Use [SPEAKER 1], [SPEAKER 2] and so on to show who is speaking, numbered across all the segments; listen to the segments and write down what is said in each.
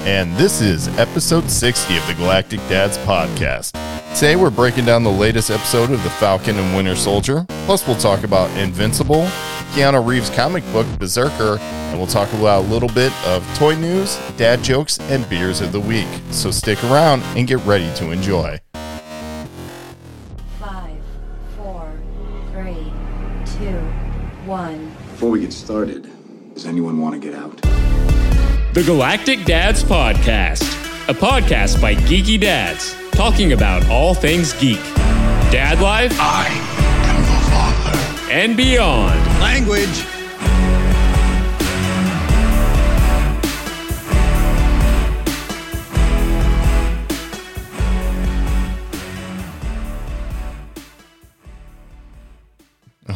[SPEAKER 1] And this is episode 60 of the Galactic Dads podcast. Today we're breaking down the latest episode of The Falcon and Winter Soldier. Plus, we'll talk about Invincible, Keanu Reeves' comic book Berserker, and we'll talk about a little bit of toy news, dad jokes, and beers of the week. So stick around and get ready to enjoy.
[SPEAKER 2] Five, four, three, two, one.
[SPEAKER 3] Before we get started, does anyone want to get out?
[SPEAKER 4] The Galactic Dads Podcast, a podcast by geeky dads talking about all things geek, dad life, I am the father, and beyond.
[SPEAKER 5] Language.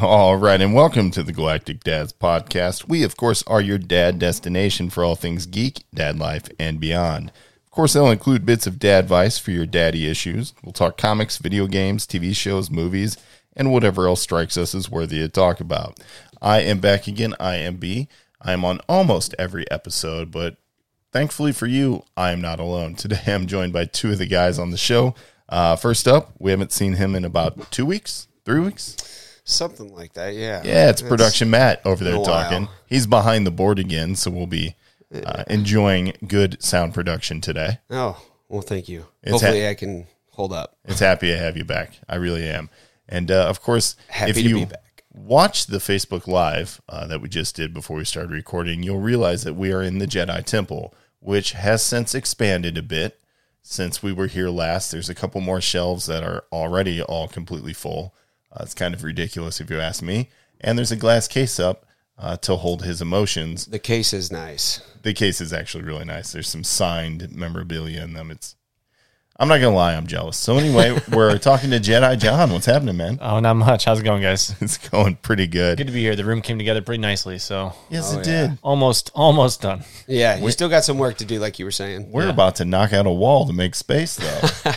[SPEAKER 1] All right, and welcome to the Galactic Dads podcast. We, of course, are your dad destination for all things geek, dad life, and beyond. Of course, they'll include bits of dad advice for your daddy issues. We'll talk comics, video games, TV shows, movies, and whatever else strikes us as worthy to talk about. I am back again. I am B. I am on almost every episode, but thankfully for you, I am not alone. Today, I'm joined by two of the guys on the show. Uh, first up, we haven't seen him in about two weeks, three weeks.
[SPEAKER 6] Something like that, yeah.
[SPEAKER 1] Yeah, it's production Matt over there
[SPEAKER 6] been a
[SPEAKER 1] talking.
[SPEAKER 6] while.
[SPEAKER 1] He's behind the board again, so we'll be uh, enjoying good sound production today.
[SPEAKER 6] Oh, well, thank you.
[SPEAKER 1] It's
[SPEAKER 6] Hopefully,
[SPEAKER 1] ha-
[SPEAKER 6] I can hold up.
[SPEAKER 1] It's happy to have you back. I really am. And uh, of course,
[SPEAKER 6] Happy
[SPEAKER 1] if
[SPEAKER 6] to
[SPEAKER 1] you
[SPEAKER 6] be back.
[SPEAKER 1] watch the Facebook Live uh, that we just did before we started recording, you'll realize that we are in the Jedi Temple, which has since expanded a bit since we were here last. There's a couple more shelves that are already all completely full. Uh, it's kind of ridiculous if you ask me. And there's a glass case up uh, to hold his emotions.
[SPEAKER 6] The case is nice.
[SPEAKER 1] the case is actually really nice. There's some signed memorabilia in them. It's I'm not gonna lie, I'm jealous. So anyway, we're talking to Jedi John. What's happening, man?
[SPEAKER 7] Oh, not much. How's it going, guys?
[SPEAKER 1] It's going pretty good.
[SPEAKER 7] Good to be here. The room came together pretty nicely, so
[SPEAKER 1] yes, it did.
[SPEAKER 7] almost almost done.
[SPEAKER 6] Yeah, you still got some work to do, like you were saying.
[SPEAKER 1] We're about to knock out a wall to make space, though.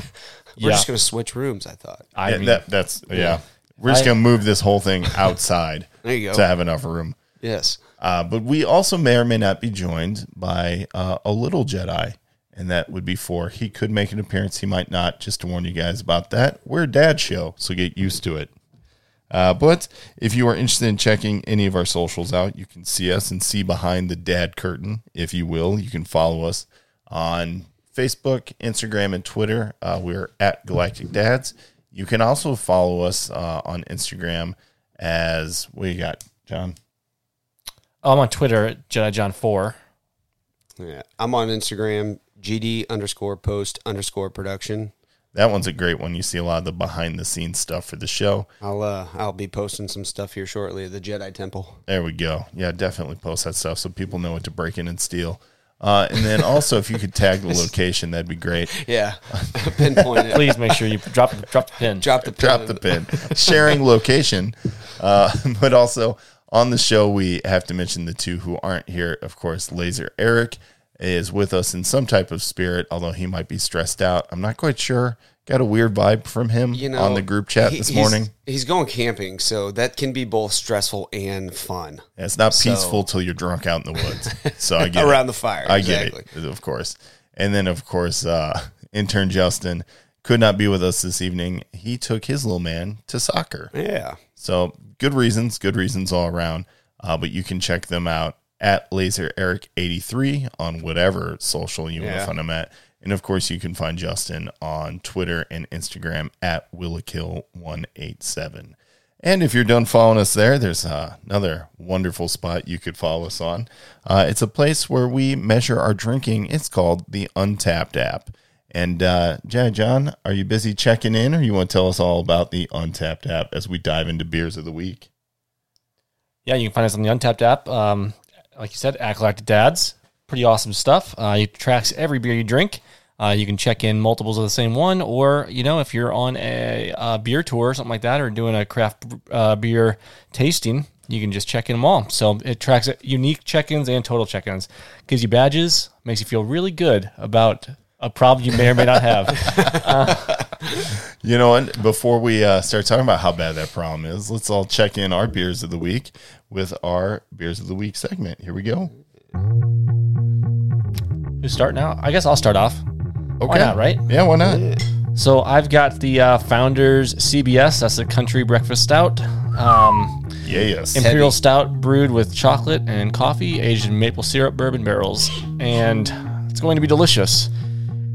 [SPEAKER 6] We're just going to switch rooms, I thought.
[SPEAKER 7] I
[SPEAKER 1] Yeah,
[SPEAKER 7] mean,
[SPEAKER 1] that- that's yeah. We're just
[SPEAKER 7] I-
[SPEAKER 1] gonna move this whole thing outside
[SPEAKER 6] There you go.
[SPEAKER 1] to have enough room.
[SPEAKER 6] Yes.
[SPEAKER 1] Uh, but we also may or may not be joined by uh, a little Jedi, and that would be four. He could make an appearance, he might not. Just to warn you guys about that, we're a dad show, so get used to it. Uh, but if you are interested in checking any of our socials out, you can see us and see behind the dad curtain, if you will. You can follow us on Facebook, Instagram, and Twitter. Uh, we're at Galactic Dads. You can also follow us uh, on Instagram as what you got, John?
[SPEAKER 7] I'm on Twitter at Jedi John Four.
[SPEAKER 6] Yeah. I'm on Instagram, GD underscore post underscore production.
[SPEAKER 1] That one's a great one. You see a lot of the behind the scenes stuff for the show.
[SPEAKER 6] I'll uh, I'll be posting some stuff here shortly at the Jedi Temple.
[SPEAKER 1] There we go. Yeah, definitely post that stuff so people know what to break in and steal. Uh, and then also, if you could tag the location, that'd be great.
[SPEAKER 6] Yeah. Pinpoint it.
[SPEAKER 7] Please make sure you drop drop the pin.
[SPEAKER 6] Drop the
[SPEAKER 1] Drop
[SPEAKER 6] pin.
[SPEAKER 1] the pin. Sharing location. Uh, but also, on the show, we have to mention the two who aren't here. Of course, Laser Eric is with us in some type of spirit, although he might be stressed out. I'm not quite sure. Got a weird vibe from him
[SPEAKER 6] You know,
[SPEAKER 1] on the group chat
[SPEAKER 6] he-
[SPEAKER 1] this
[SPEAKER 6] he's-
[SPEAKER 1] morning.
[SPEAKER 6] He's going camping, so that can be both stressful and fun.
[SPEAKER 1] It's not peaceful till you're drunk out in the woods. So I get it.
[SPEAKER 6] Around the fire,
[SPEAKER 1] I get
[SPEAKER 6] exactly.
[SPEAKER 1] it, of course. And then, of course, uh, intern Justin could not be with us this evening. He took his little man to soccer.
[SPEAKER 6] Yeah.
[SPEAKER 1] So good reasons, good reasons all around. Uh, but you can check them out at Laser Eric 83 on whatever social you want to
[SPEAKER 6] Yeah.
[SPEAKER 1] find him at. And of course, you can find Justin on Twitter and Instagram at Willakill187. And if you're done following us there, there's uh, another wonderful spot you could follow us on. Uh, it's a place where we measure our drinking. It's called the Untapped app. And uh, Jay John, are you busy checking in, or you want to tell us all about the Untapped app as we dive into beers of the week?
[SPEAKER 7] Yeah, you can find us on the Untapped app. Um, like you said, at Galactic Dads. Pretty awesome stuff. Uh, it tracks every beer you drink. Uh, you can check in multiples of the same one, or you know, if you're on a, uh beer tour or something like that, or doing a craft uh, beer tasting, you can just check in them all. So it tracks unique check-ins and total check-ins. Gives you badges, makes you feel really good about a problem you may or may not have.
[SPEAKER 1] You know, and before we uh, start talking about how bad that problem is, let's all check in our beers of the week with our beers of the week segment. Here we go.
[SPEAKER 5] Who's starting out? I guess I'll start off.
[SPEAKER 1] Okay.
[SPEAKER 5] not, right?
[SPEAKER 1] Yeah, why not?
[SPEAKER 5] So I've got the uh, Founders CBS. That's the Country Breakfast Stout. Um,
[SPEAKER 1] Yeah, yes.
[SPEAKER 5] Imperial Stout brewed with chocolate and coffee, aged in maple syrup bourbon barrels, and it's going to be delicious.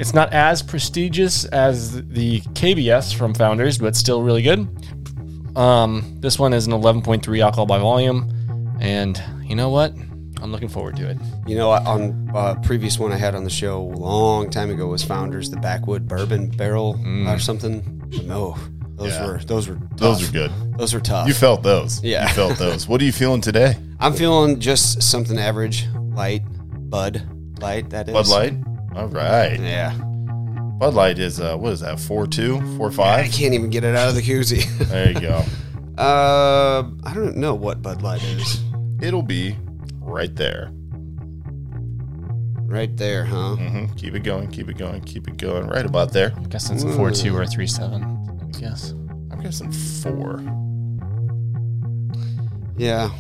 [SPEAKER 5] It's not as prestigious as the KBS from Founders, but still really good. Um, this one is an 11.3 alcohol by volume, and you know what? I'm looking forward to it.
[SPEAKER 6] You know, I- on uh, previous one I had on the show a long time ago was Founders, the Backwood Bourbon Barrel or something. No, those
[SPEAKER 1] Mm. Yeah.
[SPEAKER 6] were those were tough.
[SPEAKER 1] Those are good.
[SPEAKER 6] Those were tough.
[SPEAKER 1] You felt those.
[SPEAKER 6] Yeah.
[SPEAKER 1] You felt those. What are you feeling today?
[SPEAKER 6] I'm feeling just something average, light, Bud Light. That is
[SPEAKER 1] Bud Light? All right.
[SPEAKER 6] Yeah,
[SPEAKER 1] Bud Light is, uh, what is that, 4.2,
[SPEAKER 6] I
[SPEAKER 1] 4.5?
[SPEAKER 6] can't even get it out of the koozie.
[SPEAKER 1] There you go.
[SPEAKER 6] uh, I don't know what Bud Light is.
[SPEAKER 1] It'll be right there.
[SPEAKER 6] Right there, huh?
[SPEAKER 1] hmm Keep it going, keep it going, keep it going. Right about there.
[SPEAKER 5] I guess it's a 4 2 or a 3 7. I guess.
[SPEAKER 1] I'm guessing four.
[SPEAKER 6] Yeah,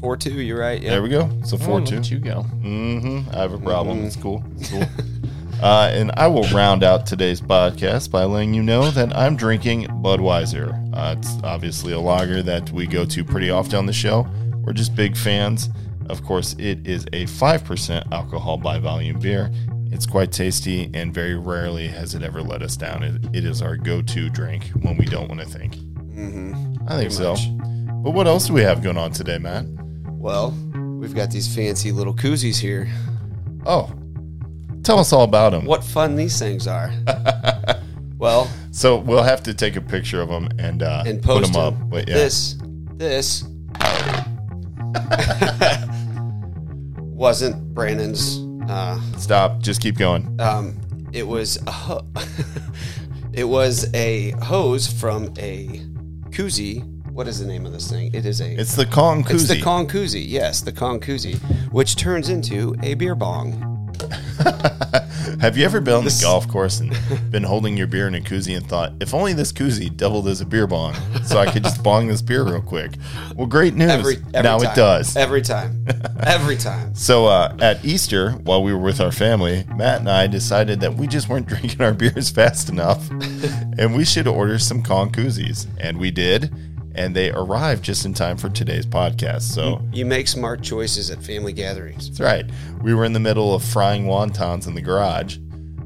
[SPEAKER 6] four two. You're right. Yeah.
[SPEAKER 1] There we go. It's a
[SPEAKER 5] Oh,
[SPEAKER 1] four
[SPEAKER 5] look
[SPEAKER 1] two.
[SPEAKER 5] at You go.
[SPEAKER 1] Mm-hmm. I have a problem. It's cool. It's cool. uh, and I will round out today's podcast by letting you know that I'm drinking Budweiser. Uh, it's obviously a lager that we go to pretty often on the show. We're just big fans. Of course, it is a 5% alcohol by volume beer. It's quite tasty, and very rarely has it ever let us down. It, it is our go to drink when we don't want to think. I think so. But what else do we have going on today, Matt?
[SPEAKER 6] Well, we've got these fancy little koozies here.
[SPEAKER 1] Oh, tell us all about them.
[SPEAKER 6] What fun these things are. well,
[SPEAKER 1] So we'll have to take a picture of them and uh,
[SPEAKER 6] and
[SPEAKER 1] put
[SPEAKER 6] post
[SPEAKER 1] them
[SPEAKER 6] them.
[SPEAKER 1] up. But yeah,
[SPEAKER 6] This, this wasn't Brandon's. Uh,
[SPEAKER 1] stop. Just keep going.
[SPEAKER 6] um, it was a ho- it was a hose from a koozie. What is the name of this thing? It is a.
[SPEAKER 1] It's the Kong koozie.
[SPEAKER 6] it's the Kong koozie. Yes, the Kong koozie, which turns into a beer bong.
[SPEAKER 1] have you ever been on the golf course and been holding your beer in a koozie and thought, if only this koozie doubled as a beer bong, so I could just bong this beer real quick? Well, great news.
[SPEAKER 6] Every, every
[SPEAKER 1] now
[SPEAKER 6] time.
[SPEAKER 1] it does.
[SPEAKER 6] Every time. Every time.
[SPEAKER 1] So uh, at Easter, while we were with our family, Matt and I decided that we just weren't drinking our beers fast enough, and we should order some Kong koozies, and we did, and they arrived just in time for today's podcast. So.
[SPEAKER 6] You make smart choices at family gatherings.
[SPEAKER 1] That's right. We were in the middle of frying wontons in the garage.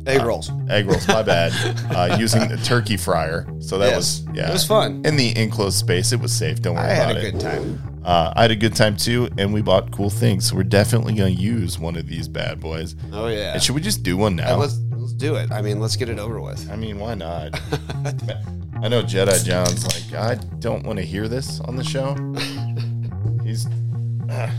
[SPEAKER 6] Egg
[SPEAKER 1] Uh,
[SPEAKER 6] rolls.
[SPEAKER 1] Egg rolls, my bad. Uh, using the turkey fryer. So that
[SPEAKER 6] Yes.
[SPEAKER 1] was yeah.
[SPEAKER 6] It was fun.
[SPEAKER 1] In the enclosed space, it was safe. Don't worry
[SPEAKER 6] I had
[SPEAKER 1] about
[SPEAKER 6] a
[SPEAKER 1] it.
[SPEAKER 6] good time.
[SPEAKER 1] Uh, I had a good time too, and we bought cool things. So we're definitely gonna use one of these bad boys.
[SPEAKER 6] Oh yeah.
[SPEAKER 1] And should we just do one
[SPEAKER 5] Oh.
[SPEAKER 1] now?
[SPEAKER 6] let's let's do it. I mean, let's get it over with.
[SPEAKER 1] I mean, why not? I know Jedi John's like, I don't want to hear this on the show. He's ah,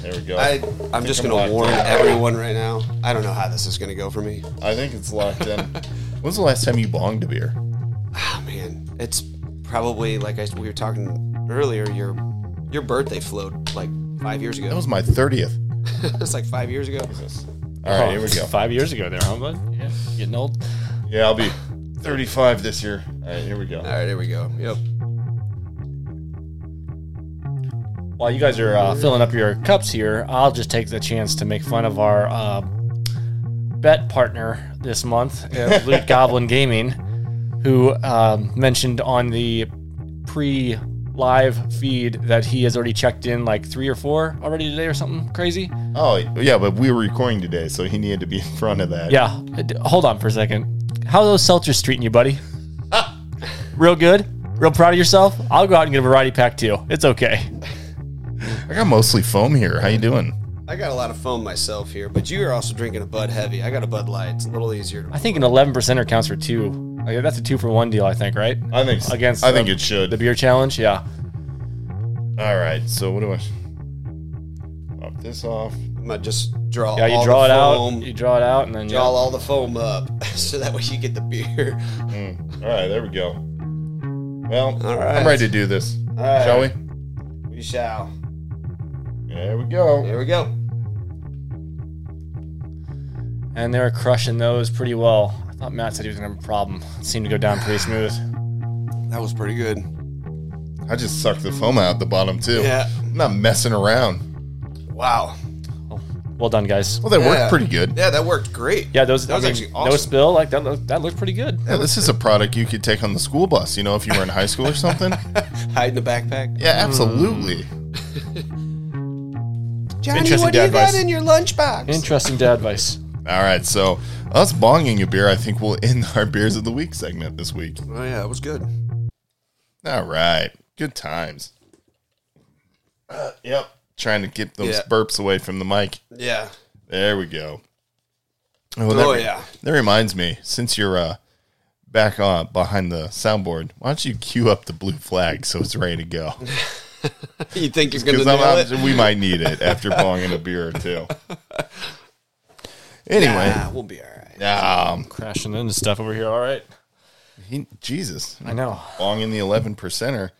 [SPEAKER 1] there we go.
[SPEAKER 6] I I'm just
[SPEAKER 1] I'm
[SPEAKER 6] gonna
[SPEAKER 1] locked
[SPEAKER 6] warn
[SPEAKER 1] in.
[SPEAKER 6] everyone right now. I don't know how this is gonna go for me.
[SPEAKER 1] I think it's locked in. When's the last time you bonged a beer?
[SPEAKER 6] Oh man, it's probably like I we were talking earlier. Your your birthday flowed like five years
[SPEAKER 1] That
[SPEAKER 6] ago.
[SPEAKER 1] was my 30th.
[SPEAKER 6] it's like five years ago.
[SPEAKER 1] All right, here we go.
[SPEAKER 5] Five years ago there, huh, bud? Yeah. Getting old.
[SPEAKER 1] Yeah, I'll be 35 this year. All right, here we go.
[SPEAKER 6] All right, here we go. Yep.
[SPEAKER 5] While you guys are uh, filling up your cups here, I'll just take the chance to make fun of our uh, bet partner this month, uh, Loot Goblin Gaming, who um, mentioned on the pre live feed that he has already checked in like three or four already today or something crazy.
[SPEAKER 1] Oh, yeah, but we were recording today, so he needed to be in front of that.
[SPEAKER 5] Yeah. Uh, d- Hold on for a second. How are those seltzers treating you, buddy? Real good? Real proud of yourself? I'll go out and get a variety pack too. It's okay.
[SPEAKER 1] I got mostly foam here. How you doing?
[SPEAKER 6] I got a lot of foam myself here, but you are also drinking a Bud Heavy. I got a Bud Light. It's a little easier.
[SPEAKER 5] I
[SPEAKER 6] To,
[SPEAKER 5] think an eleven percenter counts for two. Like, that's a two for one deal, I think, right?
[SPEAKER 1] I think so.
[SPEAKER 5] against
[SPEAKER 1] I think
[SPEAKER 5] the-
[SPEAKER 1] it should.
[SPEAKER 5] the beer challenge. Yeah,
[SPEAKER 1] All right, so what do I pop this off?
[SPEAKER 6] I'm gonna just draw.
[SPEAKER 5] yeah. You
[SPEAKER 6] all the
[SPEAKER 5] draw it
[SPEAKER 6] foam,
[SPEAKER 5] out. You draw it out, and then
[SPEAKER 6] Draw all the foam up, so that way you get the beer.
[SPEAKER 1] All right, there we go. Well,
[SPEAKER 6] All
[SPEAKER 1] I'm
[SPEAKER 6] right.
[SPEAKER 1] ready to do this. Shall we?
[SPEAKER 6] We shall.
[SPEAKER 1] There we go.
[SPEAKER 6] There we go.
[SPEAKER 5] yeah. and they're crushing those pretty well. I thought Matt said he was gonna have a problem. It seemed to go down pretty smooth.
[SPEAKER 6] That was pretty good.
[SPEAKER 1] I just sucked the foam out the bottom, too.
[SPEAKER 6] Yeah.
[SPEAKER 1] I'm not messing around.
[SPEAKER 6] Wow.
[SPEAKER 7] Well done, guys.
[SPEAKER 1] Well, that
[SPEAKER 6] Yeah.
[SPEAKER 1] worked pretty good.
[SPEAKER 6] Yeah, that worked great.
[SPEAKER 7] Yeah, those
[SPEAKER 6] That was
[SPEAKER 7] I mean,
[SPEAKER 6] actually
[SPEAKER 7] no
[SPEAKER 6] awesome.
[SPEAKER 7] spill. Like that, looked- that looked pretty good.
[SPEAKER 1] Yeah, this is a product you could take on the school bus, you know, if you were in high school or something.
[SPEAKER 6] Hide in the backpack.
[SPEAKER 1] Yeah, absolutely.
[SPEAKER 6] Hmm. Johnny,
[SPEAKER 1] Interesting
[SPEAKER 6] what do
[SPEAKER 1] dad
[SPEAKER 6] you got
[SPEAKER 1] advice. Hmm?
[SPEAKER 6] in your lunchbox?
[SPEAKER 7] Interesting dad advice.
[SPEAKER 1] All right, so us bonging a beer, I think we'll end our beers of the week segment this week.
[SPEAKER 6] oh yeah, that was good.
[SPEAKER 1] All right, good times. Uh, yep, trying to get those
[SPEAKER 6] Yeah.
[SPEAKER 1] burps away from the mic.
[SPEAKER 6] Yeah.
[SPEAKER 1] There we go.
[SPEAKER 6] Oh,
[SPEAKER 1] that,
[SPEAKER 6] yeah.
[SPEAKER 1] That reminds me, since you're uh, back on behind the soundboard, why don't you cue up the blue flag so it's ready to go?
[SPEAKER 6] You think you're gonna
[SPEAKER 1] Because
[SPEAKER 6] nail it?
[SPEAKER 1] we might need it after bonging a beer or two. Anyway,
[SPEAKER 6] Nah, we'll be all right.
[SPEAKER 1] um,
[SPEAKER 7] Crashing into stuff over here. All right.
[SPEAKER 1] he- Jesus,
[SPEAKER 7] I know.
[SPEAKER 1] bonging the eleven percenter.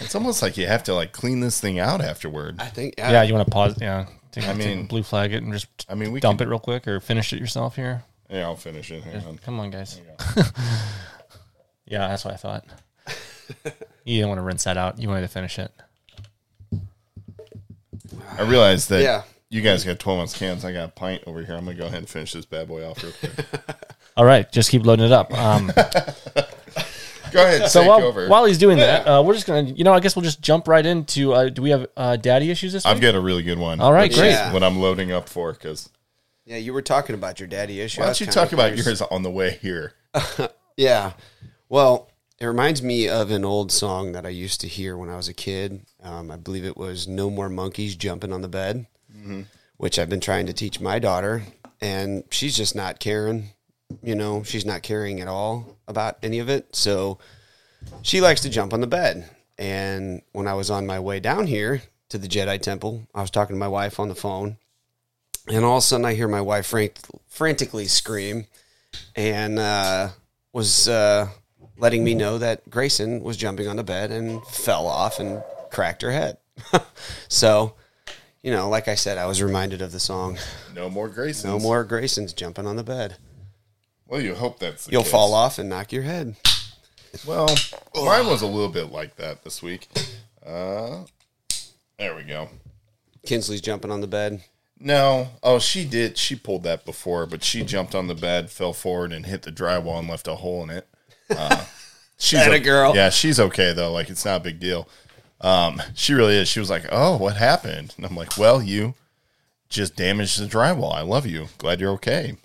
[SPEAKER 1] It's almost like you have to like clean this thing out afterward.
[SPEAKER 6] I think.
[SPEAKER 7] Yeah, you want to pause? Yeah. Take,
[SPEAKER 1] I
[SPEAKER 7] I mean,
[SPEAKER 1] mean-
[SPEAKER 7] blue flag it and just
[SPEAKER 1] I mean, we
[SPEAKER 7] dump
[SPEAKER 1] could-
[SPEAKER 7] it real quick or finish it yourself here.
[SPEAKER 1] Yeah, I'll finish it. Hang on.
[SPEAKER 7] Um, Come on, guys. yeah, that's what I thought. you didn't want to rinse that out. You wanted to finish it.
[SPEAKER 1] I realized that
[SPEAKER 6] Yeah.
[SPEAKER 1] you guys got twelve ounce cans. I got a pint over here. I'm gonna go ahead and finish this bad boy off real quick.
[SPEAKER 7] All right, just keep loading it up. Um,
[SPEAKER 1] Go ahead,
[SPEAKER 7] so
[SPEAKER 1] take
[SPEAKER 7] while,
[SPEAKER 1] over.
[SPEAKER 7] while he's doing that, uh, we're just gonna, you know, I guess we'll just jump right into. Uh, do we have uh, daddy issues this
[SPEAKER 1] I've
[SPEAKER 7] week?
[SPEAKER 1] got a really good one.
[SPEAKER 7] All right,
[SPEAKER 1] which
[SPEAKER 6] great.
[SPEAKER 1] is What I'm loading up for, because
[SPEAKER 6] Yeah, you were talking about your daddy issue.
[SPEAKER 1] why
[SPEAKER 6] I
[SPEAKER 1] don't
[SPEAKER 6] was
[SPEAKER 1] you
[SPEAKER 6] kinda
[SPEAKER 1] talk about
[SPEAKER 6] curious.
[SPEAKER 1] yours on the way here?
[SPEAKER 6] Yeah. Well, it reminds me of an old song that I used to hear when I was a kid. Um, I believe it was "No More Monkeys Jumping on the Bed," which I've been trying to teach my daughter, and she's just not caring. You know, she's not caring at all about any of it. So she likes to jump on the bed. And when I was on my way down here to the Jedi Temple, I was talking to my wife on the phone, and all of a sudden I hear my wife frank- frantically scream and uh, was uh, letting me know that Grayson was jumping on the bed and fell off and cracked her head. so, you know, like I said, I was reminded of the song
[SPEAKER 1] No more Graysons.
[SPEAKER 6] No More Grayson's Jumping on the Bed.
[SPEAKER 1] Well, you hope that's the
[SPEAKER 6] You'll
[SPEAKER 1] case.
[SPEAKER 6] fall off and knock your head.
[SPEAKER 1] Well, mine was a little bit like that this week. Uh, there we go.
[SPEAKER 6] Kinsley's jumping on the bed.
[SPEAKER 1] No, oh, she did. She pulled that before, but she jumped on the bed, fell forward, and hit the drywall and left a hole in it. Uh, she's
[SPEAKER 6] Atta
[SPEAKER 1] o-
[SPEAKER 6] girl.
[SPEAKER 1] Yeah, she's okay though. Like it's not a big deal. Um, she really is. She was like, "Oh, what happened?" And I'm like, "Well, you just damaged the drywall. I love you. Glad you're okay."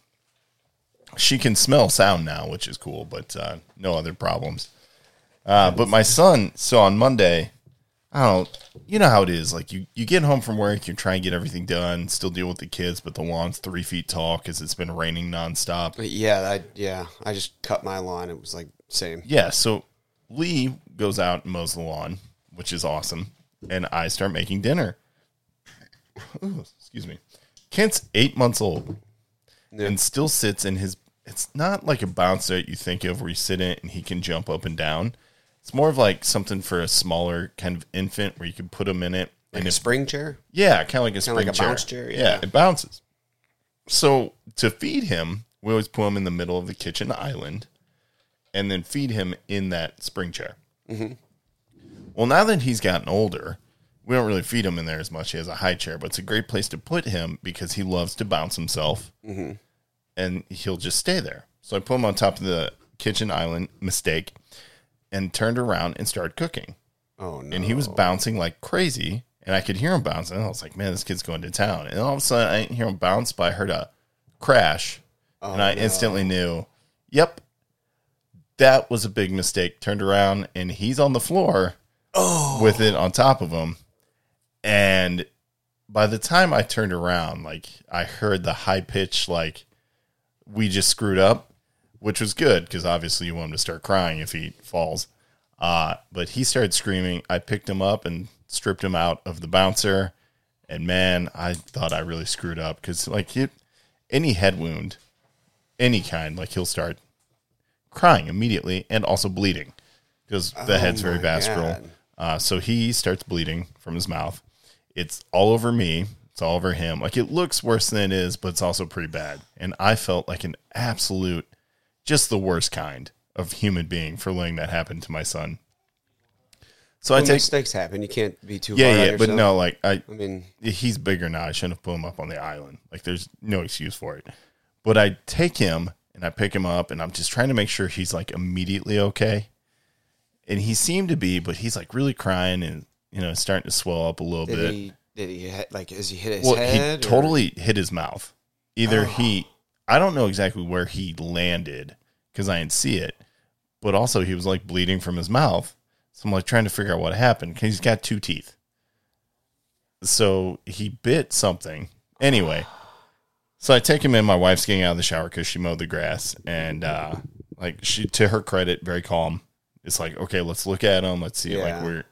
[SPEAKER 1] She can smell sound now, which is cool, but uh, no other problems. Uh, but my son, so on Monday, I don't. You know how it is. Like you, you get home from work, you try and get everything done, still deal with the kids, but the lawn's three feet tall because it's been raining nonstop.
[SPEAKER 6] But yeah, I, yeah, I just cut my lawn. It was like same.
[SPEAKER 1] Yeah, so Lee goes out and mows the lawn, which is awesome, and I start making dinner. Ooh, excuse me. Kent's eight months old
[SPEAKER 6] Yeah.
[SPEAKER 1] and still sits in his. It's not like a bouncer that you think of where you sit in it and he can jump up and down. It's more of like something for a smaller kind of infant where you can put him in it
[SPEAKER 6] Like a spring chair.
[SPEAKER 1] yeah, kind of like a
[SPEAKER 6] Kinda
[SPEAKER 1] spring
[SPEAKER 6] like a
[SPEAKER 1] chair.
[SPEAKER 6] bounce chair,
[SPEAKER 1] Yeah.
[SPEAKER 6] yeah.
[SPEAKER 1] it bounces. So to feed him, we always put him in the middle of the kitchen island, and then feed him in that spring chair.
[SPEAKER 6] Mm-hmm.
[SPEAKER 1] Well, now that he's gotten older, we don't really feed him in there as much. He has a high chair, but it's a great place to put him because he loves to bounce himself,
[SPEAKER 6] Mm-hmm.
[SPEAKER 1] and he'll just stay there. So I put him on top of the kitchen island. Mistake, and turned around and started cooking
[SPEAKER 6] Oh no!
[SPEAKER 1] and he was bouncing like crazy, and I could hear him bouncing. I was like, "Man, this kid's going to town!" And all of a sudden, I didn't hear him bounce, but I heard a crash, and I instantly knew, "Yep, that was a big mistake." Turned around, and he's on the floor with it on top of him, and by the time I turned around, like I heard the high pitch, like we just screwed up, which was good because obviously you want him to start crying if he falls. Uh, but he started screaming. I picked him up and stripped him out of the bouncer. And man, I thought I really screwed up because, like, he, any head wound, any kind, like, he'll start crying immediately and also bleeding because the head's very vascular.
[SPEAKER 6] God.
[SPEAKER 1] Uh, so he starts bleeding from his mouth. It's all over me. It's all over him. Like, it looks worse than it is, but it's also pretty bad. And I felt like an absolute just the worst kind of human being for letting that happen to my son. So I
[SPEAKER 6] Well,
[SPEAKER 1] take
[SPEAKER 6] mistakes happen. You can't be too hard
[SPEAKER 1] yeah,
[SPEAKER 6] on
[SPEAKER 1] yeah, but
[SPEAKER 6] yourself.
[SPEAKER 1] no, like I,
[SPEAKER 6] I mean,
[SPEAKER 1] he's bigger now. I shouldn't have put him up on the island. Like there's no excuse for it. But I take him and I pick him up and I'm just trying to make sure he's like immediately okay. And he seemed to be, but he's like really crying and you know starting to swell up a little
[SPEAKER 6] did
[SPEAKER 1] bit.
[SPEAKER 6] he did he hit, like is he hit his
[SPEAKER 1] well,
[SPEAKER 6] head?
[SPEAKER 1] he
[SPEAKER 6] or- Oh.
[SPEAKER 1] totally hit his mouth. Either he, I don't know exactly where he landed because I didn't see it, but also he was like bleeding from his mouth. So I'm like trying to figure out what happened because he's got two teeth. So he bit something. Anyway, so I take him in. My wife's getting out of the shower because she mowed the grass, and uh, like she, to her credit, very calm. It's like, okay, let's look at him. Let's see, like
[SPEAKER 6] Yeah.
[SPEAKER 1] we're,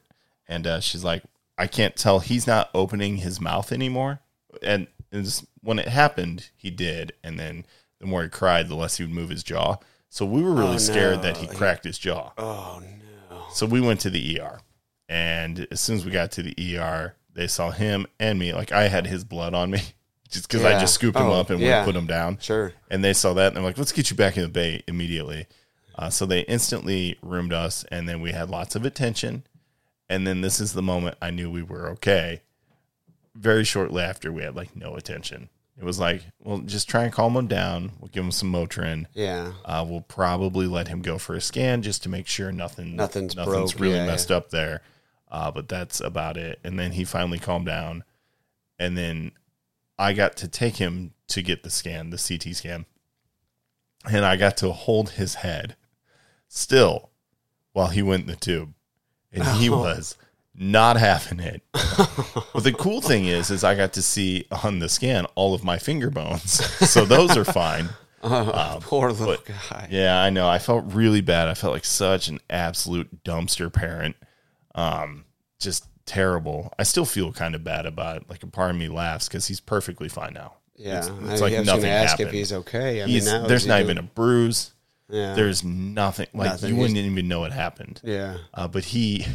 [SPEAKER 1] and uh, she's like, I can't tell. He's not opening his mouth anymore. And it's, when it happened, he did, and then the more he cried, the less he would move his jaw. So we were really scared that he cracked his jaw.
[SPEAKER 6] Oh no!
[SPEAKER 1] So we went to the ER. And as soon as we got to the ER, they saw him and me. Like I had his blood on me just because I
[SPEAKER 6] Yeah.
[SPEAKER 1] just scooped him
[SPEAKER 6] Oh,
[SPEAKER 1] up and
[SPEAKER 6] yeah.
[SPEAKER 1] we put him down.
[SPEAKER 6] Sure.
[SPEAKER 1] And they saw that and they're like, let's get you back in the bay immediately. Uh, so they instantly roomed us. And then we had lots of attention. And then this is the moment I knew we were okay. Very shortly after, we had like no attention. It was like, well, just try and calm him down. We'll give him some Motrin.
[SPEAKER 6] Yeah.
[SPEAKER 1] Uh, we'll probably let him go for a scan just to make sure nothing
[SPEAKER 6] Nothing's broke,
[SPEAKER 1] really
[SPEAKER 6] yeah,
[SPEAKER 1] messed up there. Uh, but that's about it. And then he finally calmed down, and then I got to take him to get the scan, the CT scan, and I got to hold his head still while he went in the tube, and he was not having it. But the cool thing is, is I got to see on the scan all of my finger bones, so those are fine.
[SPEAKER 6] Poor little
[SPEAKER 1] Um, but-
[SPEAKER 6] guy.
[SPEAKER 1] Yeah, I know. I felt really bad. I felt like such an absolute dumpster parent. Um, just terrible. I still feel kind of bad about it. Like a part of me laughs because he's perfectly fine now.
[SPEAKER 6] Yeah,
[SPEAKER 1] it's,
[SPEAKER 6] I-
[SPEAKER 1] it's like
[SPEAKER 6] I was
[SPEAKER 1] nothing
[SPEAKER 6] gonna ask
[SPEAKER 1] happened.
[SPEAKER 6] if he's okay. I
[SPEAKER 1] He's-
[SPEAKER 6] mean, now
[SPEAKER 1] there's
[SPEAKER 6] is he
[SPEAKER 1] not
[SPEAKER 6] doing-
[SPEAKER 1] even a bruise.
[SPEAKER 6] yeah,
[SPEAKER 1] There's nothing. Like
[SPEAKER 6] Nothing.
[SPEAKER 1] you
[SPEAKER 6] He's-
[SPEAKER 1] wouldn't even know it happened.
[SPEAKER 6] yeah.
[SPEAKER 1] Uh, but he,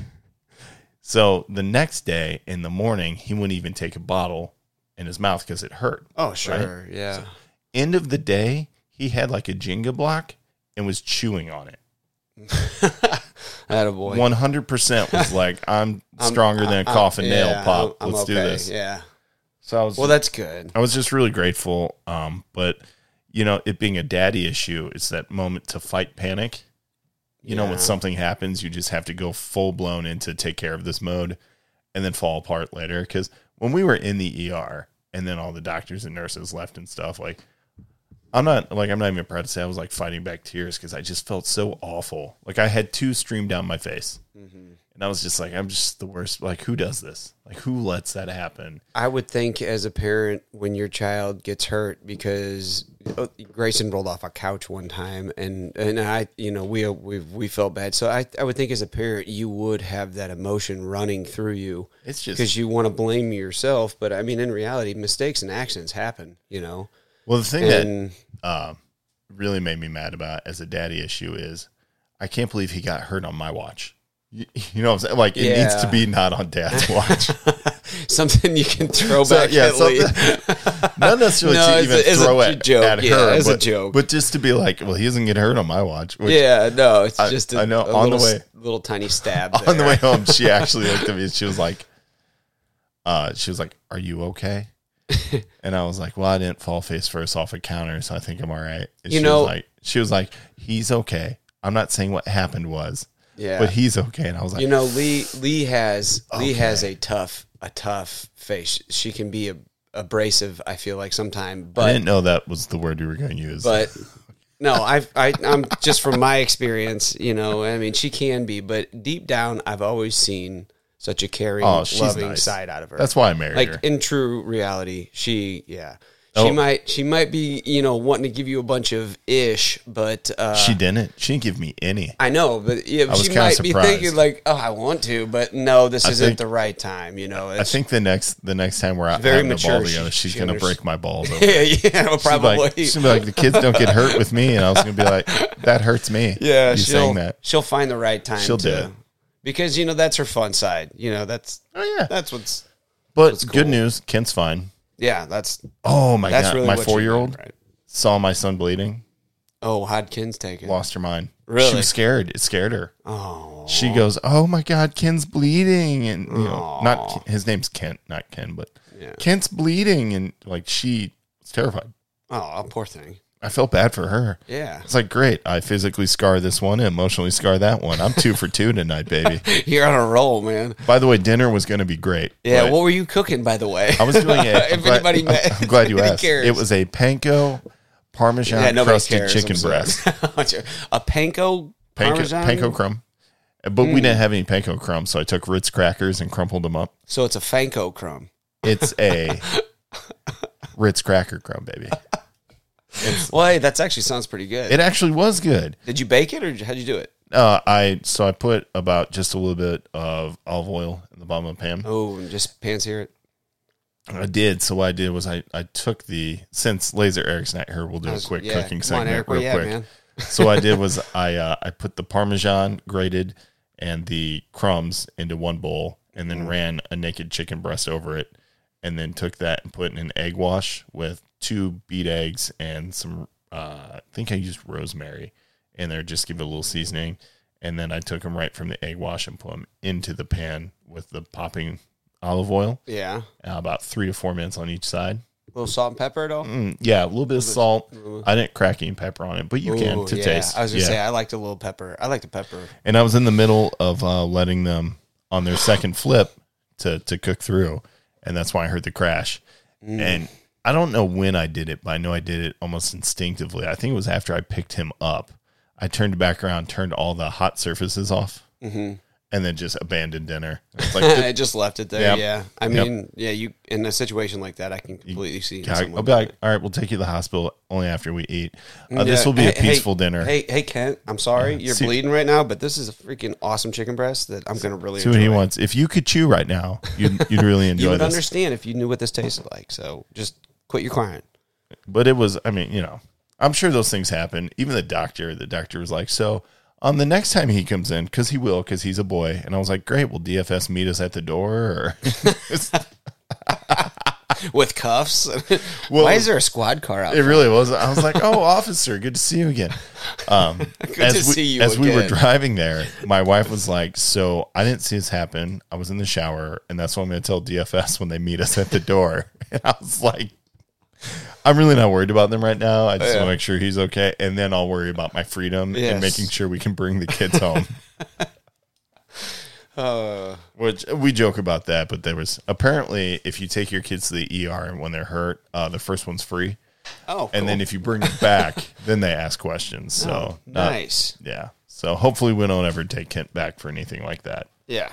[SPEAKER 1] so the next day in the morning, he wouldn't even take a bottle in his mouth because it hurt.
[SPEAKER 6] Oh sure, yeah.
[SPEAKER 1] End of the day, he had like a Jenga block and was chewing on it.
[SPEAKER 6] That a boy.
[SPEAKER 1] One hundred percent was like, I'm stronger than a
[SPEAKER 6] Uh,
[SPEAKER 1] coffin nail pop. Let's do this.
[SPEAKER 6] Yeah.
[SPEAKER 1] So I was,
[SPEAKER 6] Well, that's good.
[SPEAKER 1] I was just really grateful. Um, but you know, it being a daddy issue, it's that moment to fight panic. You know,
[SPEAKER 6] Yeah.
[SPEAKER 1] when something happens, you just have to go full blown into take care of this mode, and then fall apart later. Because when we were in the ER, and then all the doctors and nurses left and stuff, like I'm not like I'm not even proud to say I was like fighting back tears because I just felt so awful. Like I had two stream down my face, and I was just like, I'm just the worst. Like who does this? Like who lets that happen?
[SPEAKER 6] I would think as a parent when your child gets hurt because oh, Grayson rolled off a couch one time and and I you know we we we felt bad so I I would think as a parent you would have that emotion running through you
[SPEAKER 1] It's just
[SPEAKER 6] because you want to blame yourself but I mean in reality mistakes and accidents happen you know
[SPEAKER 1] Well, the thing
[SPEAKER 6] And-
[SPEAKER 1] that uh, really made me mad about as a daddy issue is I can't believe he got hurt on my watch. You, you know what I'm saying? Like, it needs to
[SPEAKER 6] Yeah.
[SPEAKER 1] be not on dad's watch.
[SPEAKER 6] something you can throw
[SPEAKER 1] So,
[SPEAKER 6] back
[SPEAKER 1] yeah,
[SPEAKER 6] at Lee.
[SPEAKER 1] Not necessarily
[SPEAKER 6] No,
[SPEAKER 1] to
[SPEAKER 6] it's
[SPEAKER 1] even
[SPEAKER 6] a- it's a
[SPEAKER 1] throw at,
[SPEAKER 6] joke.
[SPEAKER 1] at
[SPEAKER 6] Yeah,
[SPEAKER 1] her.
[SPEAKER 6] it's a
[SPEAKER 1] but,
[SPEAKER 6] joke.
[SPEAKER 1] But just to be like, well, he doesn't get hurt on my watch. Which
[SPEAKER 6] yeah no it's
[SPEAKER 1] I-
[SPEAKER 6] just a
[SPEAKER 1] I know,
[SPEAKER 6] a
[SPEAKER 1] on the
[SPEAKER 6] little, s-
[SPEAKER 1] way-
[SPEAKER 6] little tiny stab
[SPEAKER 1] On the
[SPEAKER 6] there.
[SPEAKER 1] way home, she actually looked at me and she was like, uh, she was like, are you okay? And I was like, well, I didn't fall face first off a counter, so I think I'm all right. And
[SPEAKER 6] You
[SPEAKER 1] she
[SPEAKER 6] know-
[SPEAKER 1] was like, she was like, he's okay. I'm not saying what happened was.
[SPEAKER 6] yeah
[SPEAKER 1] but he's okay. And I was like,
[SPEAKER 6] you know lee lee has lee has a tough a tough face she can be a, abrasive i feel like sometimes
[SPEAKER 1] I
[SPEAKER 6] but
[SPEAKER 1] didn't know that was the word you were going to use.
[SPEAKER 6] but no i've I, i'm just from my experience you know i mean she can be but deep down i've always seen such a caring
[SPEAKER 1] Oh, she's
[SPEAKER 6] loving
[SPEAKER 1] nice.
[SPEAKER 6] side out of her
[SPEAKER 1] that's why I married
[SPEAKER 6] like
[SPEAKER 1] her.
[SPEAKER 6] in true reality she yeah
[SPEAKER 1] Oh.
[SPEAKER 6] she might she might be you know wanting to give you a bunch of ish but uh
[SPEAKER 1] she didn't. She didn't give me any.
[SPEAKER 6] I know, but yeah,
[SPEAKER 1] was
[SPEAKER 6] she
[SPEAKER 1] kinda
[SPEAKER 6] might be
[SPEAKER 1] surprised.
[SPEAKER 6] thinking like, "Oh, I want to," but no, this
[SPEAKER 1] I
[SPEAKER 6] isn't
[SPEAKER 1] think-
[SPEAKER 6] the right time. You know,
[SPEAKER 1] I
[SPEAKER 6] it's,
[SPEAKER 1] think the next the next time we're out
[SPEAKER 6] very
[SPEAKER 1] having the ball
[SPEAKER 6] mature.
[SPEAKER 1] together,
[SPEAKER 6] She-
[SPEAKER 1] she's
[SPEAKER 6] she
[SPEAKER 1] going to
[SPEAKER 6] underst-
[SPEAKER 1] break my balls. Over.
[SPEAKER 6] yeah, yeah, well,
[SPEAKER 1] She's
[SPEAKER 6] probably.
[SPEAKER 1] Like, she's like, the kids don't get hurt with me, and I was going to be like, that hurts me.
[SPEAKER 6] yeah,
[SPEAKER 1] you
[SPEAKER 6] she'll
[SPEAKER 1] saying that?
[SPEAKER 6] she'll find the right time.
[SPEAKER 1] She'll do
[SPEAKER 6] to-
[SPEAKER 1] it.
[SPEAKER 6] because you know that's her fun side. You know that's
[SPEAKER 1] Oh yeah,
[SPEAKER 6] that's what's
[SPEAKER 1] but good
[SPEAKER 6] cool.
[SPEAKER 1] news, Kent's fine.
[SPEAKER 6] yeah that's
[SPEAKER 1] Oh my
[SPEAKER 6] that's
[SPEAKER 1] god,
[SPEAKER 6] really
[SPEAKER 1] my
[SPEAKER 6] what you
[SPEAKER 1] four year old
[SPEAKER 6] want, right?
[SPEAKER 1] saw my son bleeding,
[SPEAKER 6] Oh, Hodkins taken.
[SPEAKER 1] lost her mind.
[SPEAKER 6] Really?
[SPEAKER 1] She was scared. It scared her.
[SPEAKER 6] oh,
[SPEAKER 1] She goes, "Oh my God, Ken's bleeding," and you know, not Ken- his name's Kent, not Ken, but
[SPEAKER 6] Yeah.
[SPEAKER 1] Kent's bleeding, and like she was terrified.
[SPEAKER 6] oh, poor thing.
[SPEAKER 1] I felt bad for her.
[SPEAKER 6] Yeah.
[SPEAKER 1] It's like great. I physically scar this one, and emotionally scar that one. I'm two for two tonight, baby.
[SPEAKER 6] You're on a roll, man.
[SPEAKER 1] By the way, dinner was going to be great.
[SPEAKER 6] Yeah.
[SPEAKER 1] but
[SPEAKER 6] What were you cooking, by the way?
[SPEAKER 1] I was doing a.
[SPEAKER 6] if
[SPEAKER 1] I'm glad-
[SPEAKER 6] anybody met,
[SPEAKER 1] I'm glad you
[SPEAKER 6] anybody
[SPEAKER 1] asked.
[SPEAKER 6] cares.
[SPEAKER 1] It was a panko parmesan
[SPEAKER 6] Yeah, nobody
[SPEAKER 1] crusted
[SPEAKER 6] cares,
[SPEAKER 1] chicken
[SPEAKER 6] I'm sorry.
[SPEAKER 1] breast.
[SPEAKER 6] a panko
[SPEAKER 1] panko,
[SPEAKER 6] parmesan?
[SPEAKER 1] panko crumb. But we didn't have any panko crumbs, so I took Ritz crackers and crumpled them up.
[SPEAKER 6] So it's a fanko crumb.
[SPEAKER 1] It's a Ritz cracker crumb, baby.
[SPEAKER 6] Well, hey, that actually sounds pretty good.
[SPEAKER 1] It actually was good.
[SPEAKER 6] Did you bake it or how'd you do it?
[SPEAKER 1] Uh, I so I put about just a little bit of olive oil in the bottom of the pan.
[SPEAKER 6] Oh, and just pants here. it.
[SPEAKER 1] I did. So what I did was I, I took the since Laser Eric's not here, we'll do a quick
[SPEAKER 6] Yeah,
[SPEAKER 1] cooking
[SPEAKER 6] come on,
[SPEAKER 1] segment
[SPEAKER 6] Eric, where
[SPEAKER 1] real
[SPEAKER 6] you at,
[SPEAKER 1] quick.
[SPEAKER 6] man?
[SPEAKER 1] so what I did was I uh, I put the parmesan grated and the crumbs into one bowl, and
[SPEAKER 6] Mm.
[SPEAKER 1] then ran a naked chicken breast over it, and then took that and put in an egg wash with two beat eggs and some. Uh, I think I used rosemary in there, just give it a little seasoning, and then I took them right from the egg wash and put them into the pan with the popping olive oil,
[SPEAKER 6] Yeah.
[SPEAKER 1] uh, about three to four minutes on each side.
[SPEAKER 6] little salt and pepper at all?
[SPEAKER 1] Mm, yeah, a little bit of salt. I didn't crack any pepper on it, but you
[SPEAKER 6] Ooh,
[SPEAKER 1] can to
[SPEAKER 6] yeah.
[SPEAKER 1] taste.
[SPEAKER 6] I was gonna
[SPEAKER 1] Yeah.
[SPEAKER 6] say I liked a little pepper. I like the pepper.
[SPEAKER 1] and I was in the middle of uh, letting them on their second flip to to cook through, and that's why I heard the crash.
[SPEAKER 6] Mm.
[SPEAKER 1] And I don't know when I did it, but I know I did it almost instinctively. I think it was after I picked him up. I turned back around, turned all the hot surfaces off,
[SPEAKER 6] Mm-hmm.
[SPEAKER 1] and then just abandoned dinner. It's like,
[SPEAKER 6] I just left it there.
[SPEAKER 1] Yep.
[SPEAKER 6] Yeah. I
[SPEAKER 1] Yep.
[SPEAKER 6] mean, yeah, you in a situation like that, I can completely see.
[SPEAKER 1] "Yeah, I'll
[SPEAKER 6] someone
[SPEAKER 1] be
[SPEAKER 6] doing
[SPEAKER 1] like,
[SPEAKER 6] it.
[SPEAKER 1] all right, we'll take you to the hospital only after we eat. Uh,
[SPEAKER 6] Yeah.
[SPEAKER 1] This will be a
[SPEAKER 6] Hey, hey,
[SPEAKER 1] peaceful dinner.
[SPEAKER 6] Hey, hey, Kent, I'm sorry you're
[SPEAKER 1] See-
[SPEAKER 6] bleeding right now, but this is a freaking awesome chicken breast that I'm gonna really
[SPEAKER 1] See what he
[SPEAKER 6] enjoy.
[SPEAKER 1] wants. If you could chew right now, you'd, you'd really enjoy
[SPEAKER 6] You would
[SPEAKER 1] this.
[SPEAKER 6] understand if you knew what this tasted like. So just quit your crying.
[SPEAKER 1] but it was i mean you know i'm sure those things happen even the doctor the doctor was like so on the next time he comes in because he will because he's a boy and i was like great will dfs meet us at the door or it
[SPEAKER 6] with cuffs.
[SPEAKER 1] Well-
[SPEAKER 6] Why is there a squad car out? there?
[SPEAKER 1] really was i was like oh officer good to see you again um,
[SPEAKER 6] Good
[SPEAKER 1] as,
[SPEAKER 6] to
[SPEAKER 1] we,
[SPEAKER 6] see you
[SPEAKER 1] as we were
[SPEAKER 6] again.
[SPEAKER 1] driving there my wife was like so i didn't see this happen i was in the shower and that's what i'm going to tell dfs when they meet us at the door and i was like I'm really not worried about them right now. I just want to make sure he's okay, and then I'll worry about my freedom and
[SPEAKER 6] Yes.
[SPEAKER 1] making sure we can bring the kids home.
[SPEAKER 6] Uh,
[SPEAKER 1] Which we joke about that, but there was apparently if you take your kids to the ER and when they're hurt, uh, the first one's free,
[SPEAKER 6] oh,
[SPEAKER 1] and then if you bring them back, then they ask questions. So not-
[SPEAKER 6] Oh, nice.
[SPEAKER 1] yeah. So hopefully we don't ever take Kent back for anything like that.
[SPEAKER 6] Yeah.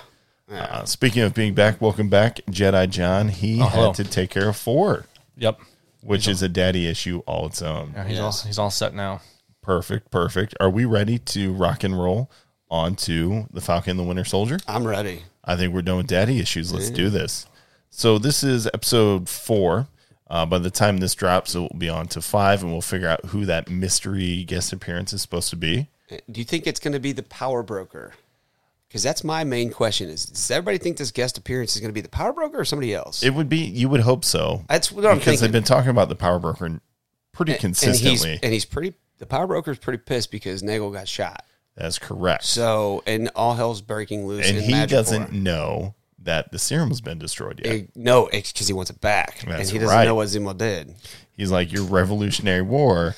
[SPEAKER 6] Yeah.
[SPEAKER 1] Uh, speaking of being back, welcome back, Jedi John. He
[SPEAKER 7] Oh, hello.
[SPEAKER 1] had to take care of four,
[SPEAKER 7] Yep.
[SPEAKER 1] which is a daddy issue all its own.
[SPEAKER 7] Yeah, Oh, he's all he's all set now.
[SPEAKER 1] Perfect, perfect. Are we ready to rock and roll onto the Falcon and the Winter Soldier?
[SPEAKER 6] I'm ready.
[SPEAKER 1] I think we're done with daddy issues. Let's do this. So this is episode four. Uh, by the time this drops, it will be on to five, and we'll figure out who that mystery guest appearance is supposed to be.
[SPEAKER 6] Do you think it's going to be the power broker? Because that's my main question: is Does everybody think this guest appearance is going to be the power broker or somebody else?
[SPEAKER 1] It would be. You would hope so.
[SPEAKER 6] that's what I'm
[SPEAKER 1] because
[SPEAKER 6] thinking.
[SPEAKER 1] they've been talking about the power broker pretty
[SPEAKER 6] and he's
[SPEAKER 1] consistently.
[SPEAKER 6] and he's pretty. The power broker's pretty pissed because Nagel got shot.
[SPEAKER 1] That's correct.
[SPEAKER 6] So and all hell's breaking loose.
[SPEAKER 1] and
[SPEAKER 6] in
[SPEAKER 1] he
[SPEAKER 6] Madripoor.
[SPEAKER 1] doesn't know that the serum's been destroyed yet.
[SPEAKER 6] Eh, No, it's because he wants it back, and
[SPEAKER 1] That's
[SPEAKER 6] he doesn't
[SPEAKER 1] right.
[SPEAKER 6] know what Zemo did.
[SPEAKER 1] He's like, "Your Revolutionary War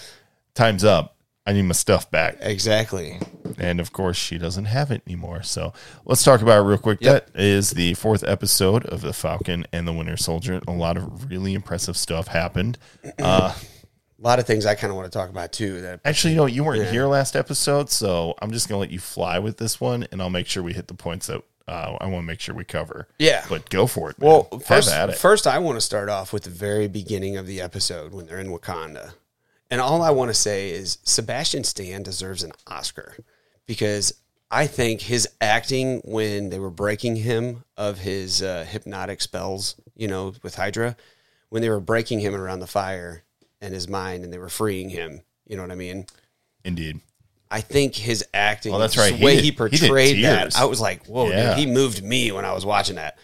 [SPEAKER 1] time's up. I need my stuff back."
[SPEAKER 6] Exactly.
[SPEAKER 1] and of course she doesn't have it anymore. So let's talk about it real quick.
[SPEAKER 6] Yep.
[SPEAKER 1] That is the fourth episode of the Falcon and the Winter Soldier. A lot of really impressive stuff happened. Uh,
[SPEAKER 6] A lot of things I kind of want to talk about too. That
[SPEAKER 1] actually, you know, you weren't here last episode, so I'm just gonna let you fly with this one, and I'll make sure we hit the points that uh, I want to make sure we cover.
[SPEAKER 6] Yeah.
[SPEAKER 1] but go for it. man.
[SPEAKER 6] Well,
[SPEAKER 1] Have
[SPEAKER 6] first,
[SPEAKER 1] at it.
[SPEAKER 6] first I want to start off with the very beginning of the episode when they're in Wakanda. And all I want to say is Sebastian Stan deserves an Oscar because I think his acting when they were breaking him of his uh, hypnotic spells, you know, with Hydra, when they were breaking him around the fire and his mind and they were freeing him, you know what I mean?
[SPEAKER 1] Indeed.
[SPEAKER 6] I think his acting,
[SPEAKER 1] Oh, that's
[SPEAKER 6] just
[SPEAKER 1] right.
[SPEAKER 6] the
[SPEAKER 1] He
[SPEAKER 6] way
[SPEAKER 1] did-
[SPEAKER 6] he
[SPEAKER 1] he did
[SPEAKER 6] portrayed
[SPEAKER 1] tears.
[SPEAKER 6] that, I was like, whoa,
[SPEAKER 1] Yeah.
[SPEAKER 6] dude, he moved me when I was watching that.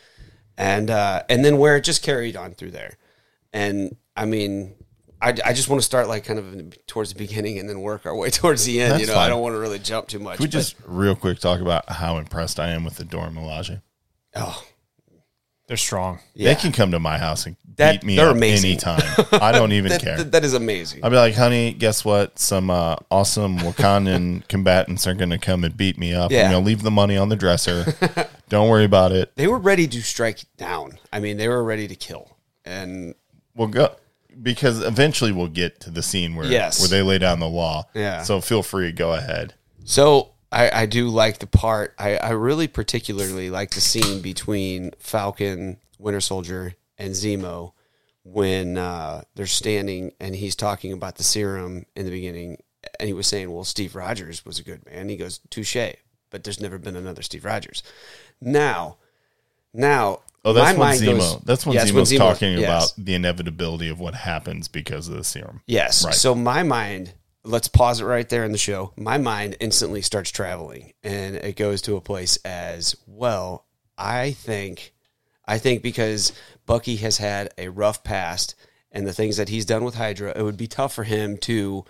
[SPEAKER 6] And uh, and then where it just carried on through there. And I mean, I, I just want to start like kind of towards the beginning and then work our way towards the end.
[SPEAKER 1] That's
[SPEAKER 6] you know,
[SPEAKER 1] fine.
[SPEAKER 6] I don't want to really jump too much.
[SPEAKER 1] Can we
[SPEAKER 6] but-
[SPEAKER 1] just real quick talk about how impressed I am with the Dora Milaje?
[SPEAKER 6] oh,
[SPEAKER 7] They're strong.
[SPEAKER 6] yeah.
[SPEAKER 1] They can come to my house and
[SPEAKER 6] That-
[SPEAKER 1] beat me
[SPEAKER 6] they're
[SPEAKER 1] up
[SPEAKER 6] amazing.
[SPEAKER 1] anytime. I don't even
[SPEAKER 6] that,
[SPEAKER 1] care.
[SPEAKER 6] that- that is amazing.
[SPEAKER 1] I'd be like, honey, guess what? Some uh, awesome Wakandan combatants are going to come and beat me up.
[SPEAKER 6] Yeah.
[SPEAKER 1] I'm going to leave the money on the dresser. Don't worry about it.
[SPEAKER 6] they were ready to strike down. I mean, they were ready to kill. And
[SPEAKER 1] We'll go because eventually we'll get to the scene where
[SPEAKER 6] Yes.
[SPEAKER 1] where they lay down the law.
[SPEAKER 6] Yeah.
[SPEAKER 1] So feel free, go ahead.
[SPEAKER 6] so I, I do like the part. I, I really particularly like the scene between Falcon, Winter Soldier, and Zemo when uh, they're standing and he's talking about the serum in the beginning. And he was saying, well, Steve Rogers was a good man. He goes, touche, but there's never been another Steve Rogers. Now, now.
[SPEAKER 1] Oh, that's
[SPEAKER 6] my
[SPEAKER 1] when
[SPEAKER 6] mind
[SPEAKER 1] Zemo.
[SPEAKER 6] goes-
[SPEAKER 1] that's when
[SPEAKER 6] Yeah,
[SPEAKER 1] Zemo's
[SPEAKER 6] it's Zemo-
[SPEAKER 1] talking
[SPEAKER 6] yes.
[SPEAKER 1] about the inevitability of what happens because of the serum.
[SPEAKER 6] Yes.
[SPEAKER 1] Right.
[SPEAKER 6] So my mind, let's pause it right there in the show. My mind instantly starts traveling and it goes to a place as well. I think I think because Bucky has had a rough past and the things that he's done with Hydra, it would be tough for him to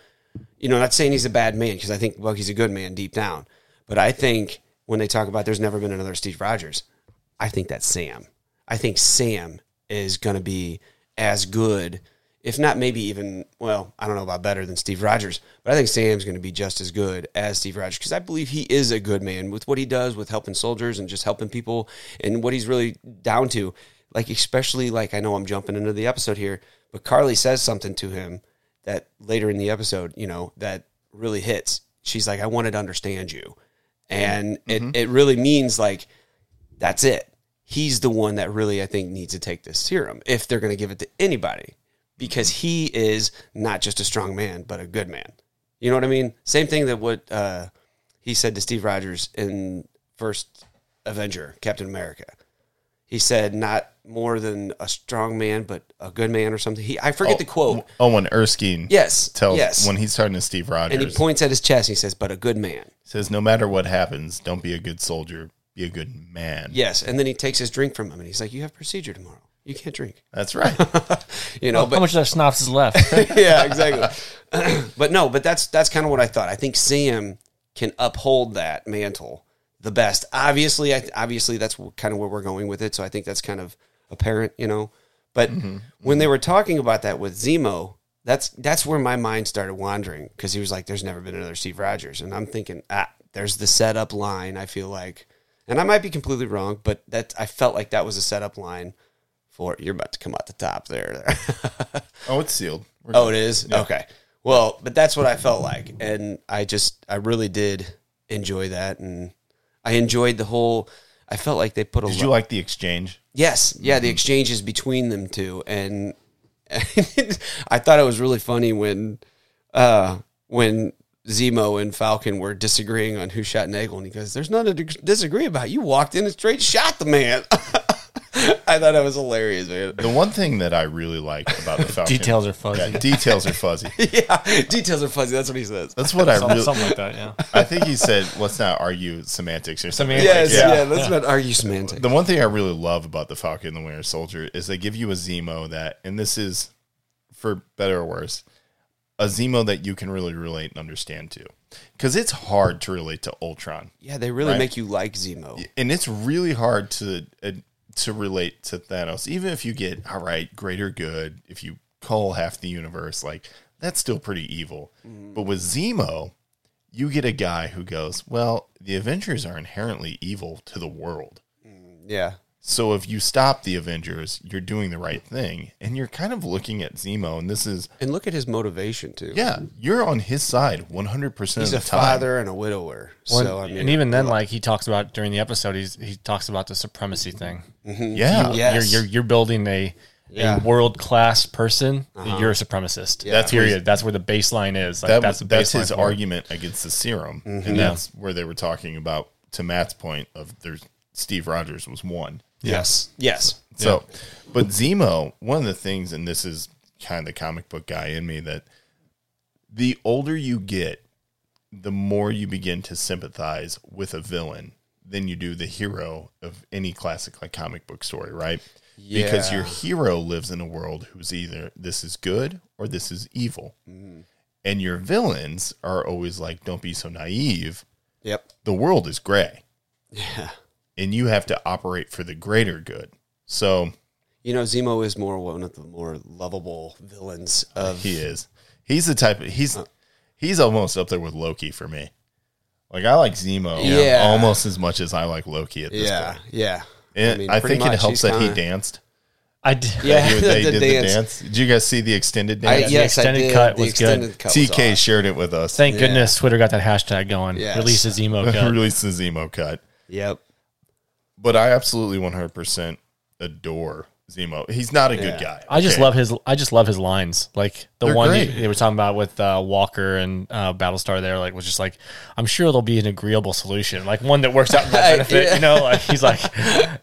[SPEAKER 6] you know, not saying he's a bad man because I think Bucky's a good man deep down. But I think when they talk about there's never been another Steve Rogers, I think that's Sam. I think Sam is going to be as good, if not maybe even, well, I don't know about better than Steve Rogers, but I think Sam's going to be just as good as Steve Rogers because I believe he is a good man with what he does with helping soldiers and just helping people and what he's really down to. Like, especially, like, I know I'm jumping into the episode here, but Carly says something to him that later in the episode, you know, that really hits. She's like, I wanted to understand you. And
[SPEAKER 1] Mm-hmm.
[SPEAKER 6] it, it really means like, that's it. He's the one that really, I think, needs to take this serum if they're going to give it to anybody because he is not just a strong man, but a good man. You know what I mean? Same thing that what uh, he said to Steve Rogers in First Avenger, Captain America. He said, not more than a strong man, but a good man or something. He, I forget the quote.
[SPEAKER 1] Oh, when Erskine
[SPEAKER 6] Yes.
[SPEAKER 1] tells
[SPEAKER 6] yes.
[SPEAKER 1] when he's talking to Steve Rogers,
[SPEAKER 6] and he points at his chest and he says, "But a good man."
[SPEAKER 1] says, "No matter what happens, don't be a good soldier, be a good man."
[SPEAKER 6] Yes. And then he takes his drink from him and he's like, "You have procedure tomorrow. You can't drink."
[SPEAKER 1] that's right.
[SPEAKER 6] You know,
[SPEAKER 7] How much of that schnapps is left?
[SPEAKER 6] but yeah, exactly. but no, but that's that's kind of what I thought. I think Sam can uphold that mantle the best. Obviously, I obviously that's kind of where we're going with it. So I think that's kind of apparent, you know. But when they were talking about that with Zemo, that's that's where my mind started wandering because he was like, "There's never been another Steve Rogers," and I'm thinking, ah, there's the setup line. I feel like, and I might be completely wrong, but that I felt like that was a setup line for you're about to come out the top there.
[SPEAKER 1] oh, it's sealed. We're
[SPEAKER 6] Oh,
[SPEAKER 1] good.
[SPEAKER 6] it is. Okay. Well, but that's what I felt like, and I just I really did enjoy that, and I enjoyed the whole. I felt like they put a.
[SPEAKER 1] Did
[SPEAKER 6] lo-
[SPEAKER 1] you like Mm-hmm. the exchange?
[SPEAKER 6] yes, yeah, the exchanges between them two, and I thought it was really funny when, uh, when Zemo and Falcon were disagreeing on who shot Nagel, and he goes, "There's nothing to disagree about. You walked in and straight shot the man." I thought that was hilarious, man.
[SPEAKER 1] The one thing that I really like about the Falcon
[SPEAKER 7] Details are fuzzy.
[SPEAKER 1] Yeah, details are fuzzy.
[SPEAKER 6] yeah, details are fuzzy. That's what he says.
[SPEAKER 1] That's what I
[SPEAKER 7] Some-
[SPEAKER 1] really.
[SPEAKER 7] Something like that, yeah.
[SPEAKER 1] I think he said, "Let's not argue semantics or something."
[SPEAKER 7] Semantics.
[SPEAKER 1] Like, yeah.
[SPEAKER 6] let's not argue semantics.
[SPEAKER 1] The one thing I really love about the Falcon and the Winter Soldier is they give you a Zemo that, and this is for better or worse, a Zemo that you can really relate and understand to, because it's hard to relate to Ultron,
[SPEAKER 6] Yeah, they really
[SPEAKER 1] Right.
[SPEAKER 6] make you like Zemo.
[SPEAKER 1] and it's really hard to uh, to relate to Thanos, even if you get all right, greater good, if you call half the universe, like that's still pretty evil.
[SPEAKER 6] Mm-hmm.
[SPEAKER 1] But with Zemo, you get a guy who goes, well, the Avengers are inherently evil to the world.
[SPEAKER 6] Yeah.
[SPEAKER 1] So if you stop the Avengers, you're doing the right thing, and you're kind of looking at Zemo, and this is
[SPEAKER 6] And look at his motivation too.
[SPEAKER 1] yeah, you're on his side 100 percent of
[SPEAKER 6] He's
[SPEAKER 1] the
[SPEAKER 6] a
[SPEAKER 1] time.
[SPEAKER 6] father and a widower. so I mean
[SPEAKER 7] and even then, like he talks about during the episode, he's, he talks about the supremacy thing.
[SPEAKER 1] Yeah,
[SPEAKER 6] Yes.
[SPEAKER 7] You're, you're, you're building a,
[SPEAKER 6] Yeah.
[SPEAKER 7] a world class person. You're a suprematicist.
[SPEAKER 1] That's where
[SPEAKER 7] period. that's where the baseline is. Like,
[SPEAKER 1] Uh-huh. that
[SPEAKER 7] that's
[SPEAKER 1] that's,
[SPEAKER 7] the
[SPEAKER 1] that's
[SPEAKER 7] baseline
[SPEAKER 1] his
[SPEAKER 7] for it. Mm-hmm.
[SPEAKER 1] argument against the serum, and that's where they were talking about to Matt's point of there's Steve Rogers was one.
[SPEAKER 6] yes. Yes.
[SPEAKER 1] So, but Zemo, one of the things, and this is kind of the comic book guy in me, that the older you get, the more you begin to sympathize with a villain than you do the hero of any classic like comic book story, right? because
[SPEAKER 6] Yeah.
[SPEAKER 1] your hero lives in a world who's either this is good or this is evil. And your villains are always like, don't be so naive.
[SPEAKER 6] Yep.
[SPEAKER 1] The world is gray
[SPEAKER 6] Yeah.
[SPEAKER 1] and you have to operate for the greater good. So
[SPEAKER 6] You know, Zemo is more one of the more lovable villains of.
[SPEAKER 1] he is. He's the type of, he's, he's almost up there with Loki for me. Like I like Zemo
[SPEAKER 6] Yeah.
[SPEAKER 1] almost as much as I like Loki at this
[SPEAKER 6] Yeah.
[SPEAKER 1] point.
[SPEAKER 6] Yeah.
[SPEAKER 1] And I,
[SPEAKER 6] pretty
[SPEAKER 1] think it
[SPEAKER 6] much
[SPEAKER 1] helps
[SPEAKER 6] he's
[SPEAKER 1] that he
[SPEAKER 6] kinda-
[SPEAKER 1] danced.
[SPEAKER 5] I did.
[SPEAKER 6] Yeah,
[SPEAKER 1] He- they
[SPEAKER 6] the
[SPEAKER 1] did
[SPEAKER 6] dance.
[SPEAKER 1] the dance. Did you guys see the extended
[SPEAKER 6] I,
[SPEAKER 1] dance?
[SPEAKER 5] yeah.
[SPEAKER 6] yes,
[SPEAKER 5] extended
[SPEAKER 6] I did.
[SPEAKER 5] cut
[SPEAKER 6] the
[SPEAKER 5] was good.
[SPEAKER 6] extended cut was
[SPEAKER 1] TK
[SPEAKER 6] awesome.
[SPEAKER 1] shared it with us.
[SPEAKER 5] Thank goodness Twitter got that hashtag going.
[SPEAKER 6] Yes.
[SPEAKER 5] Release his emo gun.
[SPEAKER 1] Release the Zemo cut.
[SPEAKER 6] Yep.
[SPEAKER 1] But I absolutely 100% adore Zemo. He's not a good
[SPEAKER 6] Yeah.
[SPEAKER 1] guy.
[SPEAKER 5] I just
[SPEAKER 1] Okay.
[SPEAKER 5] love his. I just love his lines. Like the
[SPEAKER 1] They're
[SPEAKER 5] one
[SPEAKER 1] great.
[SPEAKER 5] you- they were talking about with uh, Walker and uh, Battlestar. There, like was just like, I'm sure there'll be an agreeable solution, like one that works out in my benefit. You know, like he's like,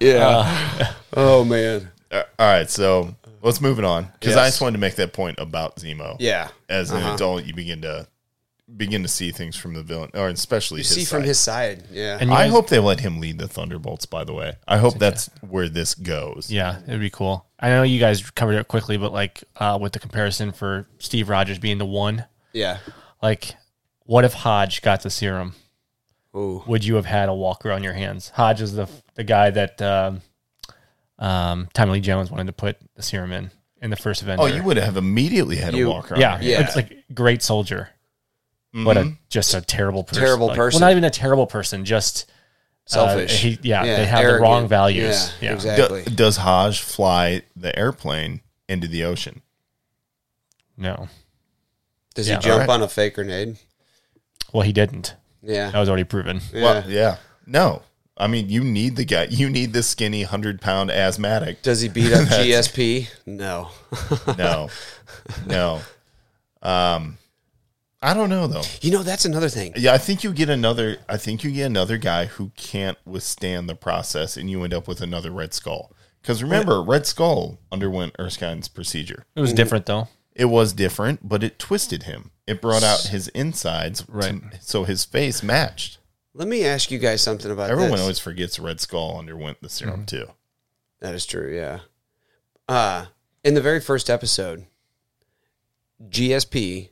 [SPEAKER 6] Yeah. oh man.
[SPEAKER 1] Uh, all right, so let's move it on because I
[SPEAKER 6] Yes.
[SPEAKER 1] just wanted to make that point about Zemo.
[SPEAKER 6] Yeah.
[SPEAKER 1] as an
[SPEAKER 6] Uh-huh.
[SPEAKER 1] adult, you begin to begin to see things from the villain, or especially
[SPEAKER 6] You
[SPEAKER 1] his
[SPEAKER 6] see from his side. Yeah.
[SPEAKER 5] and you
[SPEAKER 1] I
[SPEAKER 5] guys-
[SPEAKER 1] hope they let him lead the Thunderbolts. By the way, I hope that's where this goes.
[SPEAKER 5] Yeah, it'd be cool. I know you guys covered it quickly, but like uh, with the comparison for Steve Rogers being the one,
[SPEAKER 6] yeah.
[SPEAKER 5] like, what if Hodge got the serum?
[SPEAKER 6] Ooh.
[SPEAKER 5] Would you have had a Walker on your hands? Hodge is the the guy that um, um, Tommy Lee Jones wanted to put the serum in in the first Avenger.
[SPEAKER 1] Oh, you would have immediately had
[SPEAKER 6] You-
[SPEAKER 1] a walker. on Mm-hmm.
[SPEAKER 5] Yeah,
[SPEAKER 1] your
[SPEAKER 6] Yeah. Mm-hmm.
[SPEAKER 5] it's like great soldier, but a, just a terrible person.
[SPEAKER 6] Terrible
[SPEAKER 5] Like,
[SPEAKER 6] person.
[SPEAKER 5] Well, not even a terrible person, just uh,
[SPEAKER 6] Selfish.
[SPEAKER 5] he, yeah, they have the wrong
[SPEAKER 6] arrogant.
[SPEAKER 5] values.
[SPEAKER 6] Yeah.
[SPEAKER 5] Yeah.
[SPEAKER 1] Do-
[SPEAKER 6] Exactly.
[SPEAKER 1] does Haj fly the airplane into the ocean?
[SPEAKER 5] No,
[SPEAKER 6] Does
[SPEAKER 5] Yeah.
[SPEAKER 6] he jump
[SPEAKER 1] Alright.
[SPEAKER 6] on a fake grenade?
[SPEAKER 5] well, he didn't.
[SPEAKER 6] Yeah.
[SPEAKER 5] That was already proven.
[SPEAKER 6] Yeah.
[SPEAKER 1] Well, yeah. No. I mean, you need the guy. You need the skinny, hundred pound asthmatic.
[SPEAKER 6] Does he beat up GSP? No.
[SPEAKER 1] No, no. Um, I don't know though.
[SPEAKER 6] You know, that's another thing.
[SPEAKER 1] Yeah, I think you get another. I think you get another guy who can't withstand the process, and you end up with another Red Skull. Because remember, Red Skull underwent Erskine's procedure.
[SPEAKER 5] It
[SPEAKER 6] Mm.
[SPEAKER 5] was different though.
[SPEAKER 1] It was different, but it twisted him. It brought out his insides, to-
[SPEAKER 5] Right.
[SPEAKER 1] so his face matched.
[SPEAKER 6] Let me ask you guys something about
[SPEAKER 1] Everyone
[SPEAKER 6] this.
[SPEAKER 1] always forgets Red Skull underwent the
[SPEAKER 6] Mm-hmm.
[SPEAKER 1] serum too.
[SPEAKER 6] That is true, yeah. Uh, in the very first episode, GSP,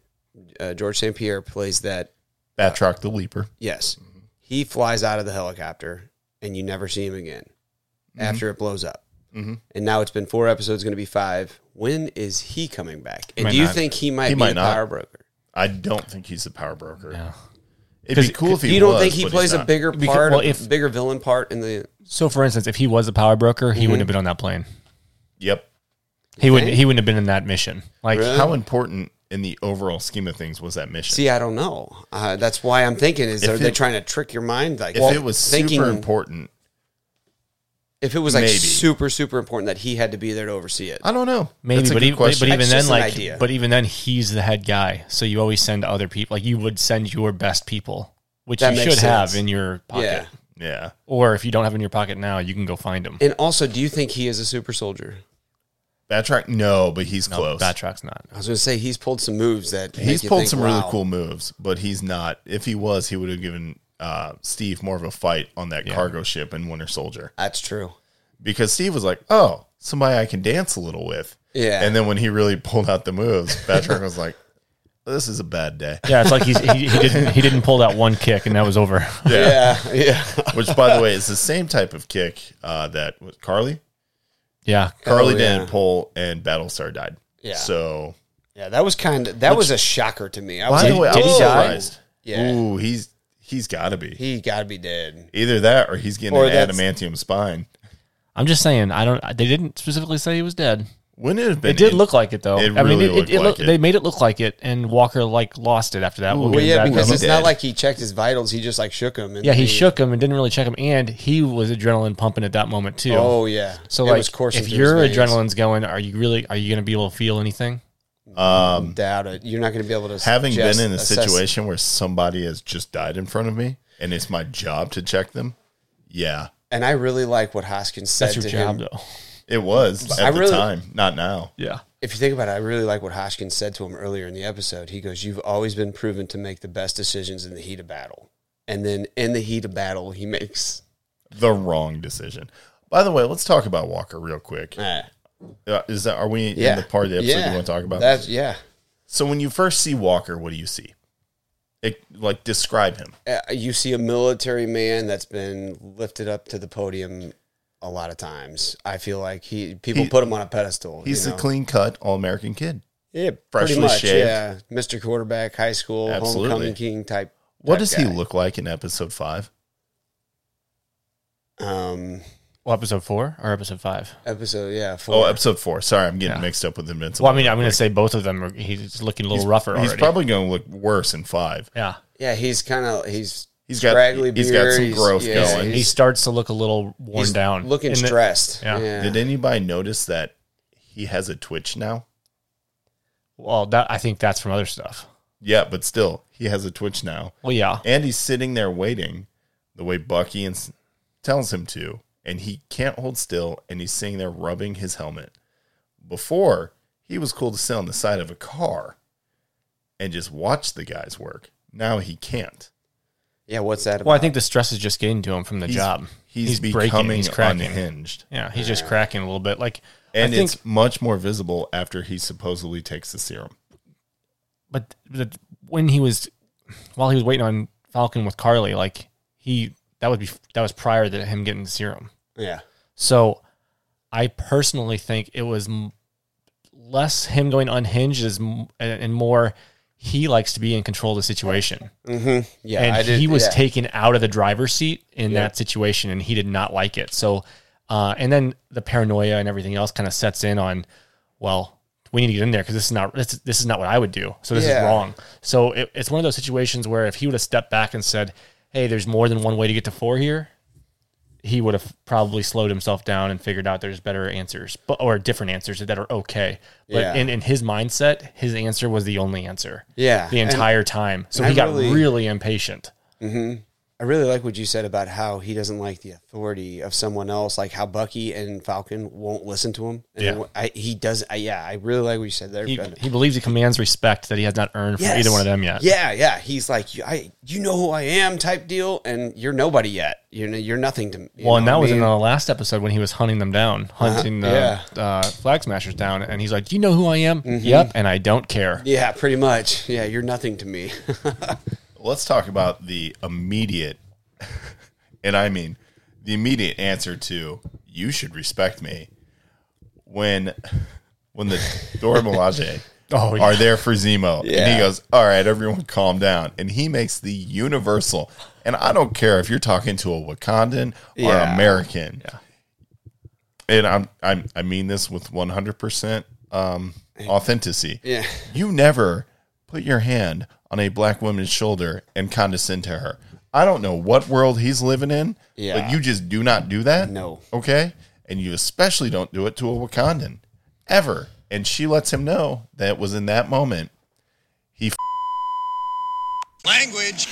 [SPEAKER 6] uh, George St. Pierre, plays that.
[SPEAKER 1] Batroc the Leaper.
[SPEAKER 6] Yes.
[SPEAKER 1] Mm-hmm.
[SPEAKER 6] He flies out of the helicopter, and you never see him again
[SPEAKER 1] Mm-hmm.
[SPEAKER 6] after it blows up.
[SPEAKER 1] Mhm.
[SPEAKER 6] And now it's been four episodes, going to be five. When is he coming back? And
[SPEAKER 5] Might
[SPEAKER 6] do you
[SPEAKER 5] not.
[SPEAKER 6] think he might
[SPEAKER 1] He
[SPEAKER 6] be
[SPEAKER 1] might
[SPEAKER 6] a
[SPEAKER 1] not.
[SPEAKER 6] power broker?
[SPEAKER 1] I don't think he's a power broker.
[SPEAKER 5] Yeah.
[SPEAKER 1] It'd be cool if he.
[SPEAKER 6] you don't
[SPEAKER 1] was,
[SPEAKER 6] think he
[SPEAKER 1] but
[SPEAKER 6] plays
[SPEAKER 1] he's
[SPEAKER 6] a
[SPEAKER 1] not.
[SPEAKER 6] bigger
[SPEAKER 5] Because-
[SPEAKER 6] part,
[SPEAKER 5] well,
[SPEAKER 6] of-
[SPEAKER 5] if-
[SPEAKER 6] bigger villain part in the?
[SPEAKER 5] So, for instance, if he was the power broker, he
[SPEAKER 6] Mm-hmm.
[SPEAKER 5] wouldn't have been on that plane.
[SPEAKER 1] Yep.
[SPEAKER 5] He wouldn't. He wouldn't have been in that mission. Like,
[SPEAKER 6] Really?
[SPEAKER 1] How important in the overall scheme of things was that mission?
[SPEAKER 6] See, I don't know. Uh, that's why I'm thinking: is
[SPEAKER 1] If
[SPEAKER 6] are they
[SPEAKER 1] it-
[SPEAKER 6] trying to trick your mind? Like,
[SPEAKER 1] if it was
[SPEAKER 6] thinking-
[SPEAKER 1] super important,
[SPEAKER 6] if it was like
[SPEAKER 1] Maybe.
[SPEAKER 6] super, super important that he had to be there to oversee it.
[SPEAKER 1] I don't know.
[SPEAKER 5] Maybe,
[SPEAKER 1] That's a
[SPEAKER 5] but,
[SPEAKER 1] good
[SPEAKER 5] e- but,
[SPEAKER 1] question.
[SPEAKER 5] but even
[SPEAKER 6] That's
[SPEAKER 5] then,
[SPEAKER 6] just an
[SPEAKER 5] like,
[SPEAKER 6] idea.
[SPEAKER 5] but even then, he's the head guy. So you always send other people. Like you would send your best people, which
[SPEAKER 6] That
[SPEAKER 5] you
[SPEAKER 6] makes
[SPEAKER 5] should have
[SPEAKER 6] sense.
[SPEAKER 5] in your pocket.
[SPEAKER 6] Yeah.
[SPEAKER 1] yeah,
[SPEAKER 5] Or if you don't have it in your pocket now, you can go find them.
[SPEAKER 6] And also, do you think he is a super soldier?
[SPEAKER 1] Batroc. No, but he's close.
[SPEAKER 5] Batrock's not.
[SPEAKER 6] I was going to say he's pulled some moves that make
[SPEAKER 1] He's
[SPEAKER 6] you
[SPEAKER 1] pulled
[SPEAKER 6] think,
[SPEAKER 1] some
[SPEAKER 6] wow.
[SPEAKER 1] really cool moves, but he's not. If he was, he would have given uh, Steve more of a fight on that cargo ship in Winter Soldier
[SPEAKER 6] That's true.
[SPEAKER 1] because Steve was like, "Oh, somebody I can dance a little with."
[SPEAKER 6] Yeah.
[SPEAKER 1] And then when he really pulled out the moves, Batroc was like, "This is a bad day."
[SPEAKER 5] Yeah, it's like he's, he, he didn't he didn't pull that one kick and that was over.
[SPEAKER 6] Yeah, yeah.
[SPEAKER 1] Which, by the way, is the same type of kick uh, that was Carly.
[SPEAKER 5] Yeah,
[SPEAKER 1] Carly
[SPEAKER 6] Oh, yeah.
[SPEAKER 1] didn't pull, and Battlestar died.
[SPEAKER 6] Yeah.
[SPEAKER 1] So
[SPEAKER 6] Yeah, that was kind of that was a shocker to me. I was
[SPEAKER 1] By the
[SPEAKER 6] like,
[SPEAKER 1] way,
[SPEAKER 5] did
[SPEAKER 1] I was
[SPEAKER 5] he die?
[SPEAKER 1] surprised.
[SPEAKER 6] Yeah.
[SPEAKER 1] Ooh, he's he's got to be
[SPEAKER 6] he got to be dead.
[SPEAKER 1] either that or he's getting
[SPEAKER 6] Or
[SPEAKER 1] an
[SPEAKER 6] that's-
[SPEAKER 1] adamantium spine.
[SPEAKER 5] I'm just saying. I don't. They didn't specifically say he was dead.
[SPEAKER 1] Wouldn't it have been?
[SPEAKER 5] It did
[SPEAKER 1] in-
[SPEAKER 5] look like it though.
[SPEAKER 1] it
[SPEAKER 5] I mean,
[SPEAKER 1] really
[SPEAKER 5] it,
[SPEAKER 1] looked
[SPEAKER 5] it, it
[SPEAKER 1] like
[SPEAKER 5] looked-
[SPEAKER 1] it.
[SPEAKER 5] they made it look like it, and Walker like lost it after that. We'll
[SPEAKER 6] Well,
[SPEAKER 5] get
[SPEAKER 6] yeah,
[SPEAKER 5] into that
[SPEAKER 6] because
[SPEAKER 5] one.
[SPEAKER 6] it's
[SPEAKER 1] dead.
[SPEAKER 6] not like he checked his vitals; he just like shook him. And
[SPEAKER 5] yeah, he
[SPEAKER 6] then
[SPEAKER 5] shook him and didn't really check him, and he was adrenaline pumping at that moment too.
[SPEAKER 6] Oh yeah.
[SPEAKER 5] so
[SPEAKER 6] It
[SPEAKER 5] like,
[SPEAKER 6] was coursing
[SPEAKER 5] if
[SPEAKER 6] through his
[SPEAKER 5] your
[SPEAKER 6] veins.
[SPEAKER 5] adrenaline's going, are you really are you going to be able to feel anything?
[SPEAKER 1] Um,
[SPEAKER 6] doubt it. You're not going to be able to
[SPEAKER 1] having
[SPEAKER 6] just
[SPEAKER 1] been in a
[SPEAKER 6] assess-
[SPEAKER 1] situation where somebody has just died in front of me, and it's my job to check them. Yeah,
[SPEAKER 6] And I really like what Hoskins said
[SPEAKER 5] That's your
[SPEAKER 6] to
[SPEAKER 5] job,
[SPEAKER 6] him.
[SPEAKER 5] though.
[SPEAKER 1] it was at
[SPEAKER 6] I
[SPEAKER 1] the
[SPEAKER 6] really-
[SPEAKER 1] time, not now.
[SPEAKER 5] Yeah,
[SPEAKER 6] If you think about it, I really like what Hoskins said to him earlier in the episode. He goes, "You've always been proven to make the best decisions in the heat of battle." And then in the heat of battle, he makes
[SPEAKER 1] The wrong decision. By the way, let's talk about Walker real quick.
[SPEAKER 6] Eh,
[SPEAKER 1] Uh, is that are we
[SPEAKER 6] yeah.
[SPEAKER 1] in the part of the episode
[SPEAKER 6] Yeah.
[SPEAKER 1] you want to talk about?
[SPEAKER 6] That's yeah.
[SPEAKER 1] so when you first see Walker, what do you see? It, like describe him.
[SPEAKER 6] Uh, you see a military man that's been lifted up to the podium a lot of times. I feel like he people
[SPEAKER 1] He-
[SPEAKER 6] put him on a pedestal.
[SPEAKER 1] He's
[SPEAKER 6] you
[SPEAKER 1] a
[SPEAKER 6] know?
[SPEAKER 1] clean cut All American kid.
[SPEAKER 6] yeah,
[SPEAKER 1] freshly
[SPEAKER 6] pretty much,
[SPEAKER 1] shaved.
[SPEAKER 6] yeah, Mr. Quarterback, high school,
[SPEAKER 1] Absolutely.
[SPEAKER 6] homecoming king type.
[SPEAKER 1] What
[SPEAKER 6] type
[SPEAKER 1] does he
[SPEAKER 6] guy.
[SPEAKER 1] look like in episode five?
[SPEAKER 6] Um,
[SPEAKER 5] Well, episode four or episode five?
[SPEAKER 6] episode yeah,
[SPEAKER 1] Oh,
[SPEAKER 6] four.
[SPEAKER 1] episode four. Sorry, I'm getting
[SPEAKER 5] Yeah.
[SPEAKER 1] mixed up with Invincible.
[SPEAKER 5] Well, I mean, I'm going to say both of them. Are, he's looking a little rougher
[SPEAKER 1] he's
[SPEAKER 5] already.
[SPEAKER 1] probably going to look worse in five.
[SPEAKER 5] yeah,
[SPEAKER 6] yeah, he's kind of he's
[SPEAKER 1] He's got-
[SPEAKER 6] scraggly
[SPEAKER 1] he's got
[SPEAKER 6] beard,
[SPEAKER 1] some growth
[SPEAKER 6] yeah,
[SPEAKER 1] going.
[SPEAKER 5] he
[SPEAKER 6] He's,
[SPEAKER 5] starts to look a little worn
[SPEAKER 6] he's
[SPEAKER 5] down,
[SPEAKER 6] looking
[SPEAKER 5] And the-
[SPEAKER 6] stressed.
[SPEAKER 5] Yeah.
[SPEAKER 1] Did anybody notice that he has a twitch now?
[SPEAKER 5] Well, that I think that's from other stuff.
[SPEAKER 1] Yeah, but still, he has a twitch now,
[SPEAKER 5] Well, yeah,
[SPEAKER 1] and he's sitting there waiting, the way Bucky and s- tells him to, and he can't hold still, and he's sitting there rubbing his helmet. Before he was cool to sit on the side of a car, and just watch the guys work. Now he can't.
[SPEAKER 6] yeah, what's that? About?
[SPEAKER 5] Well, I think the stress is just getting to him from the
[SPEAKER 1] He's-
[SPEAKER 5] job.
[SPEAKER 1] He's,
[SPEAKER 5] breaking,
[SPEAKER 1] becoming unhinged.
[SPEAKER 5] Yeah, he's just cracking a little bit. Like,
[SPEAKER 1] And
[SPEAKER 5] I think,
[SPEAKER 1] it's much more visible after he supposedly takes the serum.
[SPEAKER 5] but the, when he was, while he was waiting on Falcon with Carly, like he that would be that was prior to him getting the serum.
[SPEAKER 6] yeah,
[SPEAKER 5] So, I personally think it was m- less him going unhinged as m- and, and more he likes to be in control of the situation.
[SPEAKER 6] yeah.
[SPEAKER 5] and
[SPEAKER 6] I did,
[SPEAKER 5] he was
[SPEAKER 6] yeah.
[SPEAKER 5] taken out of the driver's seat in that situation, and he did not like it. So, uh, and then the paranoia and everything else kind of sets in on, well, we need to get in there because this is not this, this is not what I would do. So this
[SPEAKER 6] Yeah.
[SPEAKER 5] is wrong. So it, it's one of those situations where if he would have stepped back and said, "Hey, there's more than one way to get to four here," he would have probably slowed himself down and figured out there's better answers, but or different answers that are okay. But
[SPEAKER 6] Yeah.
[SPEAKER 5] in, in his mindset, his answer was the only answer.
[SPEAKER 6] Yeah.
[SPEAKER 5] the
[SPEAKER 6] And-
[SPEAKER 5] entire time. So
[SPEAKER 6] and I
[SPEAKER 5] he got
[SPEAKER 6] really-
[SPEAKER 5] really impatient.
[SPEAKER 6] I really like what you said about how he doesn't like the authority of someone else, like how Bucky and Falcon won't listen to him. And
[SPEAKER 5] Yeah.
[SPEAKER 6] I, he does. I, yeah, I really like what you said there.
[SPEAKER 5] He,
[SPEAKER 6] Ben.
[SPEAKER 5] he believes he commands respect that he has not earned
[SPEAKER 6] Yes.
[SPEAKER 5] from either one of them yet.
[SPEAKER 6] Yeah, yeah. He's like, you- I, you know who I am, type deal, and you're nobody yet. You know, you're nothing to me. You
[SPEAKER 5] Well, and
[SPEAKER 6] know
[SPEAKER 5] that
[SPEAKER 6] what
[SPEAKER 5] was
[SPEAKER 6] I
[SPEAKER 5] in
[SPEAKER 6] mean?
[SPEAKER 5] the last episode when he was hunting them down, hunting
[SPEAKER 6] Uh-huh.
[SPEAKER 5] the uh, flag smashers down, and he's like, "Do you know who I am?" Yep, and I don't care.
[SPEAKER 6] Mm-hmm. Yeah, pretty much. Yeah, you're nothing to me.
[SPEAKER 1] Let's talk about the immediate, and I mean the immediate answer to "You should respect me." When, when the Dora Milaje
[SPEAKER 5] Oh, yeah.
[SPEAKER 1] are there for Zemo, and
[SPEAKER 6] Yeah.
[SPEAKER 1] he goes, "All right, everyone, calm down," and he makes the universal. And I don't care if you're talking to a Wakandan or
[SPEAKER 6] Yeah.
[SPEAKER 1] an American. And I'm, I'm, I mean this with 100 percent um, authenticity.
[SPEAKER 6] yeah.
[SPEAKER 1] You never put your hand on a black woman's shoulder and condescend to her. I don't know what world he's living in,
[SPEAKER 6] Yeah.
[SPEAKER 1] but you just do not do that.
[SPEAKER 6] No.
[SPEAKER 1] Okay? And you especially don't do it to a Wakandan ever. And she lets him know that it was in that moment he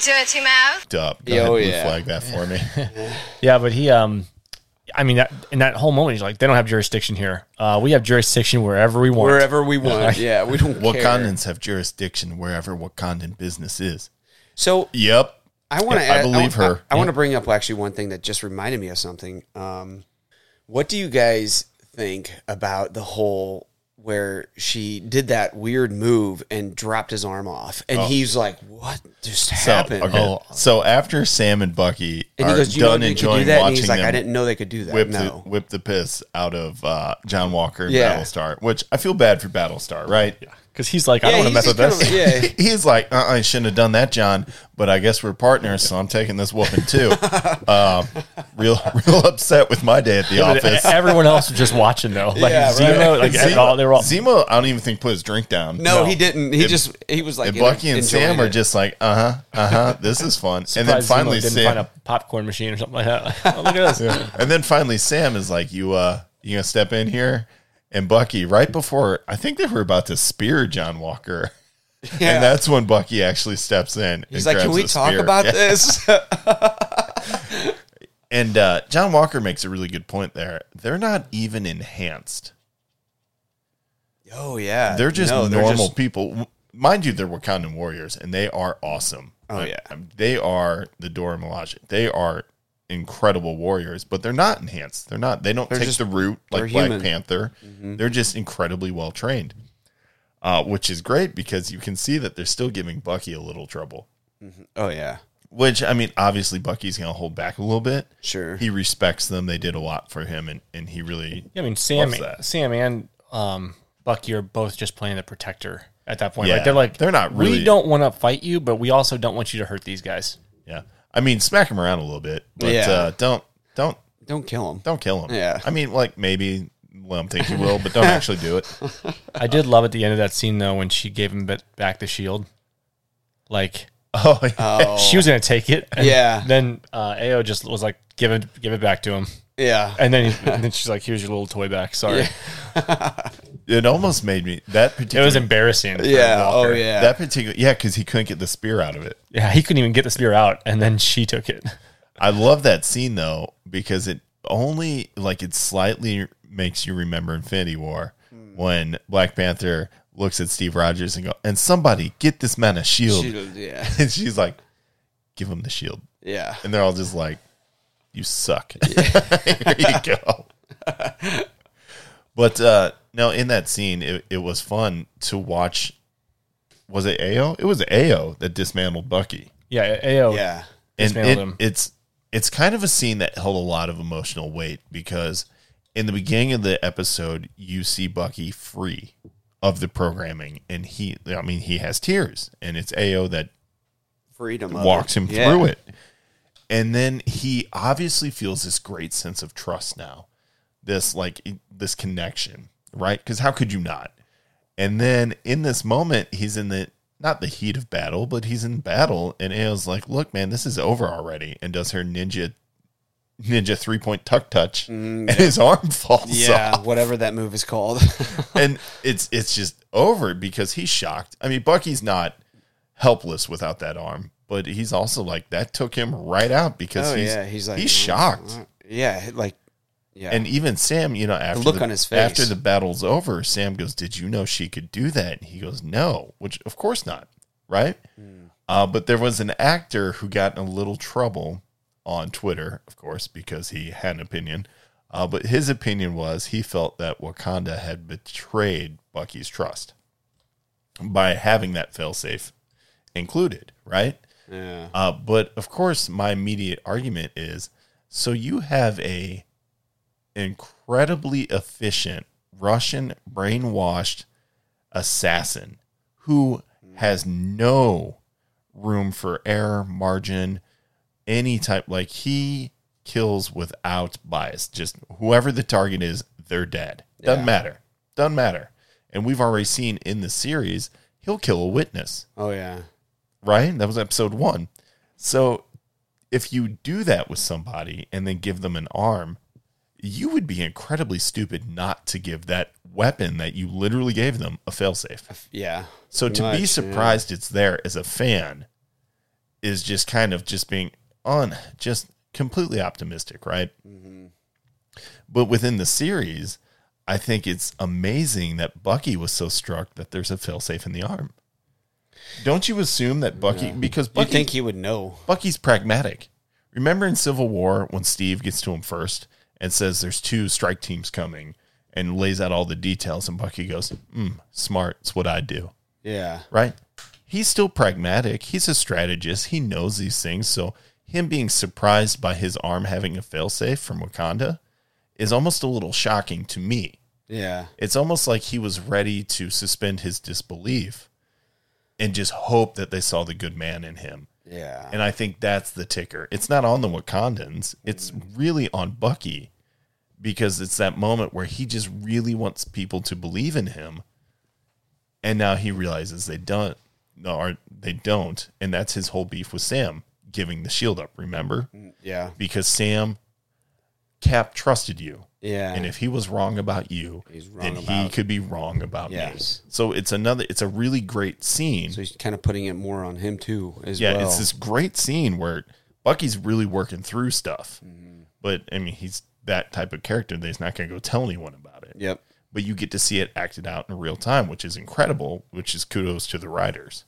[SPEAKER 2] Dirty mouth.
[SPEAKER 1] f***ed up. Go
[SPEAKER 6] Yeah,
[SPEAKER 1] ahead,
[SPEAKER 6] oh,
[SPEAKER 1] blue
[SPEAKER 6] yeah.
[SPEAKER 1] flag that for me.
[SPEAKER 5] Yeah, but he, um, I mean, that in that whole moment, he's like, "They don't have jurisdiction here. Uh, we have jurisdiction wherever we want."
[SPEAKER 6] Wherever we want. Yeah, we don't care.
[SPEAKER 1] Wakandans have jurisdiction wherever Wakandan business is.
[SPEAKER 6] So
[SPEAKER 1] Yep.
[SPEAKER 6] I want to.
[SPEAKER 1] Yeah, I believe her.
[SPEAKER 6] I, want to bring up actually one thing that just reminded me of something. Um, what do you guys think about the whole where she did that weird move and dropped his arm off, and he's like, "What just
[SPEAKER 1] Oh. So,
[SPEAKER 6] happened?" Oh.
[SPEAKER 1] okay. so after Sam and Bucky
[SPEAKER 6] And
[SPEAKER 1] are
[SPEAKER 6] he goes, "You
[SPEAKER 1] done
[SPEAKER 6] know, you could
[SPEAKER 1] enjoying
[SPEAKER 6] do that." And
[SPEAKER 1] watching
[SPEAKER 6] he's like,
[SPEAKER 1] them
[SPEAKER 6] "I didn't know they could do that."
[SPEAKER 1] whip
[SPEAKER 6] no.
[SPEAKER 1] the whip the piss out of uh, John Walker and
[SPEAKER 6] Yeah.
[SPEAKER 1] Battlestar, which I feel bad for Battlestar, right?
[SPEAKER 5] Because he's like, "I don't want to
[SPEAKER 6] he's
[SPEAKER 5] mess
[SPEAKER 6] just
[SPEAKER 5] with this."
[SPEAKER 6] kinda like- yeah.
[SPEAKER 1] He's like, uh, I shouldn't have done that, John, but I guess we're partners, so I'm taking this whooping too. um, real, real upset with my day at the
[SPEAKER 5] But
[SPEAKER 1] office.
[SPEAKER 5] Everyone else was just watching though. Like
[SPEAKER 6] Yeah, right.
[SPEAKER 5] Zemo, like
[SPEAKER 1] Zemo,
[SPEAKER 5] all, they were all.
[SPEAKER 1] Zemo, I don't even think put his drink down.
[SPEAKER 6] No, he didn't. He
[SPEAKER 1] And-
[SPEAKER 6] just he was like
[SPEAKER 1] And Bucky and
[SPEAKER 6] enjoying
[SPEAKER 1] Sam are
[SPEAKER 6] it.
[SPEAKER 1] just like, uh huh, uh huh. This is fun. and then
[SPEAKER 5] surprised Zemo
[SPEAKER 1] finally,
[SPEAKER 5] didn't
[SPEAKER 1] Sam,
[SPEAKER 5] find a popcorn machine or something like that. Like, oh, look at this.
[SPEAKER 1] and then finally Sam is like, "You uh, you gonna step in here?" And Bucky, right before I think they were about to spear John Walker,
[SPEAKER 6] Yeah.
[SPEAKER 1] and that's when Bucky actually steps in.
[SPEAKER 6] He's like, "Can we talk about
[SPEAKER 1] that?"
[SPEAKER 6] this?"
[SPEAKER 1] And uh, John Walker makes a really good point there. They're not even enhanced.
[SPEAKER 6] oh yeah,
[SPEAKER 1] They're just
[SPEAKER 6] No,
[SPEAKER 1] normal
[SPEAKER 6] just-
[SPEAKER 1] people. Mind you, they're Wakandan warriors, and they are awesome.
[SPEAKER 6] Oh, yeah.
[SPEAKER 1] they are the Dora Milaje. They are incredible warriors, but they're not enhanced. They're not. They don't take
[SPEAKER 6] just-
[SPEAKER 1] the route
[SPEAKER 6] they're
[SPEAKER 1] like Black
[SPEAKER 6] human. Mm-hmm.
[SPEAKER 1] Panther. They're just incredibly well trained, uh, which is great because you can see that they're still giving Bucky a little trouble.
[SPEAKER 6] Oh yeah,
[SPEAKER 1] Which I mean, obviously Bucky's going to hold back a little bit.
[SPEAKER 6] sure.
[SPEAKER 1] He respects them. They did a lot for him, and and he really
[SPEAKER 7] Yeah, I mean, Sam,
[SPEAKER 1] Loves that.
[SPEAKER 7] Sam, and um, Bucky are both just playing the protector at that point.
[SPEAKER 1] Yeah,
[SPEAKER 7] Like they're like,
[SPEAKER 1] they're not
[SPEAKER 7] We
[SPEAKER 1] really-
[SPEAKER 7] don't want to fight you, but we also don't want you to hurt these guys.
[SPEAKER 1] yeah. I mean, smack him around a little bit, but
[SPEAKER 6] Yeah.
[SPEAKER 1] uh, don't don't
[SPEAKER 6] Don't kill him.
[SPEAKER 1] don't kill him.
[SPEAKER 6] Yeah.
[SPEAKER 1] I mean, like maybe Lem thinks you will, but don't actually do it.
[SPEAKER 7] I did love at the end of that scene though when she gave him bit- back the shield, like
[SPEAKER 1] Oh, yeah.
[SPEAKER 7] she was gonna take it. and
[SPEAKER 6] Yeah.
[SPEAKER 7] Then uh, Ao just was like, give it, give it back to him,
[SPEAKER 6] Yeah.
[SPEAKER 7] and then he, and then she's like, here's your little toy back. Sorry,
[SPEAKER 1] it almost made me that
[SPEAKER 7] it
[SPEAKER 1] particular.
[SPEAKER 7] was embarrassing. for
[SPEAKER 6] Yeah. Oh
[SPEAKER 7] Walker.
[SPEAKER 6] yeah.
[SPEAKER 1] That particular, yeah, because he couldn't get the spear out of it.
[SPEAKER 7] yeah. He couldn't even get the spear out, and then she took it.
[SPEAKER 1] I love that scene though because it only like it slightly makes you remember Infinity War
[SPEAKER 6] Hmm.
[SPEAKER 1] when Black Panther looks at Steve Rogers and go and somebody get this man a shield,
[SPEAKER 6] Shield, yeah.
[SPEAKER 1] and she's like, give him the shield,
[SPEAKER 6] Yeah.
[SPEAKER 1] and they're all just like, you suck. Here you go. but uh no, in that scene, it, it was fun to watch. Was it Ao? It was Ao that dismantled Bucky.
[SPEAKER 7] Yeah, Ao.
[SPEAKER 6] Yeah.
[SPEAKER 1] and
[SPEAKER 7] dismantled
[SPEAKER 1] it-
[SPEAKER 7] him.
[SPEAKER 1] it's it's kind of a scene that held a lot of emotional weight because in the beginning of the episode you see bucky free of the programming and he i mean he has tears and it's ao that
[SPEAKER 6] Freedom. of
[SPEAKER 1] walks him
[SPEAKER 6] Yeah.
[SPEAKER 1] through it and then he obviously feels this great sense of trust now this like this connection right because how could you not and then in this moment he's in the not the heat of battle but he's in battle and Ao's like look man this is over already and does her ninja ninja three point tuck touch and his arm falls
[SPEAKER 6] Mm, Yeah.
[SPEAKER 1] off
[SPEAKER 6] Whatever that move is called.
[SPEAKER 1] and it's it's just over because he's shocked. I mean, Bucky's not helpless without that arm, but he's also like that took him right out because
[SPEAKER 6] oh
[SPEAKER 1] he's
[SPEAKER 6] yeah. He's like
[SPEAKER 1] he's
[SPEAKER 6] "Mm,
[SPEAKER 1] shocked.
[SPEAKER 6] mm." Yeah. Like. Yeah.
[SPEAKER 1] And even Sam, you know, after
[SPEAKER 6] look
[SPEAKER 1] the,
[SPEAKER 6] on his face.
[SPEAKER 1] after the battle's over, Sam goes, "Did you know she could do that?" And he goes, "No," which of course not, right?
[SPEAKER 6] Hmm.
[SPEAKER 1] Uh, but there was an actor who got in a little trouble on Twitter, of course, because he had an opinion. Uh, but his opinion was he felt that Wakanda had betrayed Bucky's trust by having that failsafe included, right?
[SPEAKER 6] yeah.
[SPEAKER 1] Uh, but of course, my immediate argument is: so you have a incredibly efficient Russian brainwashed assassin who has no room for error, margin, any type. Like he kills without bias. Just whoever the target is, they're dead. Doesn't
[SPEAKER 6] Yeah.
[SPEAKER 1] matter. Doesn't matter. And we've already seen in the series, he'll kill a witness
[SPEAKER 6] Oh yeah.
[SPEAKER 1] right? That was episode one. So if you do that with somebody and then give them an arm, you would be incredibly stupid not to give that weapon that you literally gave them a failsafe.
[SPEAKER 6] Yeah.
[SPEAKER 1] So to
[SPEAKER 6] Much,
[SPEAKER 1] be
[SPEAKER 6] yeah.
[SPEAKER 1] surprised it's there as a fan is just kind of just being on just completely optimistic, right?
[SPEAKER 6] Mm-hmm.
[SPEAKER 1] But within the series, I think it's amazing that Bucky was so struck that there's a failsafe in the arm. Don't you assume that Bucky because
[SPEAKER 6] You
[SPEAKER 1] Bucky
[SPEAKER 6] think he would know?
[SPEAKER 1] Bucky's pragmatic. Remember in Civil War when Steve gets to him first and says there's two strike teams coming and lays out all the details, and Bucky goes, mm, smart, it's what I do,
[SPEAKER 6] Yeah.
[SPEAKER 1] right? He's still pragmatic. He's a strategist. He knows these things. So him being surprised by his arm having a failsafe from Wakanda is almost a little shocking to me
[SPEAKER 6] Yeah.
[SPEAKER 1] it's almost like he was ready to suspend his disbelief and just hope that they saw the good man in him.
[SPEAKER 6] Yeah.
[SPEAKER 1] And I think that's the ticker. It's not on the Wakandans, it's
[SPEAKER 6] Mm.
[SPEAKER 1] really on Bucky because it's that moment where he just really wants people to believe in him. And now he realizes they don't no, or they don't, and that's his whole beef with Sam giving the shield up, remember?
[SPEAKER 6] Yeah.
[SPEAKER 1] Because Sam Cap trusted you.
[SPEAKER 6] Yeah.
[SPEAKER 1] And if he was wrong about you,
[SPEAKER 6] He's wrong
[SPEAKER 1] then he
[SPEAKER 6] about-
[SPEAKER 1] could be wrong about
[SPEAKER 6] Yes.
[SPEAKER 1] me. So it's another. It's a really great scene.
[SPEAKER 6] so he's kind of putting it more on him too, as
[SPEAKER 1] yeah,
[SPEAKER 6] well.
[SPEAKER 1] it's this great scene where Bucky's really working through stuff. But I mean, he's that type of character that he's not going to go tell anyone about it.
[SPEAKER 6] Yep.
[SPEAKER 1] But you get to see it acted out in real time, which is incredible. Which is kudos to the writers.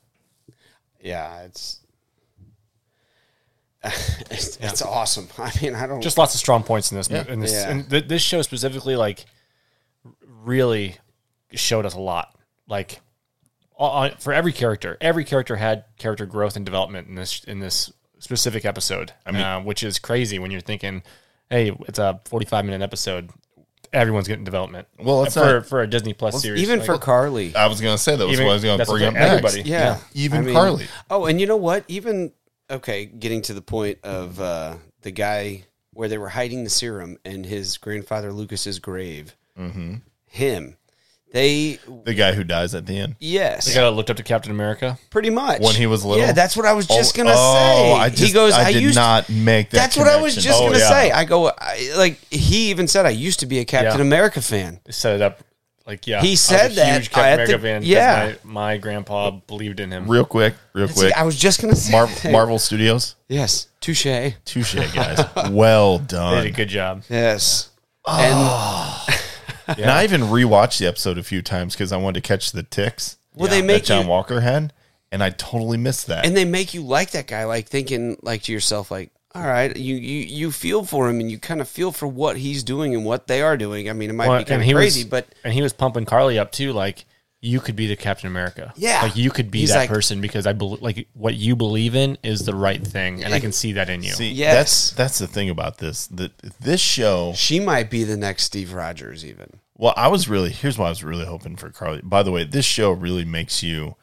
[SPEAKER 6] Yeah. It's. it's, it's awesome. I mean, I don't
[SPEAKER 5] just lots of strong points in this. mo- In this,
[SPEAKER 6] Yeah.
[SPEAKER 5] and th- this show specifically, like, really showed us a lot. Like, on, for every character, every character had character growth and development in this in this specific episode, uh, which is crazy when you're thinking, hey, it's a 45 minute episode. Everyone's getting development.
[SPEAKER 1] Well, it's
[SPEAKER 5] for
[SPEAKER 1] not-
[SPEAKER 5] for a Disney Plus series,
[SPEAKER 6] even
[SPEAKER 5] like,
[SPEAKER 6] for Carly.
[SPEAKER 1] I was gonna say that was
[SPEAKER 5] Even-
[SPEAKER 1] what I was gonna
[SPEAKER 5] that's
[SPEAKER 1] bring
[SPEAKER 5] what
[SPEAKER 1] up
[SPEAKER 5] they-
[SPEAKER 1] next.
[SPEAKER 5] everybody.
[SPEAKER 6] Yeah.
[SPEAKER 1] Uh, Even Carly.
[SPEAKER 6] Oh, and you know what? Even okay, getting to the point of uh, the guy where they were hiding the serum and his grandfather Lucas's grave. Mm-hmm. Him, they
[SPEAKER 1] The guy who dies at the end.
[SPEAKER 5] they
[SPEAKER 6] yes,
[SPEAKER 5] got looked up to Captain America.
[SPEAKER 6] pretty much
[SPEAKER 1] When he was little?
[SPEAKER 6] Yeah, that's what I was just
[SPEAKER 1] Oh,
[SPEAKER 6] gonna say.
[SPEAKER 1] oh, I just-
[SPEAKER 6] he goes,
[SPEAKER 1] I
[SPEAKER 6] I,
[SPEAKER 1] did
[SPEAKER 6] used
[SPEAKER 1] not make that
[SPEAKER 6] That's what I was
[SPEAKER 1] connection.
[SPEAKER 6] just
[SPEAKER 1] Oh,
[SPEAKER 6] gonna
[SPEAKER 1] yeah.
[SPEAKER 6] say. I go, I, like he even said, I used to be a Captain
[SPEAKER 5] Yeah.
[SPEAKER 6] America fan.
[SPEAKER 5] They set it up. Like yeah,
[SPEAKER 6] He
[SPEAKER 5] I was
[SPEAKER 6] said
[SPEAKER 5] a
[SPEAKER 6] that
[SPEAKER 5] huge Captain
[SPEAKER 6] at
[SPEAKER 5] America
[SPEAKER 6] the-
[SPEAKER 5] fan 'cause
[SPEAKER 6] yeah.
[SPEAKER 5] my, my grandpa believed in him.
[SPEAKER 1] Real quick, real
[SPEAKER 6] That's-
[SPEAKER 1] quick.
[SPEAKER 6] I was just gonna say,
[SPEAKER 1] Mar-
[SPEAKER 6] that.
[SPEAKER 1] Marvel Studios.
[SPEAKER 6] Yes, touche.
[SPEAKER 1] Touche, guys. well
[SPEAKER 5] They did
[SPEAKER 1] done.
[SPEAKER 5] a good job.
[SPEAKER 6] Yes,
[SPEAKER 1] And I even rewatched the episode a few times because I wanted to catch the ticks.
[SPEAKER 6] Well, they make
[SPEAKER 1] that John
[SPEAKER 6] you-
[SPEAKER 1] Walker had, and I totally missed that.
[SPEAKER 6] and they make you like that guy, like thinking like to yourself, like, all right, you you you feel for him, and you kind of feel for what he's doing and what they are doing. I mean, it might
[SPEAKER 5] Well,
[SPEAKER 6] be kind of crazy,
[SPEAKER 5] was,
[SPEAKER 6] but
[SPEAKER 5] and he was pumping Carly up too, like you could be the Captain America.
[SPEAKER 6] Yeah.
[SPEAKER 5] like you could be
[SPEAKER 6] He's
[SPEAKER 5] that
[SPEAKER 6] like-
[SPEAKER 5] person because I believe, like, what you believe in is the right thing, and I can see that in you.
[SPEAKER 1] See,
[SPEAKER 6] Yes.
[SPEAKER 1] that's that's the thing about this. That this show.
[SPEAKER 6] she might be the next Steve Rogers, even.
[SPEAKER 1] Well, I was really here's why I was really hoping for Carly. By the way, this show really makes you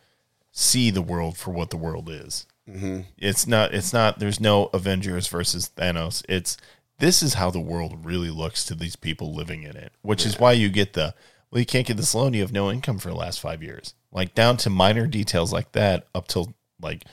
[SPEAKER 1] see the world for what the world is. Mm-hmm. It's not. It's not. There's no Avengers versus Thanos. It's this is how the world really looks to these people living in it, which is why you get the well, you can't get this loan. You have no income for the last five years, like down to minor details like that, up till like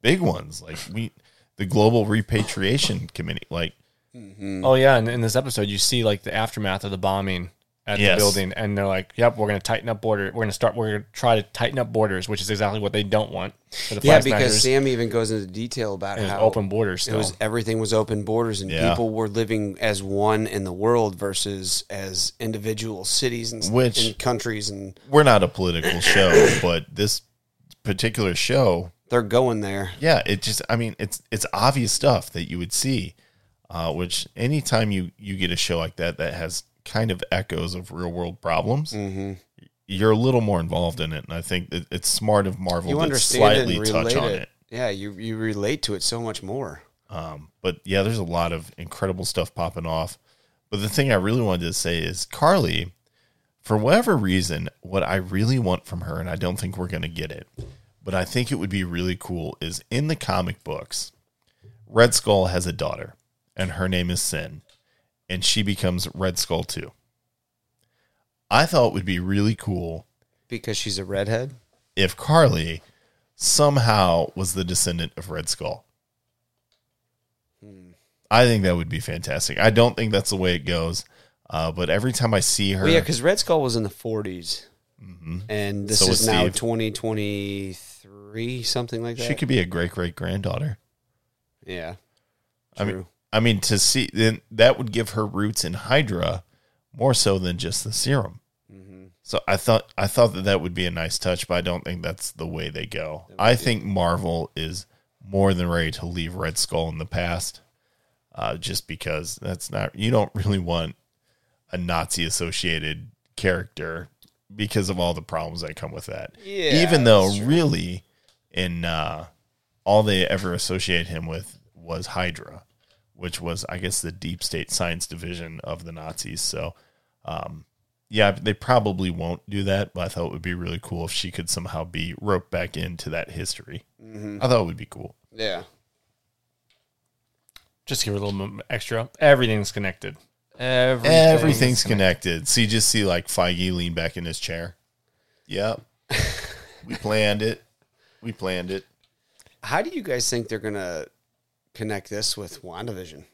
[SPEAKER 1] big ones, like we the global repatriation committee, like
[SPEAKER 5] Oh yeah, and in this episode, you see like the aftermath of the bombing at
[SPEAKER 1] Yes.
[SPEAKER 5] the building, and they're like, "Yep, we're going to tighten up border. We're going to start. We're going to try to tighten up borders, which is exactly what they don't want for the
[SPEAKER 6] Yeah,
[SPEAKER 5] flag
[SPEAKER 6] because
[SPEAKER 5] smashers.
[SPEAKER 6] Sam even goes into detail about
[SPEAKER 5] It was
[SPEAKER 6] how
[SPEAKER 5] open borders. Still.
[SPEAKER 6] It was everything was open borders, and
[SPEAKER 1] Yeah.
[SPEAKER 6] people were living as one in the world versus as individual cities and,
[SPEAKER 1] Which-
[SPEAKER 6] and countries, and
[SPEAKER 1] we're not a political show, but this particular show
[SPEAKER 6] they're going there.
[SPEAKER 1] yeah it just i mean it's it's obvious stuff that you would see uh, which anytime you you get a show like that that has kind of echoes of real world problems
[SPEAKER 6] Mm-hmm.
[SPEAKER 1] you're a little more involved in it and i think that it's smart of marvel
[SPEAKER 6] You
[SPEAKER 1] to
[SPEAKER 6] understand
[SPEAKER 1] slightly
[SPEAKER 6] and
[SPEAKER 1] touch
[SPEAKER 6] relate
[SPEAKER 1] on
[SPEAKER 6] it.
[SPEAKER 1] it
[SPEAKER 6] Yeah, you you relate to it so much more.
[SPEAKER 1] um, but yeah, there's a lot of incredible stuff popping off. But the thing I really wanted to say is Carly, for whatever reason, what I really want from her, and I don't think we're going to get it, but I think it would be really cool is in the comic books, Red Skull has a daughter, and her name is Sin, and she becomes Red Skull too. I thought it would be really cool
[SPEAKER 6] Because she's a redhead.
[SPEAKER 1] if Carly somehow was the descendant of Red Skull.
[SPEAKER 6] Hmm.
[SPEAKER 1] I think that would be fantastic. I don't think that's the way it goes, uh, but every time I see her,
[SPEAKER 6] Well, yeah, because Red Skull was in the 40s, and this
[SPEAKER 1] So was
[SPEAKER 6] is now
[SPEAKER 1] Steve.
[SPEAKER 6] 2023, something like that.
[SPEAKER 1] she could be a great great granddaughter.
[SPEAKER 6] yeah,
[SPEAKER 1] I
[SPEAKER 6] true.
[SPEAKER 1] mean, I mean to see then that would give her roots in Hydra more so than just the serum. So I thought I thought that that would be a nice touch, but I don't think that's the way they go. I think Marvel is more than ready to leave Red Skull in the past, uh, just because that's not you don't really want a Nazi associated character because of all the problems that come with that.
[SPEAKER 6] Yeah,
[SPEAKER 1] Even though really in uh, all they ever associated him with was Hydra, which was I guess the deep state science division of the Nazis. So yeah, they probably won't do that, but I thought it would be really cool if she could somehow be roped back into that history. I thought it would be cool.
[SPEAKER 6] yeah,
[SPEAKER 5] Just to give her a little bit extra. Everything's connected. Everything.
[SPEAKER 1] Everything's connected. So you just see like Feige lean back in his chair. Yep. we planned it. We planned it.
[SPEAKER 6] how do you guys think they're gonna connect this with Wandavision?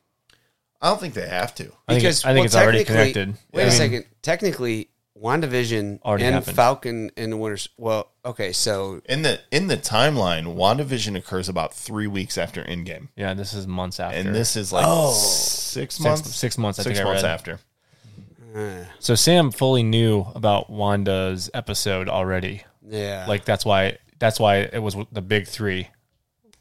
[SPEAKER 1] I don't think they have to.
[SPEAKER 5] I think, I think
[SPEAKER 6] well,
[SPEAKER 5] it's already
[SPEAKER 6] technically-
[SPEAKER 5] connected.
[SPEAKER 6] Wait
[SPEAKER 5] I
[SPEAKER 6] a
[SPEAKER 5] mean,
[SPEAKER 6] second. Technically, WandaVision
[SPEAKER 5] Already
[SPEAKER 6] and
[SPEAKER 5] happened.
[SPEAKER 6] Falcon and the Winter. Well, okay, so
[SPEAKER 1] In the in the timeline, WandaVision occurs about three weeks after Endgame.
[SPEAKER 5] Yeah, this is months after.
[SPEAKER 1] And this is like six
[SPEAKER 5] Oh. six
[SPEAKER 1] months.
[SPEAKER 5] six months. I
[SPEAKER 1] six
[SPEAKER 5] think
[SPEAKER 1] months
[SPEAKER 5] I read.
[SPEAKER 1] after.
[SPEAKER 5] So Sam fully knew about Wanda's episode already.
[SPEAKER 6] yeah,
[SPEAKER 5] Like that's why that's why it was the big three.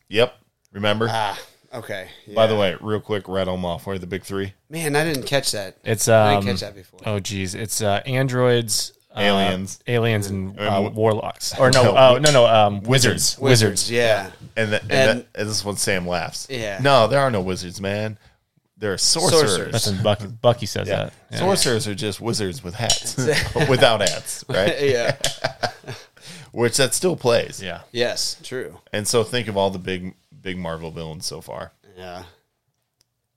[SPEAKER 1] Yep. Remember?
[SPEAKER 6] ah, Okay.
[SPEAKER 1] By the
[SPEAKER 6] yeah.
[SPEAKER 1] way, real quick, rattle them off. What are the big three?
[SPEAKER 6] man, I didn't catch that.
[SPEAKER 5] It's
[SPEAKER 6] I
[SPEAKER 5] um,
[SPEAKER 6] didn't catch that before.
[SPEAKER 5] Oh geez, it's uh, androids, uh,
[SPEAKER 1] Aliens.
[SPEAKER 5] aliens, and
[SPEAKER 1] Um,
[SPEAKER 5] uh, warlocks. Or no,
[SPEAKER 1] no,
[SPEAKER 5] oh no, no, um,
[SPEAKER 1] Wizards.
[SPEAKER 5] wizards.
[SPEAKER 6] Yeah.
[SPEAKER 1] And, the, and,
[SPEAKER 6] And-
[SPEAKER 1] that- and this is when Sam laughs.
[SPEAKER 6] Yeah.
[SPEAKER 1] No, there are no wizards, man. There are sorcerers.
[SPEAKER 6] Sorcerers.
[SPEAKER 5] That's when Bucky, Bucky says
[SPEAKER 1] Yeah.
[SPEAKER 5] that. Yeah.
[SPEAKER 1] Sorcerers are just wizards with hats, without hats, right?
[SPEAKER 6] yeah.
[SPEAKER 1] Which that still plays.
[SPEAKER 5] Yeah.
[SPEAKER 6] Yes. True.
[SPEAKER 1] And so think of all the big, big Marvel villains so far,
[SPEAKER 6] Yeah.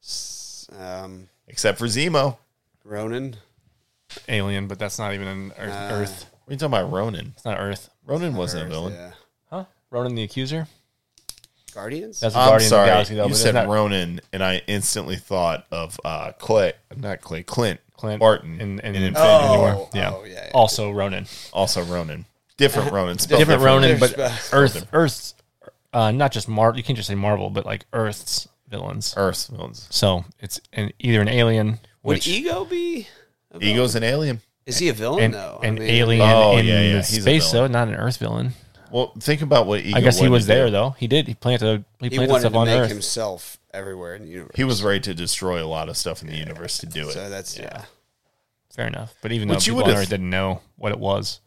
[SPEAKER 6] S- Um,
[SPEAKER 1] except for Zemo.
[SPEAKER 6] Ronan.
[SPEAKER 5] Alien, but that's not even an Earth. Earth.
[SPEAKER 1] What are you talking about, Ronan?
[SPEAKER 5] It's not Earth.
[SPEAKER 1] Ronan wasn't a villain.
[SPEAKER 6] Yeah.
[SPEAKER 5] Huh? Ronan the Accuser.
[SPEAKER 6] Guardians.
[SPEAKER 5] That's a
[SPEAKER 1] I'm
[SPEAKER 5] Guardian
[SPEAKER 1] sorry,
[SPEAKER 5] of the Galaxy. Though,
[SPEAKER 1] you
[SPEAKER 5] but
[SPEAKER 1] said
[SPEAKER 5] that's not
[SPEAKER 1] Ronan, and I instantly thought of uh, Clay, not Clay, Clint,
[SPEAKER 5] Clint
[SPEAKER 1] Barton,
[SPEAKER 5] in, in,
[SPEAKER 1] in
[SPEAKER 5] Infinity
[SPEAKER 6] Oh,
[SPEAKER 5] War. Yeah.
[SPEAKER 6] oh, yeah, yeah.
[SPEAKER 5] Also Ronan.
[SPEAKER 1] also Ronan, different Ronan, spelled
[SPEAKER 5] Different Ronan, but
[SPEAKER 6] There's-
[SPEAKER 5] Earth. Earth's. Uh, not just Marvel. You can't just say Marvel, but like Earth's villains.
[SPEAKER 1] Earth villains.
[SPEAKER 5] So it's an, either an alien,
[SPEAKER 6] Would
[SPEAKER 5] which
[SPEAKER 6] Ego be?
[SPEAKER 1] Ego's an alien.
[SPEAKER 6] Is he a villain
[SPEAKER 5] an,
[SPEAKER 6] though?
[SPEAKER 5] an alien
[SPEAKER 1] Oh,
[SPEAKER 5] in
[SPEAKER 1] yeah, yeah,
[SPEAKER 5] the
[SPEAKER 1] he's a
[SPEAKER 5] space, though,
[SPEAKER 1] villain.
[SPEAKER 5] not an Earth villain.
[SPEAKER 1] Well, think about what Ego.
[SPEAKER 5] I guess he
[SPEAKER 1] wanted
[SPEAKER 5] was
[SPEAKER 1] to
[SPEAKER 5] there
[SPEAKER 1] do.
[SPEAKER 5] though. He did. He planted. He
[SPEAKER 6] He
[SPEAKER 5] planted
[SPEAKER 6] wanted
[SPEAKER 5] stuff
[SPEAKER 6] to
[SPEAKER 5] on
[SPEAKER 6] make
[SPEAKER 5] Earth.
[SPEAKER 6] himself everywhere in the universe.
[SPEAKER 1] He was ready to destroy a lot of stuff in the universe to do it.
[SPEAKER 6] so that's yeah.
[SPEAKER 5] Fair enough. But even though
[SPEAKER 1] Which you
[SPEAKER 5] people on
[SPEAKER 1] would've-
[SPEAKER 5] Earth didn't know what it was,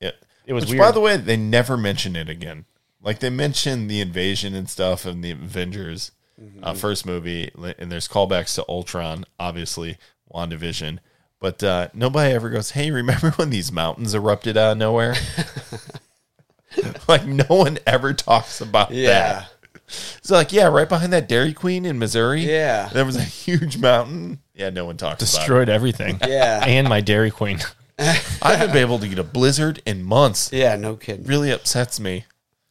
[SPEAKER 1] Yeah.
[SPEAKER 5] It was
[SPEAKER 1] Which,
[SPEAKER 5] weird.
[SPEAKER 1] By the way, they never mention it again. Like they mentioned the invasion and stuff and the Avengers
[SPEAKER 6] Mm-hmm.
[SPEAKER 1] uh, first movie, li- and there's callbacks to Ultron, obviously Wandavision, but uh, nobody ever goes, "Hey, remember when these mountains erupted out of nowhere?" like no one ever talks about
[SPEAKER 6] Yeah.
[SPEAKER 1] that. It's like, yeah, right behind that Dairy Queen in Missouri.
[SPEAKER 6] Yeah.
[SPEAKER 1] there was a huge mountain. Yeah, no one talks about it.
[SPEAKER 5] destroyed everything.
[SPEAKER 6] Yeah.
[SPEAKER 5] and my Dairy Queen.
[SPEAKER 1] I haven't been able to get a blizzard in months. It
[SPEAKER 6] Yeah, no kidding.
[SPEAKER 1] really upsets me.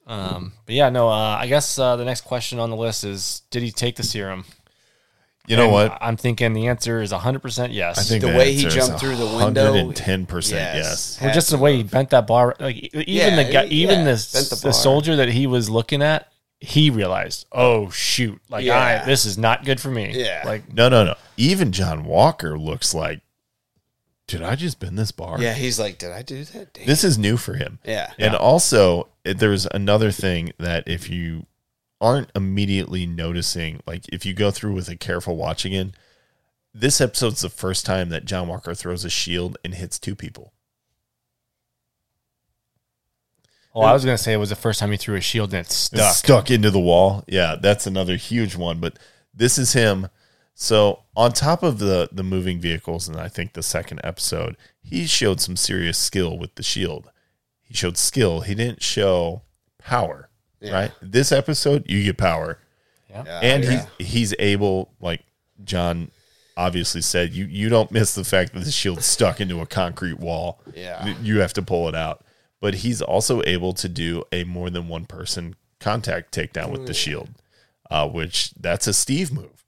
[SPEAKER 5] Um, but yeah, no. Uh, I guess uh, the next question on the list is: Did he take the serum?
[SPEAKER 1] You know
[SPEAKER 5] And
[SPEAKER 1] what?
[SPEAKER 5] I'm thinking the answer is 100 percent yes.
[SPEAKER 1] I think
[SPEAKER 6] The way he jumped through the window-
[SPEAKER 1] ten percent.
[SPEAKER 6] Yes.
[SPEAKER 1] Yes.
[SPEAKER 5] Well, just the way he bent that bar, like e- even
[SPEAKER 6] Yeah,
[SPEAKER 5] the
[SPEAKER 6] yeah,
[SPEAKER 5] guy, even this
[SPEAKER 6] bent the
[SPEAKER 5] the,
[SPEAKER 6] bar.
[SPEAKER 5] soldier that he was looking at, he realized, oh shoot, like
[SPEAKER 6] Yeah.
[SPEAKER 5] I this is not good for me.
[SPEAKER 6] Yeah.
[SPEAKER 5] like
[SPEAKER 1] No, no, no. Even John Walker looks like, did I just bend this bar?
[SPEAKER 6] Yeah, he's like, did I do that? Damn.
[SPEAKER 1] This is new for him.
[SPEAKER 6] yeah.
[SPEAKER 1] And also, it- there's another thing that if you aren't immediately noticing, like if you go through with a careful watch again, this episode's the first time that John Walker throws a shield and hits two people.
[SPEAKER 5] well, I was gonna say it was the first time he threw a shield and it
[SPEAKER 1] It's
[SPEAKER 5] stuck.
[SPEAKER 1] stuck into the wall. Yeah, that's another huge one. But this is him. So on top of the the moving vehicles, and I think the second episode, he showed some serious skill with the shield. He showed skill. He didn't show power. Right. This episode, you get power,
[SPEAKER 6] Yeah,
[SPEAKER 1] and
[SPEAKER 6] Uh, yeah.
[SPEAKER 1] he's he's able. Like John obviously said, you you don't miss the fact that the shield's stuck into a concrete wall.
[SPEAKER 6] Yeah.
[SPEAKER 1] you have to pull it out. But he's also able to do a more than one person contact takedown with the
[SPEAKER 6] Mm.
[SPEAKER 1] shield, uh, which that's a Steve move,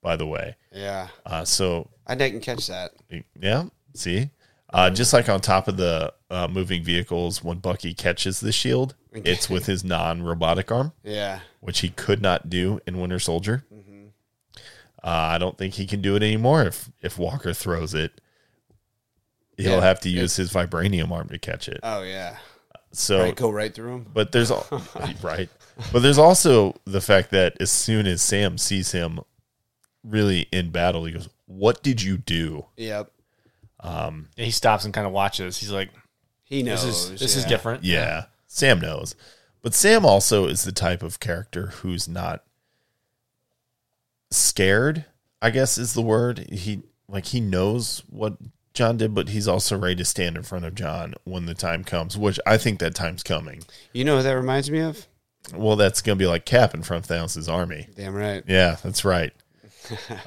[SPEAKER 1] by the way.
[SPEAKER 6] yeah.
[SPEAKER 1] Uh, so
[SPEAKER 6] I didn't catch that.
[SPEAKER 1] yeah, see, uh,
[SPEAKER 6] Mm.
[SPEAKER 1] just like on top of the uh, moving vehicles, when Bucky catches the shield, it's with his non-robotic arm
[SPEAKER 6] Yeah.
[SPEAKER 1] which he could not do in Winter Soldier.
[SPEAKER 6] Mm-hmm.
[SPEAKER 1] Uh, I don't think he can do it anymore. If if Walker throws it, he'll
[SPEAKER 6] Yeah,
[SPEAKER 1] have to use his vibranium arm to catch it.
[SPEAKER 6] Oh yeah.
[SPEAKER 1] So,
[SPEAKER 6] right, go right through him.
[SPEAKER 1] but there's al- right, but there's also the fact that as soon as Sam sees him, really in battle, he goes, "What did you do?"
[SPEAKER 6] Yep.
[SPEAKER 5] He stops and kind of watches. He's like,
[SPEAKER 6] He knows.
[SPEAKER 5] this is this is
[SPEAKER 6] yeah.
[SPEAKER 5] different.
[SPEAKER 1] Yeah, Sam knows. But Sam also is the type of character who's not scared, I guess is the word. He like he knows what John did, but he's also ready to stand in front of John when the time comes, which I think that time's coming.
[SPEAKER 6] You know what that reminds me of?
[SPEAKER 1] Well, that's going to be like Cap in front of Thanos' army.
[SPEAKER 6] Damn right.
[SPEAKER 1] Yeah, that's right.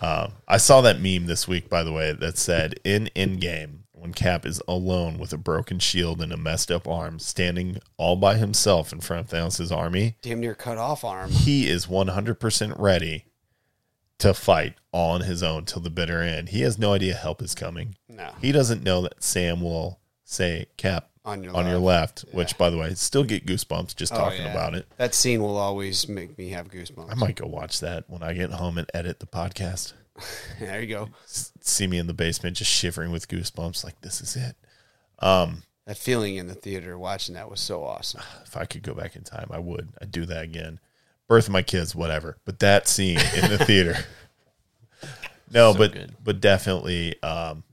[SPEAKER 1] um, I saw that meme this week, by the way, that said in Endgame, when Cap is alone with a broken shield and a messed up arm, standing all by himself in front of Thanos' army,
[SPEAKER 6] Damn near cut off arm.
[SPEAKER 1] he is 100% ready to fight all on his own till the bitter end. He has no idea help is coming.
[SPEAKER 6] No.
[SPEAKER 1] He doesn't know that Sam will say, Cap,
[SPEAKER 6] On your
[SPEAKER 1] on your
[SPEAKER 6] left.
[SPEAKER 1] left, which, by the way, still get goosebumps just
[SPEAKER 6] Oh,
[SPEAKER 1] talking
[SPEAKER 6] yeah.
[SPEAKER 1] about it.
[SPEAKER 6] That scene will always make me have
[SPEAKER 1] I
[SPEAKER 6] goosebumps.
[SPEAKER 1] might go watch that when I get home and edit the podcast.
[SPEAKER 6] there you go.
[SPEAKER 1] see me in the basement just shivering with goosebumps like this is it
[SPEAKER 6] That feeling in the theater watching that was so awesome.
[SPEAKER 1] if i could go back in time i would i'd do that again Birth of my kids, whatever. But that scene in the theater. No, but
[SPEAKER 5] good.
[SPEAKER 1] but definitely um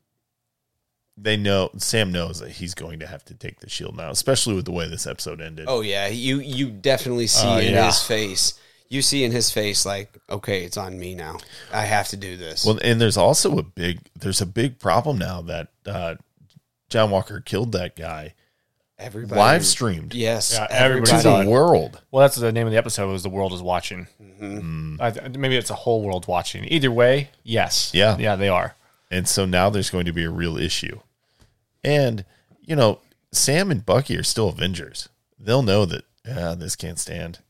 [SPEAKER 1] they know Sam knows that he's going to have to take the shield now, especially with the way this episode ended.
[SPEAKER 6] Oh yeah, you you definitely see
[SPEAKER 1] Oh,
[SPEAKER 6] in
[SPEAKER 1] yeah.
[SPEAKER 6] his face. You see in his face like, okay, it's on me now. I have to do this.
[SPEAKER 1] Well, and there's also a big there's a big problem now that uh John Walker killed that guy
[SPEAKER 6] everybody
[SPEAKER 1] live streamed
[SPEAKER 6] Yes,
[SPEAKER 5] Yeah,
[SPEAKER 1] to
[SPEAKER 5] everybody
[SPEAKER 6] everybody.
[SPEAKER 1] the world.
[SPEAKER 5] Well, that's the name of the episode. Was the world is watching?
[SPEAKER 6] Mm-hmm.
[SPEAKER 5] I th- maybe it's a whole world watching. Either way, yes,
[SPEAKER 1] Yeah.
[SPEAKER 5] yeah, they are.
[SPEAKER 1] And so now there's going to be a real issue. And, you know, Sam and Bucky are still Avengers. They'll know that ah, this can't stand.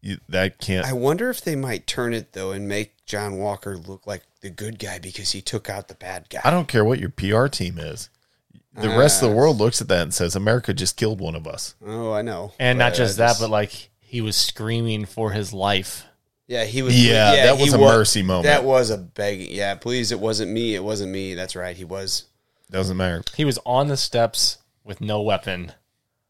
[SPEAKER 1] You, that can't.
[SPEAKER 6] I wonder if they might turn it though and make John Walker look like the good guy because he took out the bad guy.
[SPEAKER 1] I don't care what your PR team is. The rest of the world looks at that and says, America just killed one of us.
[SPEAKER 6] oh, I know.
[SPEAKER 5] And not just that,
[SPEAKER 6] it's-
[SPEAKER 5] but like he was screaming for his life.
[SPEAKER 6] yeah, he was.
[SPEAKER 1] Yeah, that was
[SPEAKER 6] he
[SPEAKER 1] a
[SPEAKER 6] wa-
[SPEAKER 1] mercy moment.
[SPEAKER 6] That was a begging. Yeah, please, it wasn't me. It wasn't me. That's right. He was.
[SPEAKER 1] Doesn't matter.
[SPEAKER 5] He was on the steps with no weapon,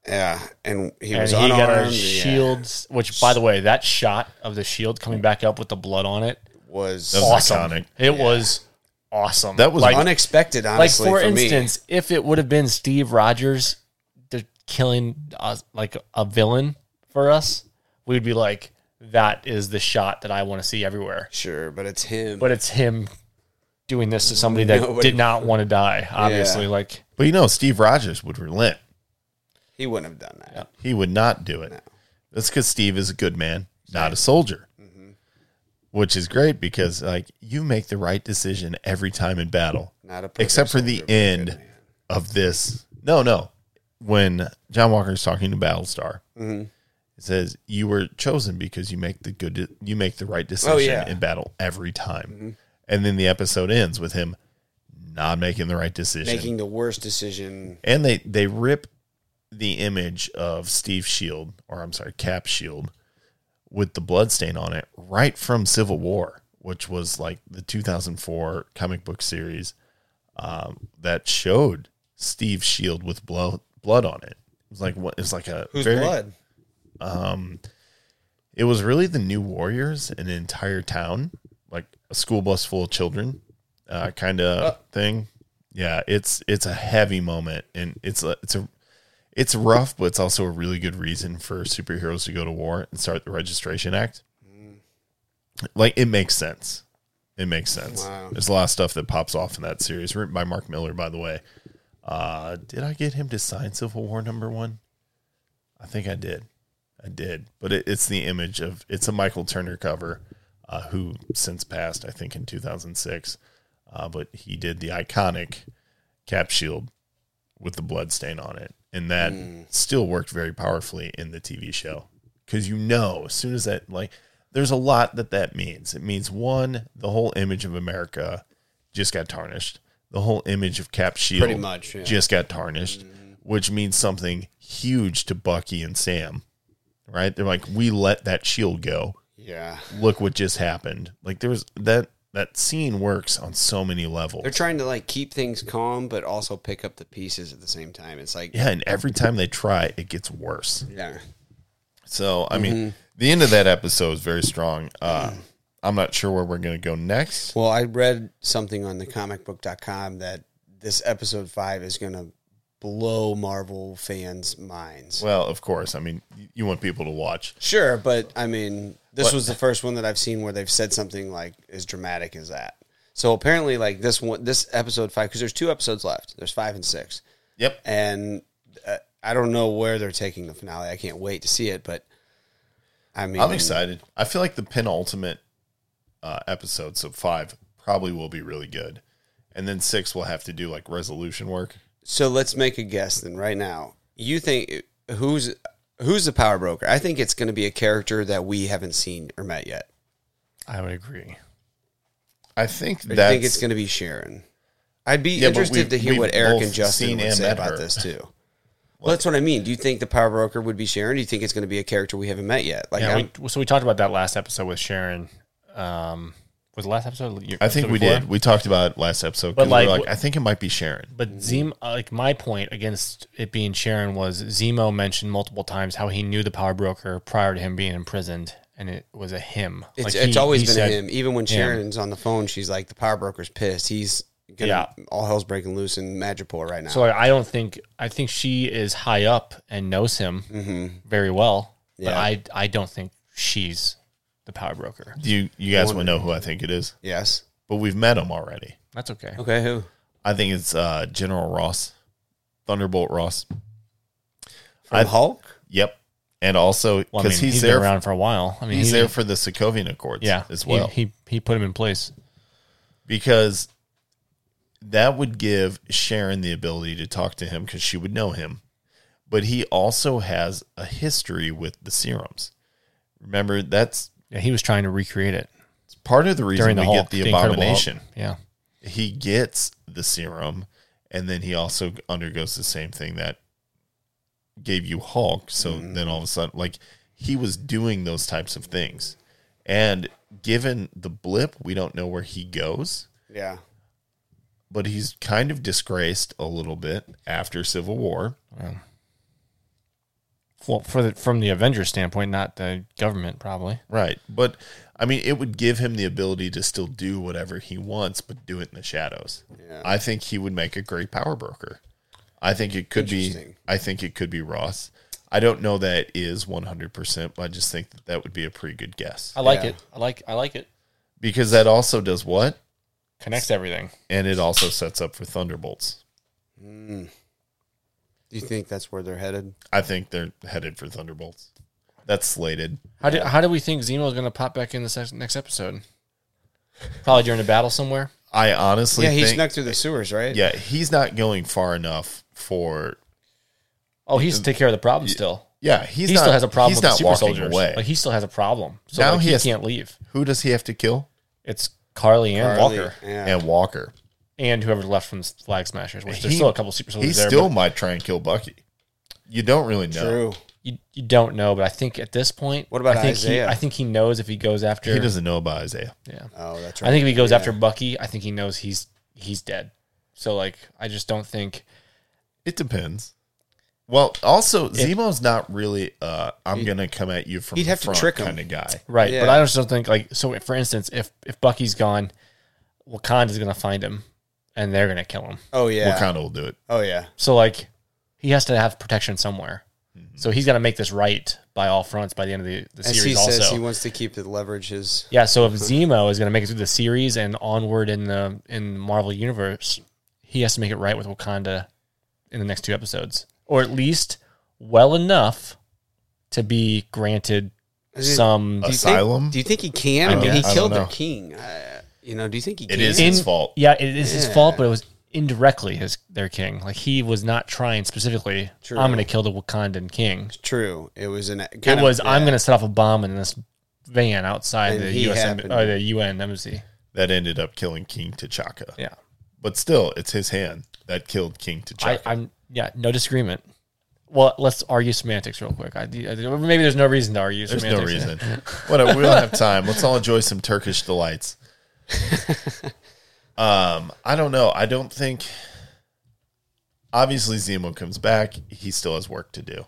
[SPEAKER 6] Yeah, and he
[SPEAKER 5] and
[SPEAKER 6] was
[SPEAKER 5] he
[SPEAKER 6] unarmed.
[SPEAKER 5] got a
[SPEAKER 6] yeah.
[SPEAKER 5] shield. Which, by the way, that shot of the shield coming back up with the blood on it,
[SPEAKER 6] was
[SPEAKER 1] That was
[SPEAKER 5] awesome.
[SPEAKER 1] iconic.
[SPEAKER 5] It was awesome.
[SPEAKER 1] That was
[SPEAKER 5] like,
[SPEAKER 6] unexpected.
[SPEAKER 5] like
[SPEAKER 6] Honestly,
[SPEAKER 5] for,
[SPEAKER 6] for, me.
[SPEAKER 5] instance, if it would have been Steve Rogers to killing uh, like a villain for us, we'd be like, that is the shot that I want to see everywhere.
[SPEAKER 6] Sure, but it's him.
[SPEAKER 5] But it's him doing this to somebody that
[SPEAKER 6] Nobody-
[SPEAKER 5] did not want to die. Obviously, like
[SPEAKER 1] But, you know, Steve Rogers would relent.
[SPEAKER 6] he wouldn't have done that.
[SPEAKER 1] He would not do it. That's because Steve is a good man, not a soldier. Which is great because, like, you make the right decision every time in battle.
[SPEAKER 6] Not a perfect
[SPEAKER 1] except for the
[SPEAKER 6] soldier, but a good
[SPEAKER 1] end
[SPEAKER 6] man.
[SPEAKER 1] of this. No, no. When John Walker is talking to Battlestar,
[SPEAKER 6] Mm-hmm.
[SPEAKER 1] it says you were chosen because you make the good, you make the right decision
[SPEAKER 6] Oh, yeah. Mm-hmm.
[SPEAKER 1] in battle every time. And then the episode ends with him not making the right decision,
[SPEAKER 6] Making the worst decision.
[SPEAKER 1] and they they rip the image of Steve Shield, or I'm sorry, Cap Shield, with the blood stain on it, right from Civil War, which was like the 2004 comic book series um, that showed Steve Shield with blood blood on it. It was like what? It was like a
[SPEAKER 6] Whose
[SPEAKER 1] very-
[SPEAKER 6] blood?
[SPEAKER 1] It was really the New Warriors, an entire town, like a school bus full of children, uh, kind of thing. Yeah, it's it's a heavy moment, and it's a, it's a it's rough, but it's also a really good reason for superheroes to go to war and start the Registration Act. Like it makes sense. It makes sense.
[SPEAKER 6] Wow.
[SPEAKER 1] There's a lot of stuff that pops off in that series, written by Mark Miller, by the way. Uh, did I get him to sign Civil War number one? I think I did. I did, but it, it's the image of it's a Michael Turner cover, uh, who since passed, I think, in 2006. Uh, but he did the iconic cap shield with the blood stain on it, and that
[SPEAKER 6] Mm.
[SPEAKER 1] still worked very powerfully in the TV show because you know as soon as that like there's a lot that that means. It means one, the whole image of America just got tarnished. The whole image of Cap Shield
[SPEAKER 6] Pretty much, yeah. Mm.
[SPEAKER 1] just got tarnished, which means something huge to Bucky and Sam. Right? They're like, we let that shield go.
[SPEAKER 6] Yeah.
[SPEAKER 1] Look what just happened. Like there was that that scene works on so many levels.
[SPEAKER 6] They're trying to like keep things calm, but also pick up the pieces at the same time. It's like,
[SPEAKER 1] yeah, and every time they try, it gets worse.
[SPEAKER 6] yeah.
[SPEAKER 1] So I mean, the end of that episode is very strong. Uh, I'm not sure where we're gonna go next.
[SPEAKER 6] Well, I read something on the comicbook.com that this episode five is going to blow Marvel fans' minds.
[SPEAKER 1] Well, of course. I mean, y- you want people to watch.
[SPEAKER 6] sure, but I mean, this
[SPEAKER 1] What-
[SPEAKER 6] was the first one that I've seen where they've said something like as dramatic as that. So apparently, like this one, this episode five, because there's two episodes left. There's five and six.
[SPEAKER 1] Yep.
[SPEAKER 6] and uh, I don't know where they're taking the finale. I can't wait to see it, but I mean,
[SPEAKER 1] I'm excited. I feel like the penultimate uh, episode, so five, probably will be really good. And then six will have to do like resolution work.
[SPEAKER 6] So let's make a guess then, right now. You think who's who's the power broker? I think it's going to be a character that we haven't seen or met yet.
[SPEAKER 5] I would agree.
[SPEAKER 1] I think
[SPEAKER 6] I
[SPEAKER 1] that's
[SPEAKER 6] think it's going to be Sharon. I'd be
[SPEAKER 1] Yeah, but
[SPEAKER 6] interested
[SPEAKER 1] we've-
[SPEAKER 6] to hear
[SPEAKER 1] we've
[SPEAKER 6] what Eric
[SPEAKER 1] both
[SPEAKER 6] and
[SPEAKER 1] seen
[SPEAKER 6] Justin would
[SPEAKER 1] and
[SPEAKER 6] say
[SPEAKER 1] met
[SPEAKER 6] about
[SPEAKER 1] her.
[SPEAKER 6] this too. Well, that's what I mean. Do you think the power broker would be Sharon? Do you think it's going to be a character we haven't met yet? Like,
[SPEAKER 5] Yeah,
[SPEAKER 6] I'm-
[SPEAKER 5] we, so we talked about that last episode with Sharon. Um, was the last episode? Your-
[SPEAKER 1] I think
[SPEAKER 5] episode
[SPEAKER 1] we
[SPEAKER 5] before?
[SPEAKER 1] did. We talked about it last episode.
[SPEAKER 5] But,
[SPEAKER 1] But like,
[SPEAKER 5] like,
[SPEAKER 1] I think it might be Sharon.
[SPEAKER 5] But Zemo, like my point against it being Sharon was Zemo mentioned multiple times how he knew the power broker prior to him being imprisoned, and it was a hymn.
[SPEAKER 6] It's,
[SPEAKER 5] Like,
[SPEAKER 6] it's
[SPEAKER 5] he-
[SPEAKER 6] always
[SPEAKER 5] he
[SPEAKER 6] been
[SPEAKER 5] said-
[SPEAKER 6] him. Even when Sharon's on the phone, she's like, "The power broker's pissed. He's gonna
[SPEAKER 5] Yeah.
[SPEAKER 6] all hell's breaking loose in Madripoor right now."
[SPEAKER 5] So I, I don't think I think she is high up and knows him
[SPEAKER 1] Mm-hmm.
[SPEAKER 5] very well. But
[SPEAKER 6] Yeah.
[SPEAKER 5] I I don't think she's the power broker.
[SPEAKER 1] Do you you guys will know who I think it is,
[SPEAKER 6] yes.
[SPEAKER 1] but we've met him already.
[SPEAKER 5] That's okay.
[SPEAKER 6] Okay. Who?
[SPEAKER 1] I think it's uh, General Ross, Thunderbolt Ross.
[SPEAKER 6] From
[SPEAKER 1] I-
[SPEAKER 6] Hulk.
[SPEAKER 1] Yep, and also because
[SPEAKER 5] Well, I mean,
[SPEAKER 1] he's,
[SPEAKER 5] he's
[SPEAKER 1] there,
[SPEAKER 5] been around for a while. I mean,
[SPEAKER 1] he's
[SPEAKER 5] he-
[SPEAKER 1] there for the Sokovian Accords,
[SPEAKER 5] yeah
[SPEAKER 1] as
[SPEAKER 5] he-
[SPEAKER 1] well.
[SPEAKER 5] He, he put him in place.
[SPEAKER 1] because that would give Sharon the ability to talk to him because she would know him. But he also has a history with the serums. Remember, that's
[SPEAKER 5] Yeah, he was trying to recreate it
[SPEAKER 1] part of the reason
[SPEAKER 5] during the
[SPEAKER 1] we get
[SPEAKER 5] Hulk,
[SPEAKER 1] the,
[SPEAKER 5] Incredible Hulk.
[SPEAKER 1] abomination.
[SPEAKER 5] Yeah,
[SPEAKER 1] He gets the serum, and then he also undergoes the same thing that gave you Hulk. So then all of a sudden, like he was doing those types of things. And given the blip, we don't know where he goes.
[SPEAKER 6] Yeah.
[SPEAKER 1] but he's kind of disgraced a little bit after Civil War.
[SPEAKER 5] well, for the, from the Avengers standpoint, not the government probably.
[SPEAKER 1] Right. But I mean, it would give him the ability to still do whatever he wants, but do it in the shadows. I think he would make a great power broker. I think it could be.
[SPEAKER 6] Interesting.
[SPEAKER 1] I think it could be Ross. I don't know that it is 100%, but I just think that that would be a pretty good guess.
[SPEAKER 5] I like
[SPEAKER 6] Yeah.
[SPEAKER 5] it. I like I like it.
[SPEAKER 1] Because that also does what?
[SPEAKER 5] Connects everything.
[SPEAKER 1] And it also sets up for Thunderbolts.
[SPEAKER 6] Do you think that's where they're headed?
[SPEAKER 1] I think they're headed for Thunderbolts. That's slated.
[SPEAKER 5] How do how do we think Zemo is going to pop back in this ex- next episode? Probably during a battle somewhere.
[SPEAKER 1] I honestly
[SPEAKER 6] yeah, he
[SPEAKER 1] think-
[SPEAKER 6] snuck through the sewers, right?
[SPEAKER 1] Yeah, he's not going far enough for.
[SPEAKER 5] Oh, he's to take care of the problem still.
[SPEAKER 1] Yeah, he's
[SPEAKER 5] he
[SPEAKER 1] not,
[SPEAKER 5] still has a problem
[SPEAKER 1] He's
[SPEAKER 5] with
[SPEAKER 1] not
[SPEAKER 5] the super
[SPEAKER 1] walking
[SPEAKER 5] soldiers.
[SPEAKER 1] away.
[SPEAKER 5] Like he still has a problem. So
[SPEAKER 1] Now
[SPEAKER 5] like,
[SPEAKER 1] he
[SPEAKER 5] he,
[SPEAKER 1] has-
[SPEAKER 5] can't leave.
[SPEAKER 1] Who does he have to kill?
[SPEAKER 5] It's Carly and
[SPEAKER 6] Carly,
[SPEAKER 5] Walker
[SPEAKER 6] Yeah.
[SPEAKER 1] And Walker.
[SPEAKER 5] and whoever left from the Flag Smashers, which there's
[SPEAKER 1] He-
[SPEAKER 5] still a couple super
[SPEAKER 1] He
[SPEAKER 6] Oh,
[SPEAKER 5] soldiers there.
[SPEAKER 1] still
[SPEAKER 5] but
[SPEAKER 1] might try and kill Bucky. You don't really know.
[SPEAKER 6] True.
[SPEAKER 5] you, you don't know, but I think at this point,
[SPEAKER 6] What about
[SPEAKER 5] I think
[SPEAKER 6] Isaiah?
[SPEAKER 5] He, I think he knows if he goes after.
[SPEAKER 1] He doesn't know about Isaiah.
[SPEAKER 5] Yeah,
[SPEAKER 6] Oh, that's right.
[SPEAKER 5] I think if he goes after Bucky, I think he knows he's he's dead. So like, I just don't think.
[SPEAKER 1] It depends. Well, also Zemo's not really. Uh, I'm gonna come at you from
[SPEAKER 6] he'd
[SPEAKER 1] the
[SPEAKER 6] have to
[SPEAKER 1] front
[SPEAKER 6] trick him.
[SPEAKER 1] kind of guy.
[SPEAKER 5] Right, but
[SPEAKER 6] Yeah.
[SPEAKER 5] I just don't think like so. For instance, if if Bucky's gone, Wakanda's gonna find him, and they're gonna kill him.
[SPEAKER 6] Oh yeah.
[SPEAKER 1] Wakanda will do it.
[SPEAKER 6] Oh yeah.
[SPEAKER 5] So like, he has to have protection somewhere. So he's got to make this right by all fronts by the end of the,
[SPEAKER 6] Mm-hmm.
[SPEAKER 5] the
[SPEAKER 6] As he
[SPEAKER 5] series.
[SPEAKER 6] says,
[SPEAKER 5] Also,
[SPEAKER 6] he wants to keep the leverage his.
[SPEAKER 5] yeah. So if Zemo is going to make it through the series and onward in the in Marvel universe, he has to make it right with Wakanda in the next two episodes, or at least well enough to be granted
[SPEAKER 6] Is it-
[SPEAKER 5] some.
[SPEAKER 1] Uh,
[SPEAKER 6] Do you think-
[SPEAKER 1] Asylum?
[SPEAKER 6] do you think he can? I,
[SPEAKER 1] I
[SPEAKER 6] mean, he
[SPEAKER 1] guess. I
[SPEAKER 6] killed
[SPEAKER 1] don't
[SPEAKER 6] the
[SPEAKER 1] know.
[SPEAKER 6] king. Uh, you know, do you think he
[SPEAKER 1] It
[SPEAKER 6] can?
[SPEAKER 1] is his fault.
[SPEAKER 5] Yeah, it is his
[SPEAKER 6] Yeah.
[SPEAKER 5] fault, but it was indirectly his their king. Like he was not trying specifically.
[SPEAKER 6] True.
[SPEAKER 5] I'm going to kill the Wakandan king.
[SPEAKER 6] True. It was an.
[SPEAKER 5] It
[SPEAKER 6] kind of-
[SPEAKER 5] was I'm
[SPEAKER 6] yeah.
[SPEAKER 5] going to set off a bomb in this van outside
[SPEAKER 6] And
[SPEAKER 5] the
[SPEAKER 6] he
[SPEAKER 5] U.S.
[SPEAKER 6] happened-
[SPEAKER 5] em- or uh, the UN embassy.
[SPEAKER 1] That ended up killing King T'Chaka.
[SPEAKER 5] Yeah,
[SPEAKER 1] But still, it's his hand that killed King
[SPEAKER 5] I,
[SPEAKER 1] T'Chaka.
[SPEAKER 5] I'm yeah, no disagreement. Well, let's argue semantics real quick. I, I- maybe there's no reason to argue
[SPEAKER 1] There's no
[SPEAKER 5] semantics.
[SPEAKER 1] reason. Whatever. We don't have time. Let's all enjoy some Turkish delights. um, I don't know. I don't think. Obviously, Zemo comes back. He still has work to do,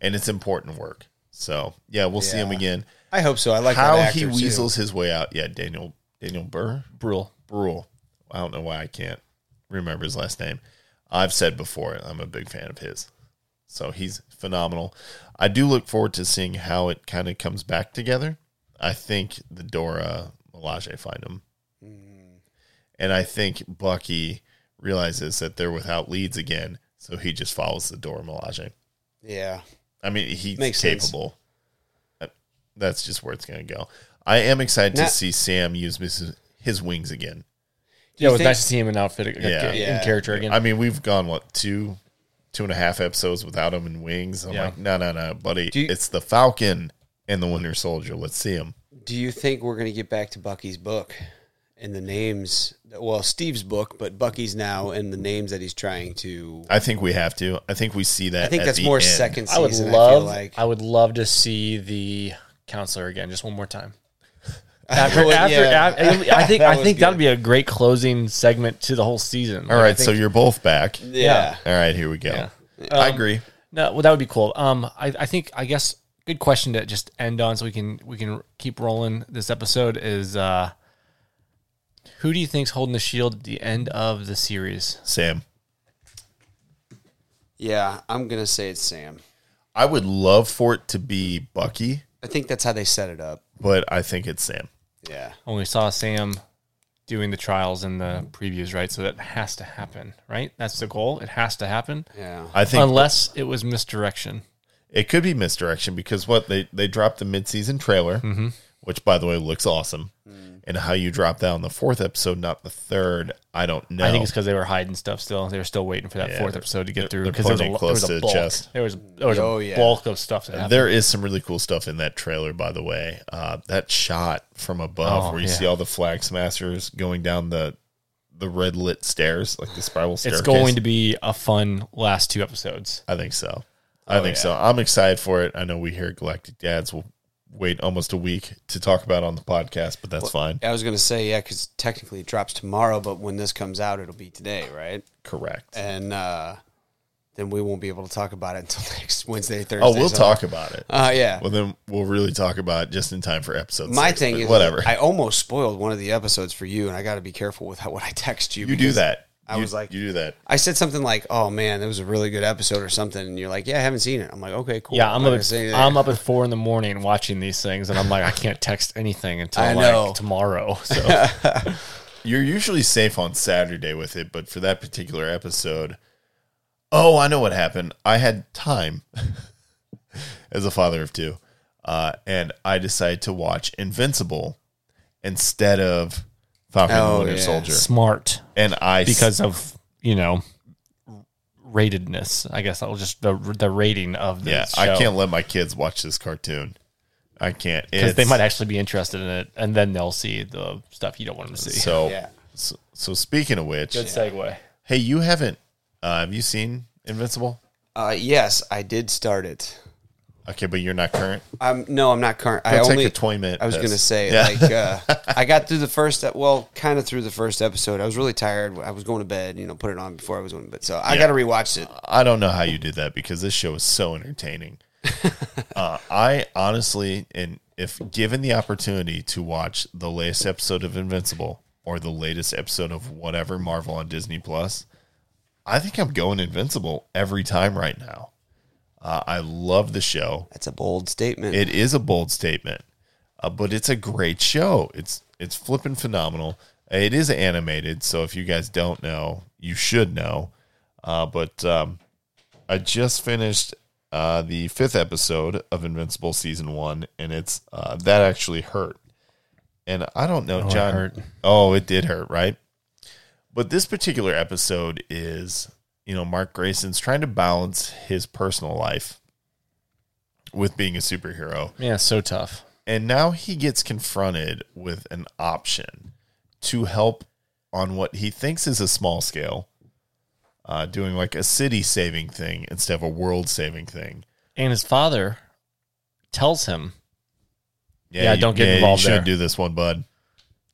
[SPEAKER 1] and it's important work. So yeah, we'll see him
[SPEAKER 6] Yeah.
[SPEAKER 1] again.
[SPEAKER 6] I hope so. I like
[SPEAKER 1] How
[SPEAKER 6] that actor,
[SPEAKER 1] he
[SPEAKER 6] too.
[SPEAKER 1] weasels his way out. Yeah, Daniel Daniel Burr
[SPEAKER 5] Brule.
[SPEAKER 1] Brule. I don't know why I can't remember his last name. I've said before, I'm a big fan of his. So he's phenomenal. I do look forward to seeing how it kind of comes back together. I think the Dora Melage find him. And I think Bucky realizes that they're without leads again. So he just follows the Dora Melage.
[SPEAKER 6] Yeah.
[SPEAKER 1] I mean, he's
[SPEAKER 6] Makes sense.
[SPEAKER 1] capable. Uh, That's just where it's going to go. I am excited
[SPEAKER 6] Now-
[SPEAKER 1] to see Sam use his, his wings again.
[SPEAKER 5] Yeah, it
[SPEAKER 6] you
[SPEAKER 5] was
[SPEAKER 6] think-
[SPEAKER 5] nice to see him in outfit
[SPEAKER 1] Yeah.
[SPEAKER 5] in
[SPEAKER 6] Yeah.
[SPEAKER 5] character again.
[SPEAKER 1] I mean, we've gone what two, two and a half episodes without him in wings. I'm
[SPEAKER 5] Yeah.
[SPEAKER 1] like, no, no, no, buddy.
[SPEAKER 6] Do you-
[SPEAKER 1] it's the Falcon and the Winter Soldier. Let's see him.
[SPEAKER 6] Do you think we're going to get back to Bucky's book and the names? Well, Steve's book, but Bucky's now and the names that he's trying to.
[SPEAKER 1] I think we have to. I think we see that.
[SPEAKER 6] I think
[SPEAKER 1] at
[SPEAKER 6] that's
[SPEAKER 1] the
[SPEAKER 6] more
[SPEAKER 1] end.
[SPEAKER 6] second
[SPEAKER 5] I
[SPEAKER 6] season.
[SPEAKER 5] would love. I,
[SPEAKER 6] feel like
[SPEAKER 5] would love to see the counselor again, just one more time. After,
[SPEAKER 6] would-
[SPEAKER 5] after,
[SPEAKER 6] yeah.
[SPEAKER 5] af- I think
[SPEAKER 6] That
[SPEAKER 5] I
[SPEAKER 6] was
[SPEAKER 5] think
[SPEAKER 6] good.
[SPEAKER 5] that'd be a great closing segment to the whole season.
[SPEAKER 1] All right, so you're both back.
[SPEAKER 6] Yeah.
[SPEAKER 1] All right, here we go.
[SPEAKER 5] Yeah.
[SPEAKER 1] I agree.
[SPEAKER 5] No, well, that would be cool. Um, I, I Um, think I guess good question to just end on, so we can we can keep rolling. This episode is uh, who do you think's holding the shield at the end of the series?
[SPEAKER 1] Sam.
[SPEAKER 6] Yeah, I'm gonna say it's Sam.
[SPEAKER 1] I would love for it to be Bucky,
[SPEAKER 6] I think that's how they set it up.
[SPEAKER 1] but I think it's Sam.
[SPEAKER 6] Yeah.
[SPEAKER 5] When we saw Sam doing the trials in the previews, right? So that has to happen, right? That's the goal. It has to happen,
[SPEAKER 6] Yeah.
[SPEAKER 1] I think
[SPEAKER 5] unless it was misdirection.
[SPEAKER 1] it could be misdirection because what they they dropped the midseason trailer,
[SPEAKER 5] Mm-hmm.
[SPEAKER 1] which by the way looks awesome, and how you drop that on the fourth episode, not the third, I don't know.
[SPEAKER 5] I think it's because they were hiding stuff still. They were still waiting for that
[SPEAKER 1] Yeah,
[SPEAKER 5] fourth episode to get
[SPEAKER 1] they're-
[SPEAKER 5] through
[SPEAKER 1] they're
[SPEAKER 5] because there was a,
[SPEAKER 1] putting it
[SPEAKER 5] lo- there was
[SPEAKER 1] close to
[SPEAKER 5] a
[SPEAKER 1] the
[SPEAKER 5] bulk.
[SPEAKER 1] chest.
[SPEAKER 5] There was there was
[SPEAKER 6] Oh,
[SPEAKER 5] a
[SPEAKER 6] yeah.
[SPEAKER 5] bulk of stuff that happened.
[SPEAKER 1] there is some really cool stuff in that trailer, by the way. Uh, that shot from above
[SPEAKER 5] Oh,
[SPEAKER 1] where you
[SPEAKER 5] yeah.
[SPEAKER 1] see all the flag smashers going down the the red lit stairs, like the spiral staircase.
[SPEAKER 5] It's going to be a fun last two episodes.
[SPEAKER 1] I think so. I
[SPEAKER 5] Oh,
[SPEAKER 1] think so. I'm excited for it. I know we here at Galactic Dads will wait almost a week to talk about on the podcast, but that's fine.
[SPEAKER 6] I was gonna say yeah, because technically it drops tomorrow, but when this comes out, it'll be today, right?
[SPEAKER 1] Correct.
[SPEAKER 6] And uh, then we won't be able to talk about it until next Wednesday, Thursday.
[SPEAKER 1] Oh, we'll
[SPEAKER 6] so-
[SPEAKER 1] talk about it.
[SPEAKER 6] Uh, yeah.
[SPEAKER 1] Well, then we'll really talk about it just in time for episode.
[SPEAKER 6] My
[SPEAKER 1] six,
[SPEAKER 6] thing
[SPEAKER 1] but
[SPEAKER 6] is,
[SPEAKER 1] whatever
[SPEAKER 6] I almost spoiled one of the episodes for you, and I got to be careful with how, what I text you.
[SPEAKER 1] you do
[SPEAKER 6] because
[SPEAKER 1] that.
[SPEAKER 6] I
[SPEAKER 1] You-
[SPEAKER 6] was like-
[SPEAKER 1] you do that.
[SPEAKER 6] I said something like, "Oh man, that was a really good episode" or something, and you're like, "Yeah, I haven't seen it." I'm like, "Okay, cool."
[SPEAKER 5] Yeah, I'm
[SPEAKER 6] not
[SPEAKER 5] up.
[SPEAKER 6] gonna
[SPEAKER 5] At,
[SPEAKER 6] say anything.
[SPEAKER 5] I'm up at four in the morning watching these things, and I'm like, I can't text anything until
[SPEAKER 6] I know.
[SPEAKER 5] like tomorrow. So
[SPEAKER 1] You're usually safe on Saturday with it, but for that particular episode, oh, I know what happened. I had time as a father of two, uh, and I decided to watch Invincible instead of Falcon
[SPEAKER 6] Oh,
[SPEAKER 1] and the Winter
[SPEAKER 6] yeah.
[SPEAKER 1] Soldier.
[SPEAKER 5] smart
[SPEAKER 1] And I
[SPEAKER 5] because of you know ratedness. I guess that was just the the rating of the
[SPEAKER 1] yeah,
[SPEAKER 5] show.
[SPEAKER 1] I can't let my kids watch this cartoon. I can't
[SPEAKER 5] because they
[SPEAKER 1] It's-
[SPEAKER 5] might actually be interested in it, and then they'll see the stuff you don't want them to see.
[SPEAKER 1] So,
[SPEAKER 6] Yeah.
[SPEAKER 1] so, so speaking of which,
[SPEAKER 5] Good segue.
[SPEAKER 1] hey, you haven't uh, have you seen Invincible?
[SPEAKER 6] Uh, yes, I did start it.
[SPEAKER 1] Okay, but you're not current.
[SPEAKER 6] I'm no, I'm not current. I
[SPEAKER 1] Go take
[SPEAKER 6] only
[SPEAKER 1] a 20 minute
[SPEAKER 6] I was
[SPEAKER 1] piss.
[SPEAKER 6] gonna say
[SPEAKER 1] Yeah.
[SPEAKER 6] like uh, I got through the first ep- well, kind of through the first episode. I was really tired. I was going to bed. You know, put it on before I was going to bed. So I got to rewatch it.
[SPEAKER 1] I don't know how you did that because this show is so entertaining. uh, I honestly, and if given the opportunity to watch the latest episode of Invincible or the latest episode of whatever Marvel on Disney Plus, I think I'm going Invincible every time right now. Uh, I love the show.
[SPEAKER 6] That's a bold statement.
[SPEAKER 1] It is a bold statement, uh, but it's a great show. It's it's flipping phenomenal. It is animated, so if you guys don't know, you should know. Uh, but um, I just finished uh, the fifth episode of Invincible season one, and it's uh, that actually hurt. And I don't know,
[SPEAKER 5] it
[SPEAKER 1] John.
[SPEAKER 5] hurt.
[SPEAKER 1] Oh, it did hurt, right? But this particular episode is, you know, Mark Grayson's trying to balance his personal life with being a superhero.
[SPEAKER 5] Yeah, so tough.
[SPEAKER 1] And now he gets confronted with an option to help on what he thinks is a small scale, uh, doing like a city saving thing instead of a world saving thing.
[SPEAKER 5] And his father tells him, Yeah,
[SPEAKER 1] you-
[SPEAKER 5] don't get involved
[SPEAKER 1] You shouldn't
[SPEAKER 5] there.
[SPEAKER 1] do this one, bud.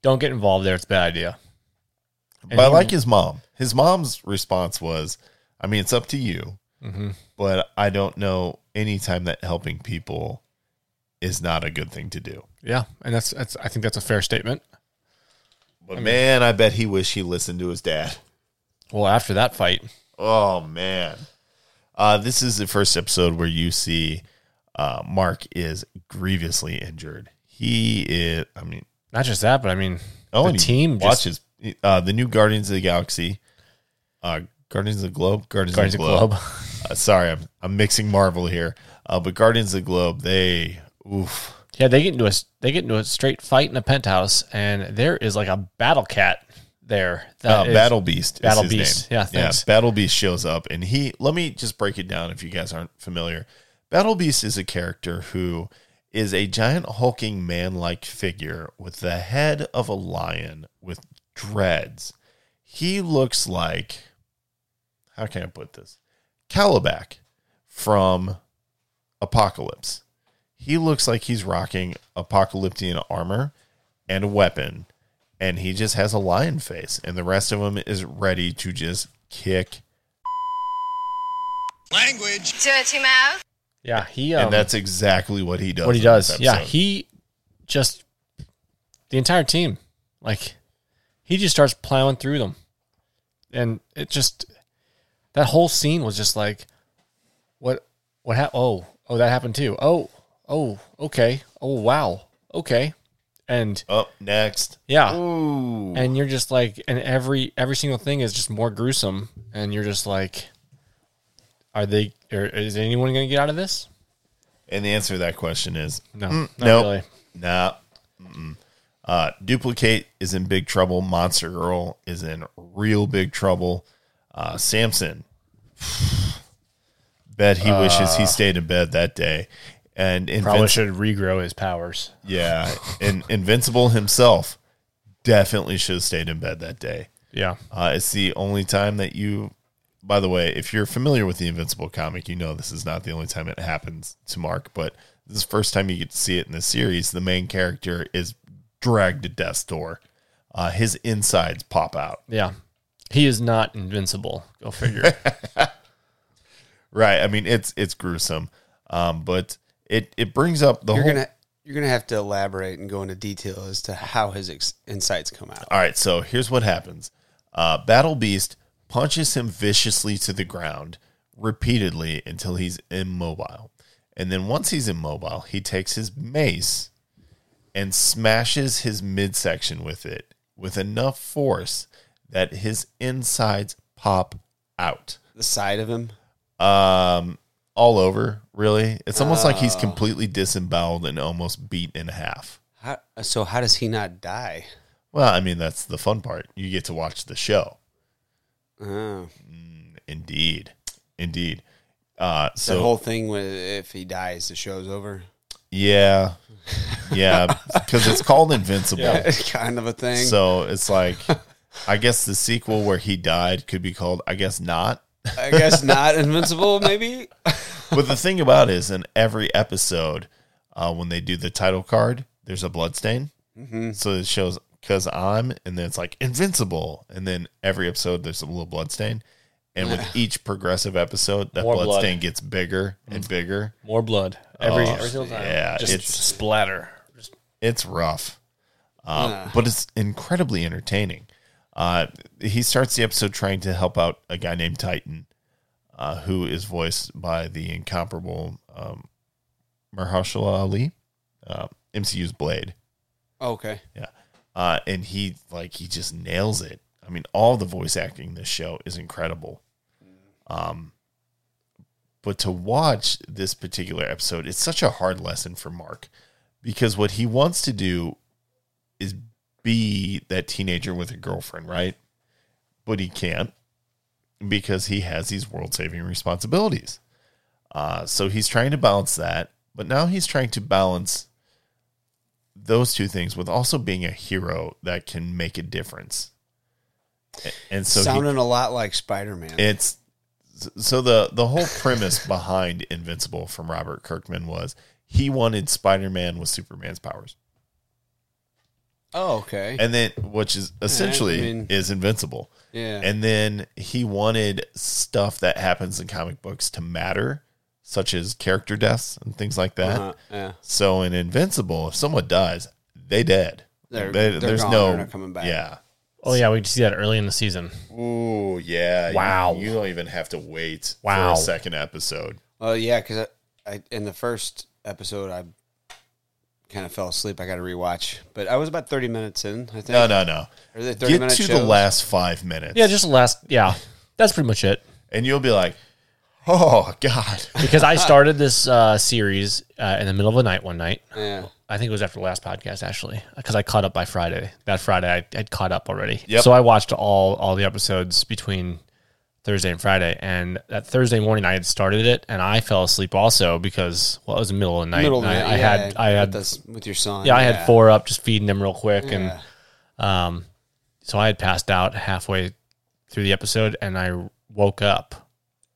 [SPEAKER 5] "Don't get involved there; it's a bad idea."
[SPEAKER 1] but I like his mom. His mom's response was, I mean, it's up to you,
[SPEAKER 5] Mm-hmm.
[SPEAKER 1] but I don't know any time that helping people is not a good thing to do.
[SPEAKER 5] Yeah, and that's that's. I think that's a fair statement.
[SPEAKER 1] But man, I bet he wish he listened to his dad.
[SPEAKER 5] Well, after that fight,
[SPEAKER 1] Oh man. Uh, this is the first episode where you see uh, Mark is grievously injured. He is, I mean,
[SPEAKER 5] not just that, but I mean,
[SPEAKER 1] oh,
[SPEAKER 5] the
[SPEAKER 1] and he
[SPEAKER 5] team watches
[SPEAKER 1] watches uh, the new Guardians of the Galaxy, uh, Guardians of the Globe, Guardians,
[SPEAKER 5] Guardians
[SPEAKER 1] of
[SPEAKER 5] of
[SPEAKER 1] the Globe.
[SPEAKER 5] Globe.
[SPEAKER 1] Uh, sorry, I'm, I'm mixing Marvel here, uh, but Guardians of the Globe, they oof,
[SPEAKER 5] yeah, they get into a s- they get into a straight fight in a penthouse, and there is like a battle cat there.
[SPEAKER 1] uh,
[SPEAKER 5] that is-
[SPEAKER 1] Battle Beast. is
[SPEAKER 5] Battle
[SPEAKER 1] his
[SPEAKER 5] Beast.
[SPEAKER 1] name.
[SPEAKER 5] Yeah, thanks.
[SPEAKER 1] Battle Beast shows up, and he. Let me just break it down if you guys aren't familiar. Battle Beast is a character who is a giant hulking man-like figure with the head of a lion with dreads. He looks like how can I put this? Calabac from Apocalypse. He looks like he's rocking apocalyptian armor and a weapon and he just has a lion face, and the rest of him is ready to just kick.
[SPEAKER 8] Language.
[SPEAKER 9] Dirty mouth.
[SPEAKER 7] Yeah, he.
[SPEAKER 1] and
[SPEAKER 7] um,
[SPEAKER 1] that's exactly what he does.
[SPEAKER 7] what he
[SPEAKER 1] in this
[SPEAKER 7] does. Yeah,
[SPEAKER 1] episode.
[SPEAKER 7] he just the entire team, like he just starts plowing through them, and it just that whole scene was just like, what, what happened? Oh, oh, that happened too. Oh, oh, okay. Oh, wow. Okay, and
[SPEAKER 1] up next.
[SPEAKER 7] yeah,
[SPEAKER 1] Ooh,
[SPEAKER 7] and you're just like, and every every single thing is just more gruesome, and you're just like, are they? Or is anyone going to get out of this?
[SPEAKER 1] and the answer to that question is
[SPEAKER 7] No, not
[SPEAKER 1] no,
[SPEAKER 7] really.
[SPEAKER 1] nah. mm-mm. Uh, duplicate is in big trouble. Monster Girl is in real big trouble. Uh, Samson, bet he wishes
[SPEAKER 7] Uh.
[SPEAKER 1] he stayed in bed that day. And
[SPEAKER 5] Probably
[SPEAKER 1] Invinci-
[SPEAKER 5] should regrow his powers.
[SPEAKER 1] yeah, and Invincible himself definitely should have stayed in bed that day.
[SPEAKER 7] Yeah,
[SPEAKER 1] Uh, it's the only time that you. By the way, if you're familiar with the Invincible comic, you know this is not the only time it happens to Mark, but this is the first time you get to see it in the series. The main character is dragged to death's door. Uh, his insides pop out.
[SPEAKER 7] Yeah. He is not invincible. Go figure.
[SPEAKER 1] Right. I mean, it's it's gruesome, um, but it it brings up the
[SPEAKER 6] You're
[SPEAKER 1] whole.
[SPEAKER 6] gonna you're gonna have to elaborate and go into detail as to how his ex- insights come out.
[SPEAKER 1] All right, so here's what happens. Uh, Battle Beast punches him viciously to the ground repeatedly until he's immobile. And then once he's immobile, he takes his mace and smashes his midsection with it with enough force that his insides pop out.
[SPEAKER 6] The side of him.
[SPEAKER 1] Um, all over, really. It's almost like he's completely disemboweled and almost beat in half.
[SPEAKER 6] How, so how does he not die?
[SPEAKER 1] Well, I mean, that's the fun part. You get to watch the show.
[SPEAKER 6] Oh.
[SPEAKER 1] Indeed, indeed. Uh,
[SPEAKER 6] The
[SPEAKER 1] so
[SPEAKER 6] whole thing with if he dies, the show's over.
[SPEAKER 1] yeah, yeah, because it's called Invincible.
[SPEAKER 6] kind of a thing.
[SPEAKER 1] So it's like, I guess the sequel where he died could be called, I guess not.
[SPEAKER 6] I guess not invincible. Maybe
[SPEAKER 1] But the thing about it is, in every episode, uh, when they do the title card, there's a blood stain. So it shows because I'm, and then it's like invincible, and then every episode there's a little blood stain. And with each progressive episode, that
[SPEAKER 7] More
[SPEAKER 1] blood,
[SPEAKER 7] blood.
[SPEAKER 1] stain gets bigger and bigger.
[SPEAKER 7] More blood every,
[SPEAKER 1] Oh,
[SPEAKER 7] every single time.
[SPEAKER 1] yeah,
[SPEAKER 7] just
[SPEAKER 1] it's-
[SPEAKER 7] splatter. Just-
[SPEAKER 1] it's rough, um, but it's incredibly entertaining. Uh, he starts the episode trying to help out a guy named Titan, uh, who is voiced by the incomparable um, Mahershala Ali, uh, MCU's Blade.
[SPEAKER 6] okay.
[SPEAKER 1] Yeah, uh, and he like he just nails it. I mean, all the voice acting in this show is incredible. Um, but to watch this particular episode, it's such a hard lesson for Mark because what he wants to do is be that teenager with a girlfriend, right? But he can't because he has these world saving responsibilities. Uh, so he's trying to balance that, but now he's trying to balance those two things with also being a hero that can make a difference. A- And so he
[SPEAKER 6] Sounding a lot like Spider Man.
[SPEAKER 1] it's so the the whole premise behind Invincible from Robert Kirkman was he wanted Spider-Man with Superman's powers.
[SPEAKER 6] Oh, okay.
[SPEAKER 1] And then which is essentially
[SPEAKER 6] mean-
[SPEAKER 1] is Invincible.
[SPEAKER 6] yeah.
[SPEAKER 1] And then he wanted stuff that happens in comic books to matter, such as character deaths and things like that.
[SPEAKER 6] Uh, yeah.
[SPEAKER 1] So in Invincible, if someone dies, they dead.
[SPEAKER 6] They're-
[SPEAKER 1] They-
[SPEAKER 6] they're
[SPEAKER 1] there's
[SPEAKER 6] gone.
[SPEAKER 1] no
[SPEAKER 6] They're not coming back.
[SPEAKER 1] Yeah.
[SPEAKER 5] Oh yeah, we see that early in the season.
[SPEAKER 1] Ooh, yeah. You-
[SPEAKER 5] Wow.
[SPEAKER 1] You, don't even have to wait
[SPEAKER 5] Wow.
[SPEAKER 1] for a second episode.
[SPEAKER 6] Oh yeah, because I, I in the first episode I kind of fell asleep. I got to rewatch, but I was about thirty minutes in. I think.
[SPEAKER 1] No, no, no.
[SPEAKER 6] Are they thirty
[SPEAKER 1] Get
[SPEAKER 6] minutes?
[SPEAKER 1] to the last five minutes.
[SPEAKER 5] Yeah, just the last. Yeah, that's pretty much it.
[SPEAKER 1] and you'll be like, "Oh God!"
[SPEAKER 5] Because I started this uh, series uh, in the middle of the night one night.
[SPEAKER 6] Yeah.
[SPEAKER 5] I think it was after the last podcast actually, because I caught up by Friday. That Friday, I had caught up already.
[SPEAKER 1] Yep.
[SPEAKER 5] So I watched all all the episodes between Thursday and Friday, and that Thursday morning I had started it, and I fell asleep also because well, it was the middle of the night.
[SPEAKER 6] Middle of the
[SPEAKER 5] and
[SPEAKER 6] night.
[SPEAKER 5] I, I
[SPEAKER 6] yeah,
[SPEAKER 5] had I had
[SPEAKER 6] with, this, with your son.
[SPEAKER 5] yeah, I had four up, just feeding them real quick, and um, so I had passed out halfway through the episode, and I woke up,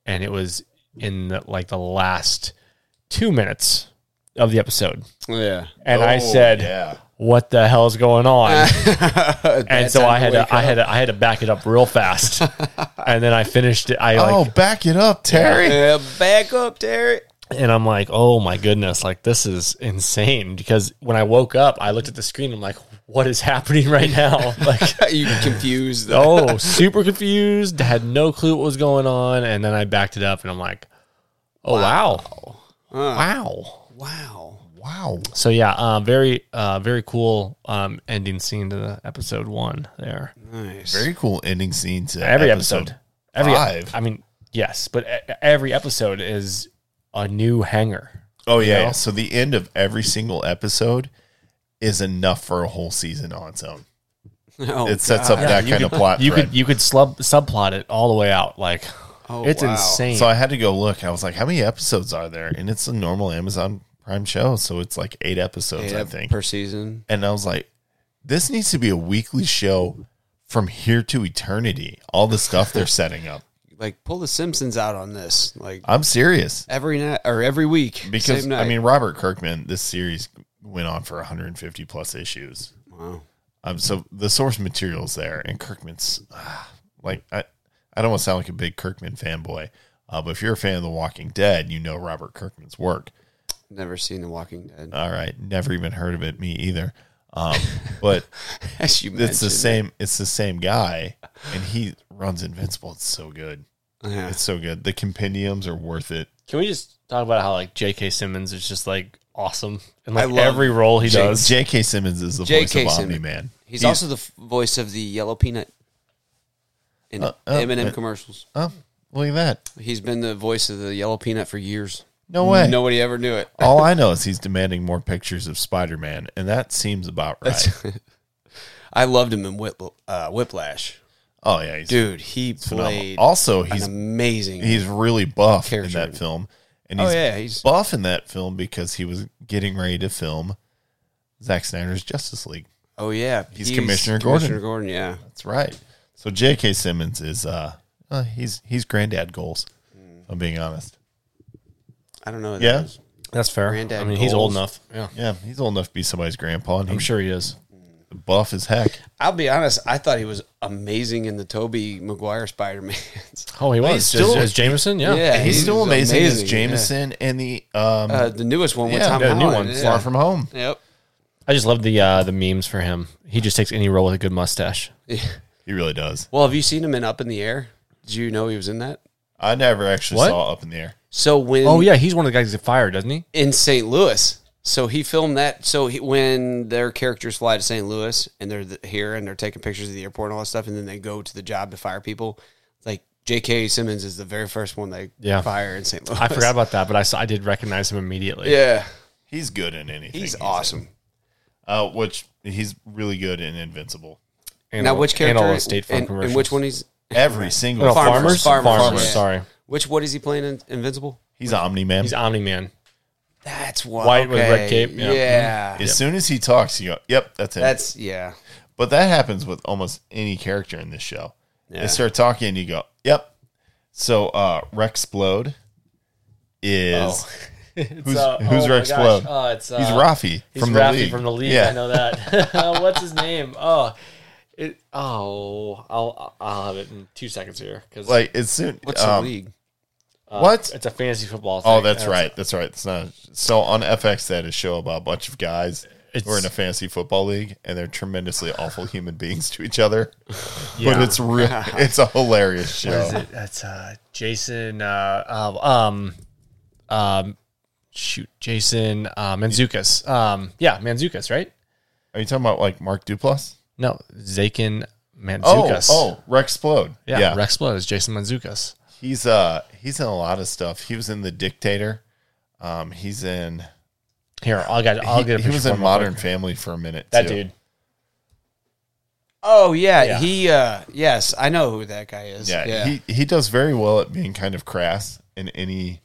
[SPEAKER 5] and it was in the, like the last two minutes of the episode,
[SPEAKER 6] Yeah.
[SPEAKER 5] and I
[SPEAKER 1] Oh,
[SPEAKER 5] said,
[SPEAKER 1] "Yeah."
[SPEAKER 5] "What the hell's going on?" and
[SPEAKER 6] Bad
[SPEAKER 5] so
[SPEAKER 6] time
[SPEAKER 5] I
[SPEAKER 6] to
[SPEAKER 5] had to,
[SPEAKER 6] wake
[SPEAKER 5] I had to, I had to back it up real fast, and then I finished it. I
[SPEAKER 1] oh,
[SPEAKER 5] like
[SPEAKER 1] back it up, Terry.
[SPEAKER 6] Yeah, back up, Terry.
[SPEAKER 5] And I'm like, oh my goodness, like this is insane. Because when I woke up, I looked at the screen. I'm like, what is happening right now? Like,
[SPEAKER 6] you confused. The,
[SPEAKER 5] oh, super confused. Had no clue what was going on. And then I backed it up and I'm like, oh, wow. wow.
[SPEAKER 6] Wow.
[SPEAKER 1] Wow.
[SPEAKER 5] So yeah, uh, very, uh, very cool um, ending scene to the episode one there.
[SPEAKER 6] Nice.
[SPEAKER 1] Very cool ending uh, scene to
[SPEAKER 5] every episode, every e-
[SPEAKER 1] five.
[SPEAKER 5] I mean, yes, but e- every episode is a new hanger.
[SPEAKER 1] Oh yeah. yeah. So the end of every single episode is enough for a whole season on its own.
[SPEAKER 6] oh,
[SPEAKER 1] It sets up that kind of plot.
[SPEAKER 5] You
[SPEAKER 1] thread.
[SPEAKER 5] could you could slub subplot it all the way out. Like
[SPEAKER 6] Oh,
[SPEAKER 5] it's
[SPEAKER 6] wow.
[SPEAKER 5] insane.
[SPEAKER 1] So I had to go look. I was like, how many episodes are there? And it's a normal Amazon Prime show, so it's like eight episodes,
[SPEAKER 6] Eight
[SPEAKER 1] I
[SPEAKER 6] ep-
[SPEAKER 1] think.
[SPEAKER 6] per season.
[SPEAKER 1] and I was like, this needs to be a weekly show from here to eternity. All the stuff they're setting up.
[SPEAKER 6] Like pull the Simpsons out on this. Like
[SPEAKER 1] I'm serious.
[SPEAKER 6] every night or every week.
[SPEAKER 1] Uh, Because
[SPEAKER 6] same
[SPEAKER 1] I
[SPEAKER 6] night.
[SPEAKER 1] mean Robert Kirkman, this series went on for 150 plus issues.
[SPEAKER 6] wow.
[SPEAKER 1] Um, so the source material's there, and Kirkman's ah, like I, I don't want to sound like a big Kirkman fanboy, uh, but if you're a fan of The Walking Dead, you know Robert Kirkman's work.
[SPEAKER 6] Never seen The Walking Dead.
[SPEAKER 1] All right, never even heard of it, me either. Um, but
[SPEAKER 6] As you
[SPEAKER 1] it's the
[SPEAKER 6] mentioned.
[SPEAKER 1] same. It's the same guy, and he runs Invincible. It's so good.
[SPEAKER 6] Yeah.
[SPEAKER 1] It's so good. The compendiums are worth it.
[SPEAKER 5] Can we just talk about how like J.K. Simmons is just like awesome in
[SPEAKER 6] I
[SPEAKER 5] like
[SPEAKER 6] love
[SPEAKER 5] every role he
[SPEAKER 1] J-
[SPEAKER 5] does?
[SPEAKER 1] J.K. Simmons is the voice
[SPEAKER 6] J.K.
[SPEAKER 1] of Omni
[SPEAKER 6] Simmons.
[SPEAKER 1] Man.
[SPEAKER 6] He's, also the f- voice of the Yellow Peanut in
[SPEAKER 1] Uh, uh,
[SPEAKER 6] Eminem
[SPEAKER 1] uh.
[SPEAKER 6] commercials.
[SPEAKER 1] Oh, look at that!
[SPEAKER 6] He's been the voice of the Yellow Peanut for years.
[SPEAKER 1] No way.
[SPEAKER 6] Nobody ever knew it.
[SPEAKER 1] All I know is he's demanding more pictures of Spider Man, and that seems about right.
[SPEAKER 6] I loved him in Whip, uh, Whiplash.
[SPEAKER 1] Oh yeah, he's
[SPEAKER 6] Dude, he
[SPEAKER 1] phenomenal.
[SPEAKER 6] played
[SPEAKER 1] Also,
[SPEAKER 6] an
[SPEAKER 1] he's
[SPEAKER 6] amazing.
[SPEAKER 1] he's really buff
[SPEAKER 6] Character.
[SPEAKER 1] in that film, and
[SPEAKER 6] oh
[SPEAKER 1] he's
[SPEAKER 6] yeah, he's
[SPEAKER 1] buff in that film because he was getting ready to film Zack Snyder's Justice League.
[SPEAKER 6] oh yeah,
[SPEAKER 1] he's Commissioner
[SPEAKER 6] Commissioner Gordon, yeah.
[SPEAKER 1] That's right. So J.K. Simmons is uh, uh he's he's granddad goals. If I'm being honest.
[SPEAKER 6] I don't know. who that
[SPEAKER 1] Yeah,
[SPEAKER 6] is.
[SPEAKER 5] That's fair.
[SPEAKER 6] Granddad
[SPEAKER 5] I mean, he's old
[SPEAKER 6] goals.
[SPEAKER 5] enough. Yeah,
[SPEAKER 1] yeah. He's old enough to be somebody's grandpa, and
[SPEAKER 5] I'm
[SPEAKER 1] he's
[SPEAKER 5] sure he is.
[SPEAKER 1] buff as heck.
[SPEAKER 6] I'll be honest. I thought he was amazing in the Toby Maguire Spider Man.
[SPEAKER 5] Oh, he was
[SPEAKER 1] he's
[SPEAKER 5] As-
[SPEAKER 1] still-
[SPEAKER 5] as, Jameson. Yeah,
[SPEAKER 6] Yeah.
[SPEAKER 1] And he's,
[SPEAKER 6] he's
[SPEAKER 1] still amazing,
[SPEAKER 6] amazing,
[SPEAKER 1] as
[SPEAKER 6] yeah.
[SPEAKER 1] Jameson and the um
[SPEAKER 6] uh, the newest one with
[SPEAKER 1] yeah,
[SPEAKER 6] Tom
[SPEAKER 1] the new
[SPEAKER 6] Holland,
[SPEAKER 1] one,
[SPEAKER 6] yeah.
[SPEAKER 1] Far From Home.
[SPEAKER 6] Yep.
[SPEAKER 5] I just love the uh, the memes for him. He just takes any role with a good mustache.
[SPEAKER 1] He really does.
[SPEAKER 6] Well, have you seen him in Up in the Air? Did you know he was in that?
[SPEAKER 1] I never actually
[SPEAKER 5] What?
[SPEAKER 1] saw Up in the Air.
[SPEAKER 6] So when
[SPEAKER 5] Oh yeah, he's one of the guys that get fired, doesn't he?
[SPEAKER 6] in St. Louis. So he filmed that. So he, when their characters fly to St. Louis and they're th- here and they're taking pictures of the airport and all that stuff, and then they go to the job to fire people, like J.K. Simmons is the very first one they
[SPEAKER 5] Yeah.
[SPEAKER 6] fire in St. Louis.
[SPEAKER 5] I forgot about that, but I saw, I did recognize him immediately.
[SPEAKER 6] Yeah,
[SPEAKER 1] He's good in anything.
[SPEAKER 6] he's
[SPEAKER 1] in.
[SPEAKER 6] awesome.
[SPEAKER 1] Uh, which he's really good in Invincible.
[SPEAKER 5] And
[SPEAKER 6] now,
[SPEAKER 5] all-
[SPEAKER 6] which character?
[SPEAKER 5] And all the state farm
[SPEAKER 6] and, and
[SPEAKER 5] commercials.
[SPEAKER 6] which one he's?
[SPEAKER 1] Every single
[SPEAKER 5] No,
[SPEAKER 1] farmer.
[SPEAKER 5] farmers.
[SPEAKER 6] Farmers,
[SPEAKER 5] Farmers,
[SPEAKER 6] yeah.
[SPEAKER 5] Sorry,
[SPEAKER 6] Which what is he playing in Invincible?
[SPEAKER 1] He's Omni Man.
[SPEAKER 5] he's Omni Man.
[SPEAKER 6] That's one.
[SPEAKER 5] White with red cape, yeah. Mm-hmm.
[SPEAKER 6] Yeah,
[SPEAKER 1] As soon as he talks, you go, "Yep, that's him."
[SPEAKER 6] that's yeah.
[SPEAKER 1] but that happens with almost any character in this show.
[SPEAKER 6] Yeah.
[SPEAKER 1] They start talking, and you go, "Yep." So uh, Rexplode is
[SPEAKER 6] Oh.
[SPEAKER 5] Oh.
[SPEAKER 1] who's
[SPEAKER 5] uh,
[SPEAKER 1] who's Rexplode?
[SPEAKER 5] it's
[SPEAKER 1] he's Rafi from the league.
[SPEAKER 5] Uh, from the league.
[SPEAKER 1] Yeah,
[SPEAKER 5] I know that. Uh, What's his name? Oh, it. Oh, I'll I'll have it in two seconds here because
[SPEAKER 1] like it's soon.
[SPEAKER 6] What's
[SPEAKER 1] um,
[SPEAKER 6] the league?
[SPEAKER 1] What?
[SPEAKER 5] Uh, it's a fantasy football.
[SPEAKER 1] Oh,
[SPEAKER 5] thing.
[SPEAKER 1] that's
[SPEAKER 5] Uh,
[SPEAKER 1] right. That's right. It's not so on FX. That is a show about a bunch of guys who are in a fantasy football league, and they're tremendously awful human beings to each other. But it's real. It's a hilarious
[SPEAKER 5] Is
[SPEAKER 1] show.
[SPEAKER 5] it- That's uh, Jason. Uh, uh, um, um, shoot, Jason uh, Manzukas. Um, yeah, Manzukas, right?
[SPEAKER 1] Are you talking about like Mark Duplass?
[SPEAKER 5] No, Zakin Manzukas.
[SPEAKER 1] Oh, oh, Rexplode.
[SPEAKER 5] yeah.
[SPEAKER 1] Yeah,
[SPEAKER 5] Rex Blood is Jason Manzukas.
[SPEAKER 1] he's uh he's in a lot of stuff. He was in The Dictator. Um, he's in.
[SPEAKER 5] Here, I'll get. I'll
[SPEAKER 1] he,
[SPEAKER 5] get. A
[SPEAKER 1] he
[SPEAKER 5] picture
[SPEAKER 1] was
[SPEAKER 5] for
[SPEAKER 1] in
[SPEAKER 5] him real
[SPEAKER 1] Modern
[SPEAKER 5] quick.
[SPEAKER 1] Family for a minute.
[SPEAKER 5] That
[SPEAKER 1] too.
[SPEAKER 5] dude.
[SPEAKER 6] Oh yeah,
[SPEAKER 5] Yeah.
[SPEAKER 6] he. uh Yes, I know who that guy is.
[SPEAKER 1] Yeah, he he does very well at being kind of crass in any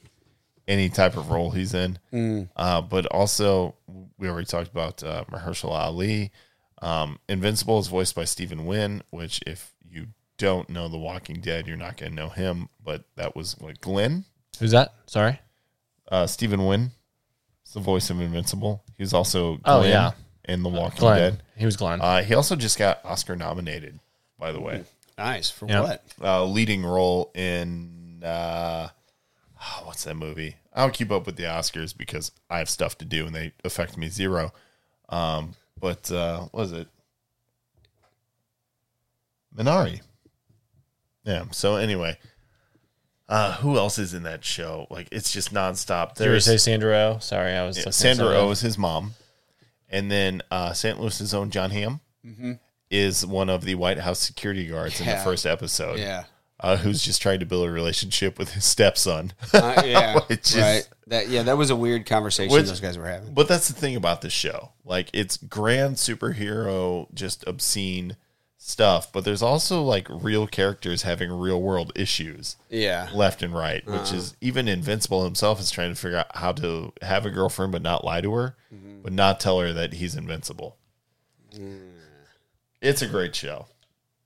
[SPEAKER 1] any type of role he's in. Uh, but also, we already talked about uh, Mahershala Ali. Um, Invincible is voiced by Stephen Wynn, which if you don't know The Walking Dead, you're not going to know him. But that was like Glenn
[SPEAKER 5] Who's that? Sorry.
[SPEAKER 1] uh, Stephen Wynn. is the voice of Invincible. He was also
[SPEAKER 5] Oh,
[SPEAKER 1] Glenn
[SPEAKER 5] yeah.
[SPEAKER 1] in The Walking
[SPEAKER 5] Glenn.
[SPEAKER 1] Dead.
[SPEAKER 5] He was Glenn.
[SPEAKER 1] Uh, he also just got Oscar nominated, by the way
[SPEAKER 6] nice for
[SPEAKER 5] Yeah.
[SPEAKER 6] what?
[SPEAKER 1] uh, leading role in uh, oh, what's that movie? I don't keep up with the Oscars because I have stuff to do and they affect me zero. Um, but uh, what was it Minari? Yeah. So anyway, uh, who else is in that show? Like it's just nonstop.
[SPEAKER 5] Did you
[SPEAKER 1] There's
[SPEAKER 5] say Sandra Oh? Sorry, I was.
[SPEAKER 1] yeah,
[SPEAKER 5] looking at
[SPEAKER 1] Sandra
[SPEAKER 5] something.
[SPEAKER 1] O is his mom, and then uh, St. Louis's own John Hamm is one of the White House security guards in the
[SPEAKER 6] Mm-hmm. Yeah.
[SPEAKER 1] first episode.
[SPEAKER 6] Yeah.
[SPEAKER 1] uh, who's just trying to build a relationship with his stepson.
[SPEAKER 6] Uh, yeah.
[SPEAKER 1] Which is-
[SPEAKER 6] right. That yeah, that was a weird conversation
[SPEAKER 1] Which-
[SPEAKER 6] those guys were having.
[SPEAKER 1] But that's the thing about this show. Like it's grand superhero, just obscene stuff, but there's also like real characters having real world issues
[SPEAKER 6] Yeah.
[SPEAKER 1] left and right, which
[SPEAKER 6] Uh-huh.
[SPEAKER 1] is even Invincible himself is trying to figure out how to have a girlfriend but not lie to her,
[SPEAKER 6] Mm-hmm.
[SPEAKER 1] but not tell her that he's invincible. It's a great show.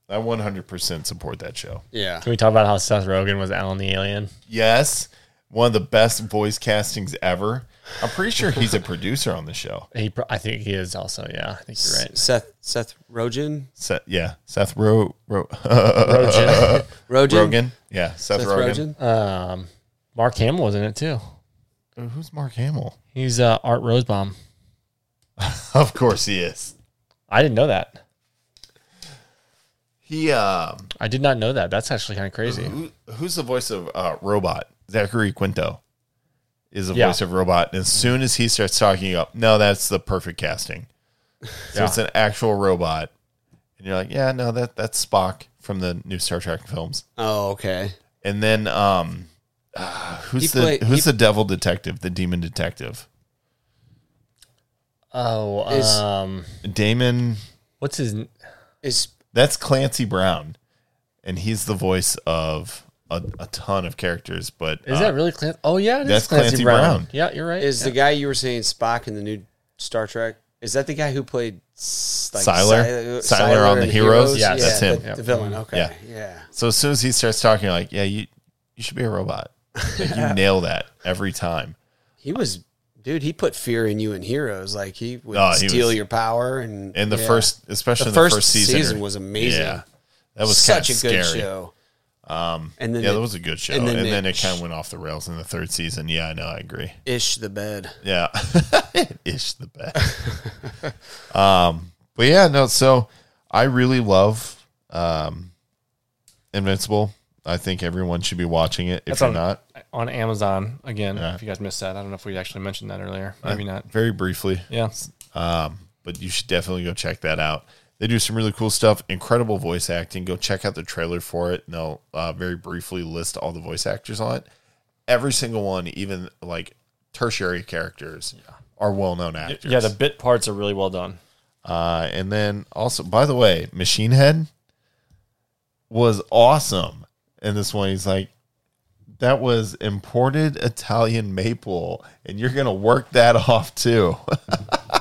[SPEAKER 1] I 100% support that show.
[SPEAKER 6] Yeah.
[SPEAKER 5] Can we talk about how Seth Rogen was Alan the Alien?
[SPEAKER 1] Yes, one of the best voice castings ever. I'm pretty sure he's a producer on the show.
[SPEAKER 5] He, pro- I think he is also. Yeah, I think you're right.
[SPEAKER 6] Seth Seth Rogen.
[SPEAKER 1] Seth, yeah, Seth Ro, Ro,
[SPEAKER 5] Rogen.
[SPEAKER 6] Rogen.
[SPEAKER 1] Rogan. Yeah, Seth,
[SPEAKER 6] Seth
[SPEAKER 1] Rogen.
[SPEAKER 6] Rogen.
[SPEAKER 5] um, Mark Hamill was in it too.
[SPEAKER 1] Uh, Who's Mark Hamill?
[SPEAKER 5] He's uh, Art Rosebaum.
[SPEAKER 1] Of course he is.
[SPEAKER 5] I didn't know that.
[SPEAKER 1] He um,
[SPEAKER 5] I did not know that. That's actually kind of crazy.
[SPEAKER 1] who, who's the voice of uh, Robot? Zachary Quinto is the
[SPEAKER 5] Yeah.
[SPEAKER 1] voice of Robot. And as soon as he starts talking, you go, no, that's the perfect casting. So
[SPEAKER 5] Yeah.
[SPEAKER 1] it's an actual robot, and you're like, yeah, no, that that's Spock from the new Star Trek films.
[SPEAKER 6] Oh, okay.
[SPEAKER 1] And then um uh, who's
[SPEAKER 6] He
[SPEAKER 1] the
[SPEAKER 6] play-
[SPEAKER 1] who's
[SPEAKER 6] he-
[SPEAKER 1] the devil detective, the demon detective?
[SPEAKER 5] Oh,
[SPEAKER 6] Is-
[SPEAKER 5] um,
[SPEAKER 1] Damon
[SPEAKER 5] what's his? n-
[SPEAKER 6] Is
[SPEAKER 1] that's Clancy Brown. And he's the voice of a, a ton of characters, but
[SPEAKER 5] Is
[SPEAKER 1] uh,
[SPEAKER 5] that really Clancy? Oh yeah, it is
[SPEAKER 1] that's Clancy Brown.
[SPEAKER 5] Yeah, you're right.
[SPEAKER 6] is the guy you were saying Spock in the new Star Trek? Is that the guy who played S- like
[SPEAKER 1] Sylar?
[SPEAKER 6] Sylar
[SPEAKER 1] Sylar on
[SPEAKER 6] in
[SPEAKER 1] the Heroes?
[SPEAKER 5] Yes.
[SPEAKER 6] yeah,
[SPEAKER 5] That's
[SPEAKER 6] the-
[SPEAKER 1] him.
[SPEAKER 6] The,
[SPEAKER 5] Yep.
[SPEAKER 6] villain. Okay.
[SPEAKER 1] Yeah.
[SPEAKER 6] Yeah.
[SPEAKER 1] So as soon as he starts talking, you're like, yeah, you you should be a robot. Like, you nail that every time.
[SPEAKER 6] He was dude, he put fear in you in Heroes. Like he would
[SPEAKER 1] Oh, he
[SPEAKER 6] steal
[SPEAKER 1] was-
[SPEAKER 6] your power and
[SPEAKER 1] And the
[SPEAKER 6] yeah.
[SPEAKER 1] first, especially
[SPEAKER 6] the
[SPEAKER 1] the
[SPEAKER 6] first,
[SPEAKER 1] first, season,
[SPEAKER 6] season, was amazing.
[SPEAKER 1] Yeah, that was
[SPEAKER 6] such a
[SPEAKER 1] scary.
[SPEAKER 6] good show. Um and then
[SPEAKER 1] Yeah,
[SPEAKER 6] it
[SPEAKER 1] that was a good show, and
[SPEAKER 6] and
[SPEAKER 1] then,
[SPEAKER 6] then they-
[SPEAKER 1] it kind of went off the rails in the third season. Yeah, I know, I agree.
[SPEAKER 6] ish the bed.
[SPEAKER 1] Yeah. Ish the best. um, but yeah, no, so I really love um Invincible. I think everyone should be watching it. If
[SPEAKER 7] That's
[SPEAKER 1] you're
[SPEAKER 7] on-
[SPEAKER 1] not,
[SPEAKER 7] on Amazon again.
[SPEAKER 1] Yeah.
[SPEAKER 7] If you guys missed that, I don't know if we actually mentioned that earlier. Maybe not.
[SPEAKER 1] very briefly.
[SPEAKER 7] Yeah,
[SPEAKER 1] Um, but you should definitely go check that out. They do some really cool stuff, incredible voice acting. Go check out the trailer for it, and they'll uh, very briefly list all the voice actors on it. Every single one, even like tertiary characters, are well known actors.
[SPEAKER 7] yeah. The bit parts are really well done.
[SPEAKER 1] Uh, and then also, by the way, Machine Head was awesome in this one. He's like, that was imported Italian maple, and you're gonna work that off too.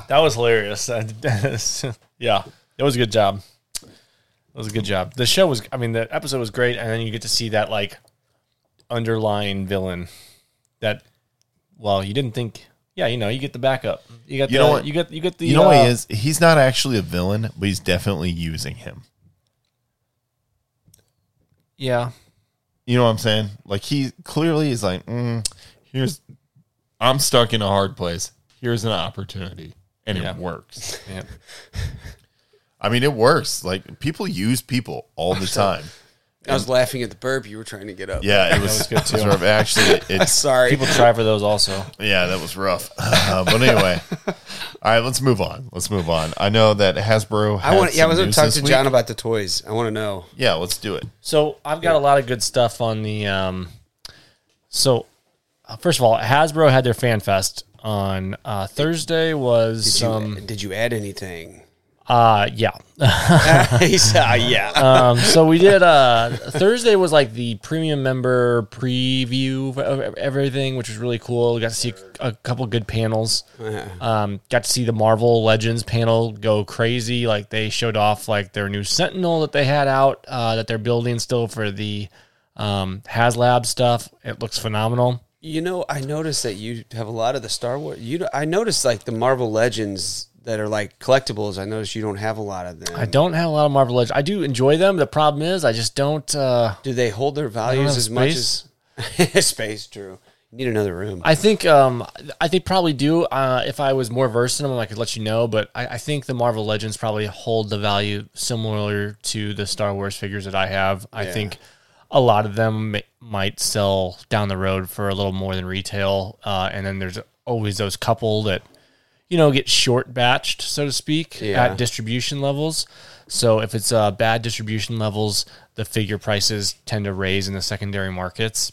[SPEAKER 7] That was hilarious. yeah, it was a good job. It was a good job. The show was, I mean, the episode was great, and then you get to see that like underlying villain that, well, you didn't think. Yeah, you know, you get the backup. You got
[SPEAKER 1] You
[SPEAKER 7] the,
[SPEAKER 1] know what-
[SPEAKER 7] you get you get the
[SPEAKER 1] you know what
[SPEAKER 7] uh,
[SPEAKER 1] he is? He's not actually a villain, but he's definitely using him.
[SPEAKER 7] Yeah,
[SPEAKER 1] You know what I'm saying? Like he clearly is like, mm, here's, I'm stuck in a hard place. Here's an opportunity, and
[SPEAKER 7] Yeah.
[SPEAKER 1] it works.
[SPEAKER 7] yeah.
[SPEAKER 1] I mean, it works. Like people use people all the time.
[SPEAKER 6] I was laughing at the burp you were trying to get up.
[SPEAKER 1] Yeah, it was, good too. Sort of, actually, it's
[SPEAKER 6] Sorry.
[SPEAKER 7] People try for those also.
[SPEAKER 1] yeah, that was rough. Uh, but anyway, all right, let's move on. Let's move on. I know that Hasbro.
[SPEAKER 6] I want. Yeah, I was
[SPEAKER 1] going
[SPEAKER 6] going to talk to John about the toys. I want to know.
[SPEAKER 1] Yeah, let's do it.
[SPEAKER 5] So I've got a lot of good stuff on the. Um, so, uh, first of all, Hasbro had their Fan Fest on uh, Thursday. Was
[SPEAKER 6] Did you,
[SPEAKER 5] some
[SPEAKER 6] did you add anything?
[SPEAKER 5] uh, yeah.
[SPEAKER 6] he said, "Ah, yeah.
[SPEAKER 5] Um, so we did. Uh, Thursday was like the premium member preview of everything, which was really cool. We got to see a couple good panels. Um, got to see the Marvel Legends panel go crazy. Like they showed off like their new Sentinel that they had out uh, that they're building still for the um, HasLab stuff. It looks phenomenal.
[SPEAKER 6] you know, I noticed that you have a lot of the Star Wars. You, don't- I noticed like the Marvel Legends that are like collectibles. I noticed you don't have a lot of them.
[SPEAKER 5] I don't have a lot of Marvel Legends. I do enjoy them. The problem is I just don't. Uh,
[SPEAKER 6] Do they hold their values
[SPEAKER 5] have
[SPEAKER 6] as much
[SPEAKER 5] space?
[SPEAKER 6] as space? True. Need another room.
[SPEAKER 5] I think um, I they probably do. Uh, if I was more versed in them, I could let you know. But I, I think the Marvel Legends probably hold the value similar to the Star Wars figures that I have. I think a lot of them m- might sell down the road for a little more than retail. Uh, and then there's always those couple that you know get short batched, so to speak,
[SPEAKER 6] Yeah.
[SPEAKER 5] at distribution levels. So if it's uh, bad distribution levels, the figure prices tend to raise in the secondary markets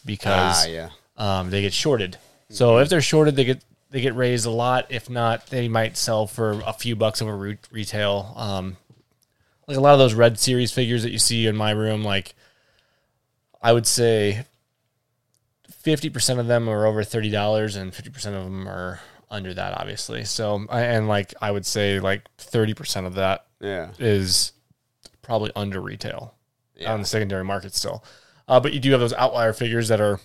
[SPEAKER 6] ah,
[SPEAKER 5] because
[SPEAKER 6] yeah.
[SPEAKER 5] um, they get shorted. So if they're shorted, they get they get raised a lot. If not, they might sell for a few bucks over re- retail. Um, like a lot of those red series figures that you see in my room, like I would say fifty percent of them are over thirty dollars, and fifty percent of them are under that, obviously. So I- and like I would say like thirty percent of that
[SPEAKER 6] Yeah.
[SPEAKER 5] is probably under retail on the secondary market still. Uh, but you do have those outlier figures that are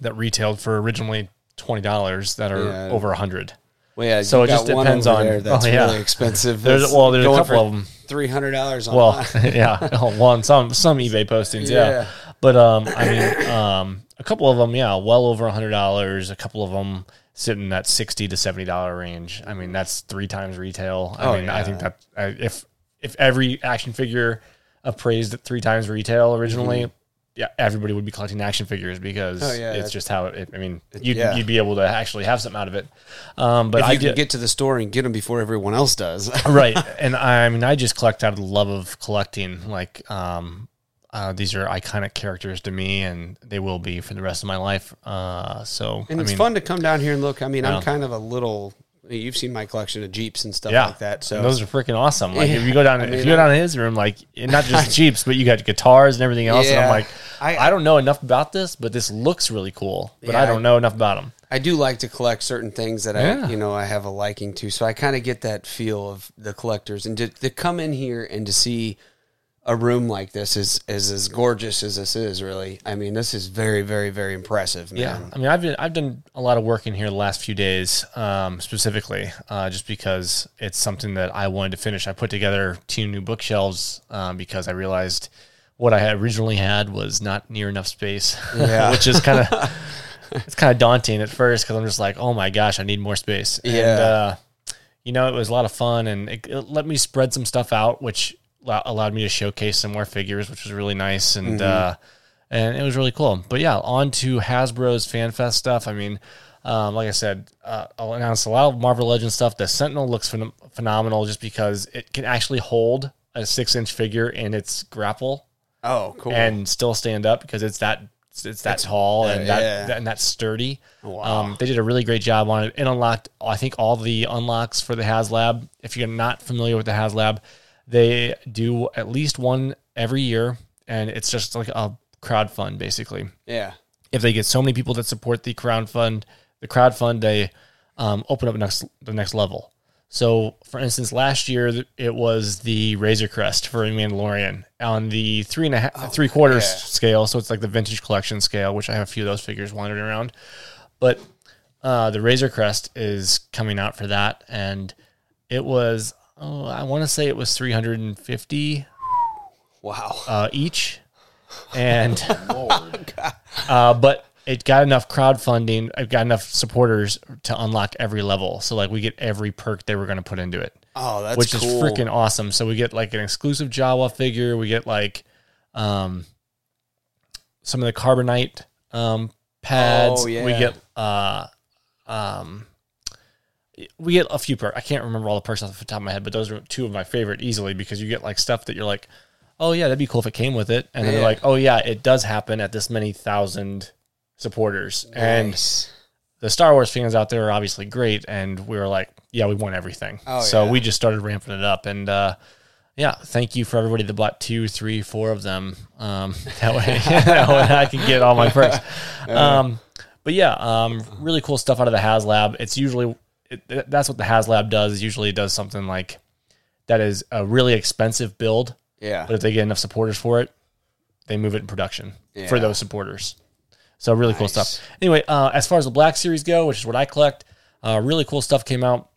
[SPEAKER 5] that retailed for originally twenty dollars that are
[SPEAKER 6] Yeah.
[SPEAKER 5] over a hundred.
[SPEAKER 6] Well, yeah.
[SPEAKER 5] So
[SPEAKER 6] you
[SPEAKER 5] it just
[SPEAKER 6] got one
[SPEAKER 5] depends
[SPEAKER 6] over
[SPEAKER 5] on-
[SPEAKER 6] there that's
[SPEAKER 5] oh, yeah.
[SPEAKER 6] really expensive.
[SPEAKER 5] There's- well, there's a couple of 'em.
[SPEAKER 6] Three hundred dollars.
[SPEAKER 5] Well, yeah, well, on some some eBay postings, yeah.
[SPEAKER 6] Yeah.
[SPEAKER 5] But um, I mean, um, a couple of them, yeah, well over a hundred dollars. A couple of them sit in that sixty to seventy dollar range. I mean, that's three times retail. I
[SPEAKER 6] Oh,
[SPEAKER 5] mean, I
[SPEAKER 6] yeah.
[SPEAKER 5] think that I, if if every action figure appraised at three times retail originally. Yeah, everybody would be collecting action figures because
[SPEAKER 6] Mm-hmm. Oh, yeah,
[SPEAKER 5] it's
[SPEAKER 6] that's-
[SPEAKER 5] just how it. I mean, you'd,
[SPEAKER 6] yeah.
[SPEAKER 5] you'd be able to actually have something out of it. Um, but
[SPEAKER 6] if
[SPEAKER 5] I
[SPEAKER 6] you
[SPEAKER 5] did-
[SPEAKER 6] can get to the store and get them before everyone else does.
[SPEAKER 5] right and i mean i just collect out of the love of collecting like um uh, these are iconic characters to me and they will be for the rest of my life uh so
[SPEAKER 6] And
[SPEAKER 5] I
[SPEAKER 6] it's
[SPEAKER 5] mean,
[SPEAKER 6] fun to come down here and look. I mean,
[SPEAKER 5] Yeah.
[SPEAKER 6] I'm kind of a little. You've seen my collection of Jeeps and stuff
[SPEAKER 5] yeah
[SPEAKER 6] like that. So
[SPEAKER 5] And those are freaking awesome like if
[SPEAKER 6] Yeah.
[SPEAKER 5] you go down
[SPEAKER 6] I
[SPEAKER 5] if
[SPEAKER 6] mean,
[SPEAKER 5] you go down to his room like and not just jeeps but you got guitars and everything else and i'm
[SPEAKER 6] Yeah.
[SPEAKER 5] like
[SPEAKER 6] I-
[SPEAKER 5] I, don't know enough about this but this looks really cool but
[SPEAKER 6] Yeah,
[SPEAKER 5] i
[SPEAKER 6] I-
[SPEAKER 5] don't know enough about them
[SPEAKER 6] I do like to collect certain things that
[SPEAKER 5] Yeah.
[SPEAKER 6] I, you know, I have a liking to. So I kind of get that feel of the collectors, and to, to come in here and to see a room like this is is as gorgeous as this is. Really, I mean, this is very, very, very impressive. Man.
[SPEAKER 5] Yeah, I mean, I've been, I've done a lot of work in here the last few days, um, specifically, uh, just because it's something that I wanted to finish. I put together two new bookshelves um, because I realized what I had originally had was not near enough space,
[SPEAKER 6] Yeah.
[SPEAKER 5] which is kind of it's kind of daunting at first because I'm just like, oh my gosh, I need more space.
[SPEAKER 6] Yeah.
[SPEAKER 5] And, uh, you know, it was a lot of fun and it, it let me spread some stuff out, which lo- allowed me to showcase some more figures, which was really nice. And, uh, and it was really cool. But yeah, on to Hasbro's FanFest stuff. I mean, um, like I said, uh, I'll announce a lot of Marvel Legends stuff. The Sentinel looks phen- phenomenal just because it can actually hold a six inch figure in its grapple
[SPEAKER 6] Oh, cool.
[SPEAKER 5] and still stand up because it's that it's that tall and that,
[SPEAKER 6] yeah.
[SPEAKER 5] that- and that sturdy. Um, they did a really great job on it. It unlocked I think all the unlocks for the HasLab. If you're not familiar with the HasLab, they do at least one every year, and it's just like a crowdfund basically
[SPEAKER 6] yeah.
[SPEAKER 5] if they get so many people that support the crowdfund, the crowdfund, they um, open up next the next level. So, for instance, last year th- it was the Razor Crest for Mandalorian on the three and a half, three quarters scale. So it's like the vintage collection scale, which I have a few of those figures wandering around. But uh, the Razor Crest is coming out for that, and it was oh, I want to say it was three hundred and fifty
[SPEAKER 6] Wow.
[SPEAKER 5] uh, each, and uh, but it got enough crowdfunding. It got enough supporters to unlock every level. So like we get every perk they were going to put into it,
[SPEAKER 6] oh, that's
[SPEAKER 5] which
[SPEAKER 6] cool.
[SPEAKER 5] is freaking awesome. So we get like an exclusive Jawa figure. We get like um, some of the carbonite um, pads.
[SPEAKER 6] Oh, yeah.
[SPEAKER 5] We get uh, um, we get a few perks. I can't remember all the perks off the top of my head, but those are two of my favorite easily because you get like stuff that you're like, oh yeah, that'd be cool if it came with it, and then they're
[SPEAKER 6] Yeah.
[SPEAKER 5] like, oh yeah, it does happen at this many thousand supporters, and
[SPEAKER 6] Nice.
[SPEAKER 5] the Star Wars fans out there are obviously great, and we were like, yeah, we want everything,
[SPEAKER 6] Oh,
[SPEAKER 5] so
[SPEAKER 6] yeah.
[SPEAKER 5] we just started ramping it up, and uh, yeah, thank you for everybody that bought two, three, four of them. Um, that way, that way I can get all my perks. Um, but yeah, um, really cool stuff out of the HasLab. It's usually it, th- that's what the HasLab does. Usually, it does something like that is a really expensive build,
[SPEAKER 6] Yeah.
[SPEAKER 5] but if they get enough supporters for it, they move it in production for
[SPEAKER 6] Yeah.
[SPEAKER 5] those supporters. So really cool stuff. Anyway, uh, as far as the Black Series go, which is what I collect, uh, really cool stuff came out.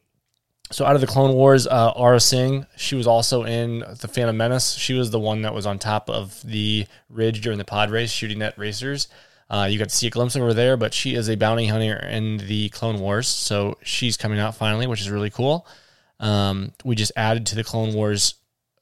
[SPEAKER 5] So out of the Clone Wars, uh, Ara Singh, she was also in the Phantom Menace. She was the one that was on top of the ridge during the pod race, shooting at racers. Uh, you got to see a glimpse of her there, but she is a bounty hunter in the Clone Wars, so she's coming out finally, which is really cool. Um, we just added to the Clone Wars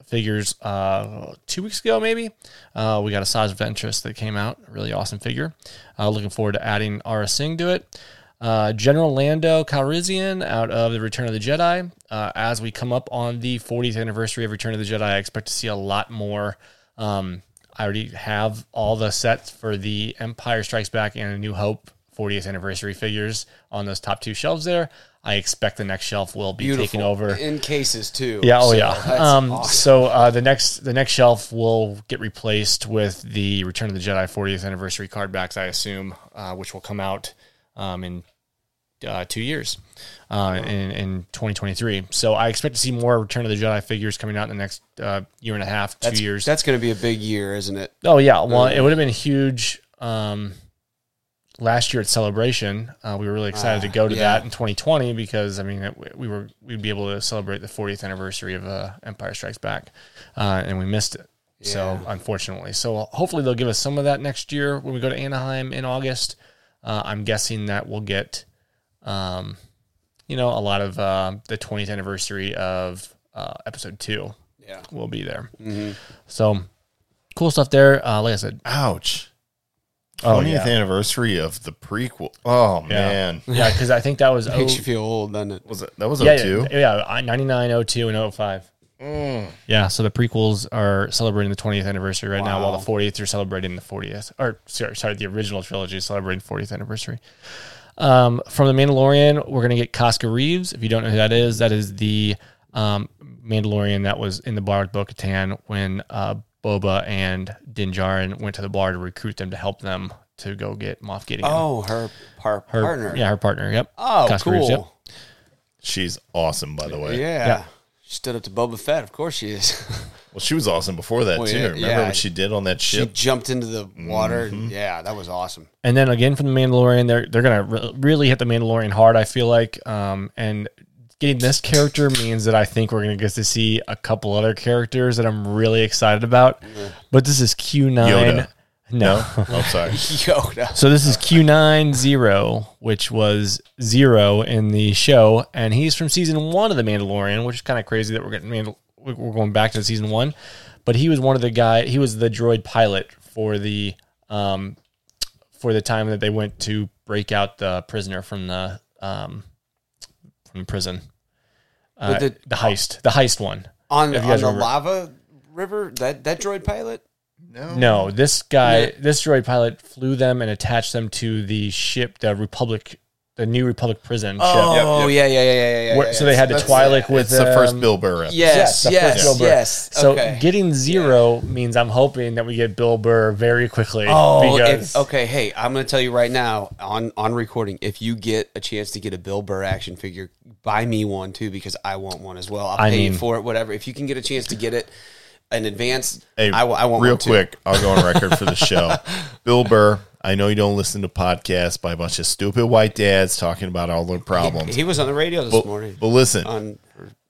[SPEAKER 5] figures uh, two weeks ago, maybe. Uh, we got a size of interest that came out, a really awesome figure. Uh, looking forward to adding Ara Singh to it. Uh, General Lando Calrissian out of the Return of the Jedi. Uh, as we come up on the 40th anniversary of Return of the Jedi, I expect to see a lot more. Um, I already have all the sets for the Empire Strikes Back and A New Hope 40th anniversary figures on those top two shelves there. I expect the next shelf will be
[SPEAKER 6] Beautiful.
[SPEAKER 5] taken over.
[SPEAKER 6] in cases too.
[SPEAKER 5] Yeah, oh
[SPEAKER 6] So
[SPEAKER 5] yeah.
[SPEAKER 6] that's
[SPEAKER 5] Um,
[SPEAKER 6] awesome.
[SPEAKER 5] So uh, the next the next shelf will get replaced with the Return of the Jedi 40th anniversary card backs, I assume, uh, which will come out um, in uh, two years, uh, in in 2023. So I expect to see more Return of the Jedi figures coming out in the next uh, year and a half, two
[SPEAKER 6] that's,
[SPEAKER 5] years.
[SPEAKER 6] That's going to be a big year, isn't it?
[SPEAKER 5] Oh yeah, well, it would have been huge. Um, last year at Celebration, uh, we were really excited to go to
[SPEAKER 6] Ah, yeah.
[SPEAKER 5] that in 2020 because I mean it, we were we'd be able to celebrate the 40th anniversary of uh, Empire Strikes Back, uh, and we missed it. So unfortunately, so uh, hopefully they'll give us some of that next year when we go to Anaheim in August. Uh, I'm guessing that we'll get, um, you know, a lot of uh, the 20th anniversary of uh, Episode Two.
[SPEAKER 6] Yeah. Mm-hmm.
[SPEAKER 5] will be there. So cool stuff there. Uh, like I said,
[SPEAKER 1] Ouch. 20th
[SPEAKER 5] Oh, yeah.
[SPEAKER 1] anniversary of the prequel. Oh, man.
[SPEAKER 5] yeah, because I think that was oh,
[SPEAKER 6] Makes you feel old, doesn't it?
[SPEAKER 1] Was it, that was
[SPEAKER 5] yeah,
[SPEAKER 1] 02?
[SPEAKER 5] yeah, yeah, 99, 02, and 05.
[SPEAKER 6] Mm.
[SPEAKER 5] Yeah, so the prequels are celebrating the 20th anniversary right now, while the 40th are celebrating the 40th, or sorry, sorry, the original trilogy is celebrating 40th anniversary. Um, from the Mandalorian, we're gonna get Casca Reeves. If you don't know who that is, that is the um, Mandalorian that was in the bar with Bo-Katan when uh, Boba and Din Djarin went to the bar to recruit them to help them to go get Moff Gideon.
[SPEAKER 6] Oh, her, par-
[SPEAKER 5] her
[SPEAKER 6] partner.
[SPEAKER 5] Yeah, her partner. Yep.
[SPEAKER 6] Oh,
[SPEAKER 5] Casca
[SPEAKER 6] cool.
[SPEAKER 5] Reeves, yep.
[SPEAKER 1] She's awesome, by the
[SPEAKER 6] Yeah.
[SPEAKER 1] way.
[SPEAKER 6] She stood up to Boba Fett. Of course she is.
[SPEAKER 1] Well, she was awesome before that,
[SPEAKER 6] Oh,
[SPEAKER 1] too.
[SPEAKER 6] yeah,
[SPEAKER 1] Remember
[SPEAKER 6] yeah.
[SPEAKER 1] what she did on that
[SPEAKER 6] she
[SPEAKER 1] ship?
[SPEAKER 6] jumped into the water.
[SPEAKER 5] Mm-hmm.
[SPEAKER 6] Yeah, that was awesome.
[SPEAKER 5] And then again from the Mandalorian, they're they're gonna re- really hit the Mandalorian hard. I feel like, um, and getting this character means that I think we're gonna get to see a couple other characters that I'm really excited about.
[SPEAKER 6] Mm-hmm.
[SPEAKER 5] But this is Q nine.
[SPEAKER 1] Yoda.
[SPEAKER 5] No.
[SPEAKER 1] oh, sorry.
[SPEAKER 6] Yoda.
[SPEAKER 5] So this is Q nine zero, which was zero in the show, and he's from season one of the Mandalorian, which is kind of crazy that we're getting Mandal- we- we're going back to season one. But he was one of the guy. He was the droid pilot for the um, for the time that they went to break out the prisoner from the um, from prison. Uh,
[SPEAKER 6] But
[SPEAKER 5] the,
[SPEAKER 6] the-
[SPEAKER 5] heist, the heist one.
[SPEAKER 6] On,
[SPEAKER 5] If you
[SPEAKER 6] on
[SPEAKER 5] guys
[SPEAKER 6] the
[SPEAKER 5] remember-
[SPEAKER 6] lava river, that, that droid pilot?
[SPEAKER 5] No, this guy,
[SPEAKER 6] Yeah.
[SPEAKER 5] this droid pilot flew them and attached them to the ship, the Republic, the new Republic prison ship.
[SPEAKER 6] Oh, yeah, yeah, yeah, yeah, yeah.
[SPEAKER 5] Where-
[SPEAKER 6] yeah,
[SPEAKER 5] so they had the
[SPEAKER 1] That's-
[SPEAKER 5] Twi'lek with
[SPEAKER 1] It's the first
[SPEAKER 5] um,
[SPEAKER 1] Bill Burr. episode.
[SPEAKER 6] Yes,
[SPEAKER 5] the
[SPEAKER 6] yes,
[SPEAKER 5] first Bill Burr.
[SPEAKER 6] yes.
[SPEAKER 5] So
[SPEAKER 6] okay.
[SPEAKER 5] getting zero means I'm hoping that we get Bill Burr very quickly.
[SPEAKER 6] Oh,
[SPEAKER 5] because
[SPEAKER 6] if, okay. Hey, I'm going to tell you right now on on recording. If you get a chance to get a Bill Burr action figure, buy me one too because I want one as well. I'll
[SPEAKER 5] I
[SPEAKER 6] pay
[SPEAKER 5] mean-
[SPEAKER 6] you for it, whatever. If you can get a chance to get it in advance,
[SPEAKER 1] Hey,
[SPEAKER 6] I, wa- I want
[SPEAKER 1] real
[SPEAKER 6] one too.
[SPEAKER 1] quick. I'll go on record for the show. Bill Burr, I know you don't listen to podcasts by a bunch of stupid white dads talking about all their problems.
[SPEAKER 6] He was on the radio this
[SPEAKER 1] but,
[SPEAKER 6] morning.
[SPEAKER 1] but listen,
[SPEAKER 6] on